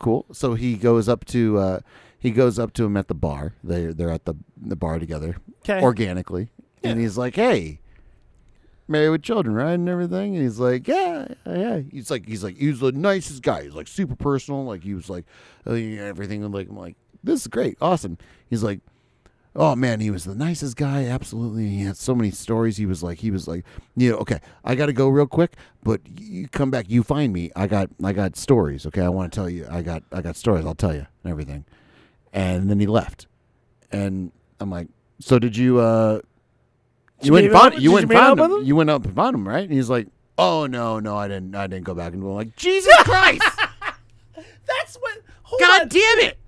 S2: cool. So he goes up to uh, he goes up to him at the bar. They they're at the the bar together
S1: Okay.
S2: organically, and
S1: Yeah.
S2: he's like, "Hey, married with children, right?" And everything. And he's like, "Yeah, yeah." He's like, he's like, he was the nicest guy. He's like super personal. Like he was like uh, yeah, everything. And like I'm like, this is great, awesome. He's like. Oh man, he was the nicest guy. Absolutely, he had so many stories. He was like, he was like, you know, okay, I got to go real quick, but you come back, you find me. I got, I got stories. Okay, I want to tell you, I got, I got stories. I'll tell you and everything. And then he left, and I'm like, so did you, uh,
S1: Did
S2: you
S1: you
S2: went
S1: meet
S2: and
S1: him
S2: found,
S1: up- did
S2: you went
S1: you
S2: and
S1: meet
S2: found
S1: up
S2: him,
S1: with him?
S2: you went up and found him, right? And he's like, oh no, no, I didn't, I didn't go back. And we're like, Jesus
S1: <laughs>
S2: Christ,
S1: That's what. Hold
S2: God
S1: on.
S2: damn it.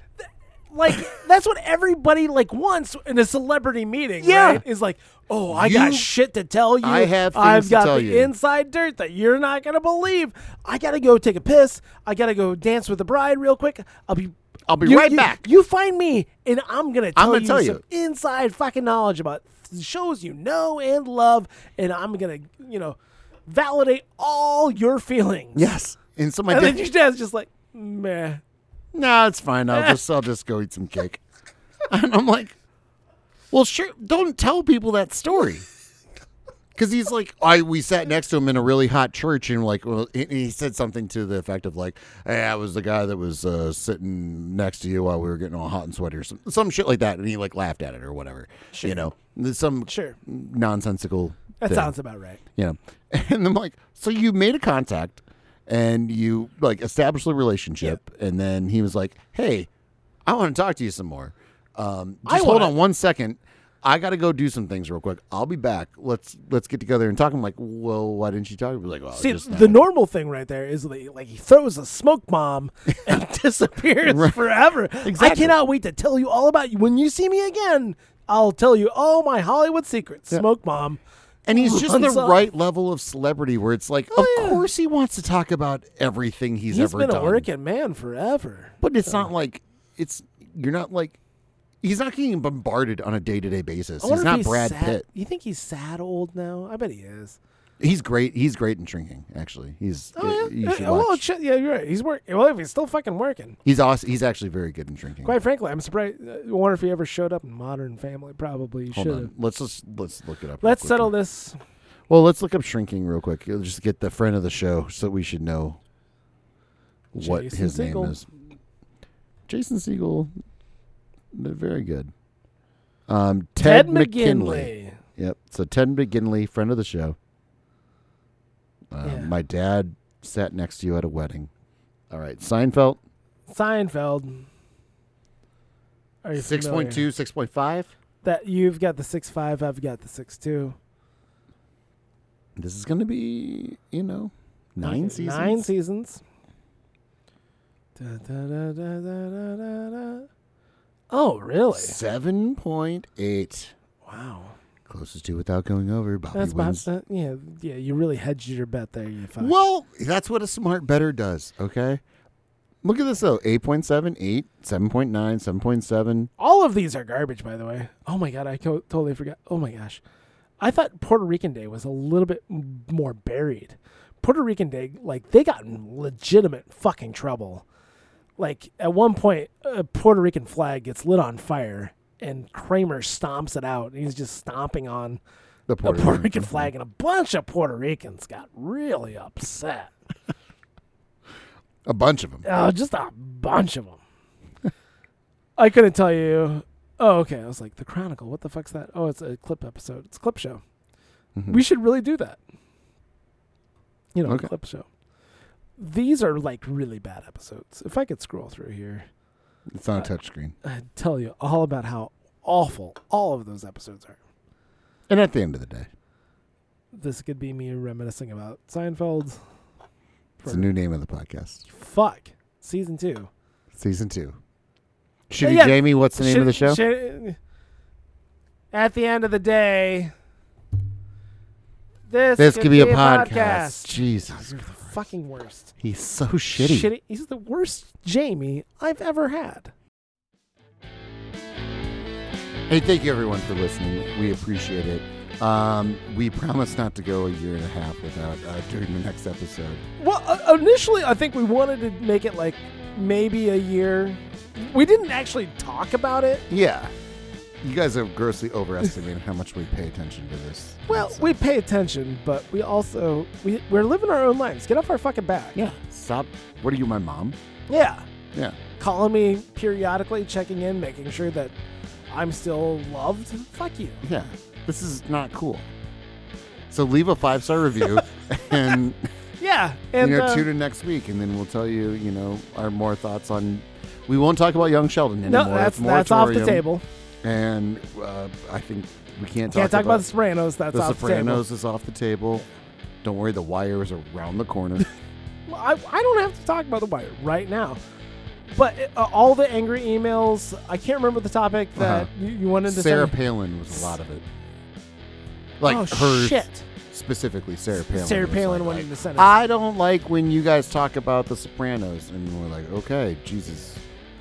S1: like that's what everybody like wants in a celebrity meeting.
S2: Yeah.
S1: right? is like, oh, I got
S2: You-
S1: shit to tell you.
S2: I have things
S1: I've
S2: to
S1: got
S2: tell
S1: the
S2: you."
S1: inside dirt that you're not gonna believe. I gotta go take a piss. I gotta go dance with the bride real quick. I'll be.
S2: I'll be
S1: you-
S2: right
S1: you-
S2: back."
S1: You find me, and I'm gonna tell,
S2: I'm gonna
S1: you,
S2: tell you.
S1: some inside fucking knowledge about th- shows you know and love, and I'm gonna, you know, validate all your feelings.
S2: Yes. And so
S1: <laughs>
S2: my
S1: And
S2: dad-
S1: then your dad's just like, meh.
S2: No, it's
S1: <laughs>
S2: fine. I'll just I'll just go eat some cake. And I'm like, well, sure. Don't tell people that story. Because he's like, I we sat next to him in a really hot church, and like, well, he, he said something to the effect of like, "Hey, I was the guy that was uh, sitting next to you while we were getting all hot and sweaty, or some some shit like that." And he like laughed at it or whatever, you know, some
S1: Sure.
S2: nonsensical.
S1: That
S2: thing.
S1: sounds about right.
S2: Yeah. <laughs> And I'm like, so you made a contact and you like established a relationship. And then he was like, hey, I want to talk to you some more. Um,
S1: I
S2: just hold
S1: wanna-
S2: on one second. I got to go do some things real quick. I'll be back. Let's let's get together and talk. I'm like, well, why didn't you talk? He was like, well,
S1: See,
S2: just
S1: the
S2: now."
S1: normal thing right there is like, like he throws a smoke
S2: <laughs>
S1: bomb and disappears forever. I
S2: Exactly.
S1: cannot wait to tell you all about you. When you see me again, I'll tell you all my Hollywood secrets. Smoke bomb.
S2: and he's just the
S1: runs off. Oh,
S2: right level of celebrity where it's like, of
S1: yeah.
S2: course he wants to talk about everything he's,
S1: He's
S2: ever
S1: been
S2: done.
S1: a working man forever.
S2: But it's not like it's you're not like he's not getting bombarded on a day to day basis.
S1: I
S2: He's
S1: wonder if
S2: not Brad
S1: sad.
S2: Pitt.
S1: You think he's sad old now? I bet he is.
S2: He's great. He's great in drinking. Actually, he's
S1: Oh
S2: you
S1: yeah.
S2: should
S1: Uh, well,
S2: watch.
S1: shit, yeah, you're right. He's working. Well, if he's still fucking working.
S2: He's awesome. He's actually very good in drinking.
S1: Quite frankly, I'm surprised. uh, I wonder if he ever showed up in Modern Family. Probably
S2: Hold
S1: should have.
S2: on. Let's just let's look it up. real
S1: Let's
S2: quick.
S1: settle this.
S2: Well, let's look up shrinking real quick. You'll just get the friend of the show, so we should know what
S1: Jason
S2: his
S1: Segel.
S2: name is. Jason Siegel. They're very good. Um, Ted, McKinley.
S1: McGinley.
S2: Yep. So Ted McGinley, friend of the show. Uh,
S1: Yeah.
S2: My dad sat next to you at a wedding. All right, Seinfeld.
S1: Seinfeld. Are you
S2: Six
S1: familiar?
S2: point two, six point five.
S1: That you've got the six five, I've got the six two.
S2: This is going to be, you know, nine seasons.
S1: Nine seasons. Da, da, da, da, da, da, da, da. Oh, really?
S2: 7.8.
S1: Wow.
S2: Closest to without going over. Bobby
S1: That's about,
S2: wins.
S1: that, yeah, yeah. You really hedged your bet there. You fuck.
S2: well, that's what a smart better does, okay? Look at this, though 8.7, 8, 7.9, 7.7.
S1: All of these are garbage, by the way. Oh my god, I co- totally forgot. Oh my gosh, I thought Puerto Rican Day was a little bit m- more buried. Puerto Rican Day, like they got in legitimate fucking trouble. Like at one point, a Puerto Rican flag gets lit on fire, and Kramer stomps it out, and he's just stomping on
S2: The
S1: a
S2: Puerto
S1: Puerto
S2: Rican.
S1: Rican flag, and a bunch of Puerto Ricans got really upset.
S2: A bunch of them.
S1: Oh, just a bunch of them. I couldn't tell you. Oh, okay. I was like, The Chronicle. What the fuck's that? Oh, it's a clip episode. It's a clip show.
S2: Mhm.
S1: We should really do that. You know, a
S2: Okay.
S1: clip show. These are like really bad episodes. If I could scroll through here,
S2: It's on a
S1: Uh,
S2: touchscreen.
S1: I'd tell you all about how awful all of those episodes are.
S2: And at the end of the day,
S1: This could be me reminiscing about Seinfeld.
S2: it's a new name of the podcast.
S1: Fuck. Season two.
S2: Season two. Shitty
S1: yeah.
S2: Jamie, what's the name of the
S1: Shit-
S2: show?
S1: shit- at the end of the day, this,
S2: this could be a podcast.
S1: Oh,
S2: Jesus.
S1: You're the fucking worst.
S2: He's so shitty.
S1: He's the worst Jamie I've ever had.
S2: Hey, thank you everyone for listening. We appreciate it. Um, we promise not to go a year and a half without uh, doing the next episode.
S1: Well, uh, initially, I think we wanted to make it like maybe a year. We didn't actually talk about it.
S2: Yeah. You guys are grossly overestimating how much we pay attention to this.
S1: Well, we pay attention, but we also we we're living our own lives. Get off our fucking back.
S2: yeah. Stop. What are you, my mom?
S1: Yeah.
S2: Yeah.
S1: Calling me periodically, checking in, making sure that I'm still loved. Fuck you.
S2: Yeah. This is not cool. So leave a five star
S1: <laughs>
S2: review and,
S1: Yeah. And
S2: you know,
S1: uh,
S2: tune in next week and then we'll tell you, you know, our more thoughts on we won't talk about young Sheldon anymore.
S1: no, that's
S2: It's
S1: that's off the
S2: moratorium.
S1: table.
S2: And uh, I think we can't talk
S1: Can't talk about,
S2: about
S1: the Sopranos. That's
S2: The
S1: off
S2: Sopranos is off the table. Don't worry, the wire is around
S1: <laughs>
S2: the corner.
S1: the table. Well, I, I don't have to talk about the wire right now. But uh, all the angry emails, I can't remember the topic that
S2: Uh-huh.
S1: you, you wanted to
S2: Sarah
S1: send.
S2: Palin was a lot of it. Like
S1: oh,
S2: her
S1: shit.
S2: specifically, Sarah Palin.
S1: Sarah
S2: was
S1: Palin
S2: like,
S1: wanted
S2: like,
S1: to send it.
S2: I don't like when you guys talk about The Sopranos, and we're like, okay, Jesus,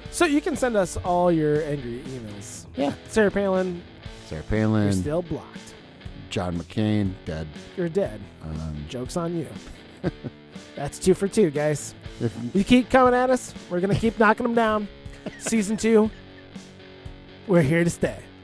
S1: so you can send us all your angry emails.
S2: Yeah.
S1: Sarah Palin,
S2: Sarah
S1: you're
S2: Palin,
S1: still blocked.
S2: John McCain, dead.
S1: You're dead.
S2: Um,
S1: Joke's on you. <laughs> That's two for two, guys.
S2: if,
S1: You keep coming at us. We're going to keep knocking them down. Season two, we're here to stay.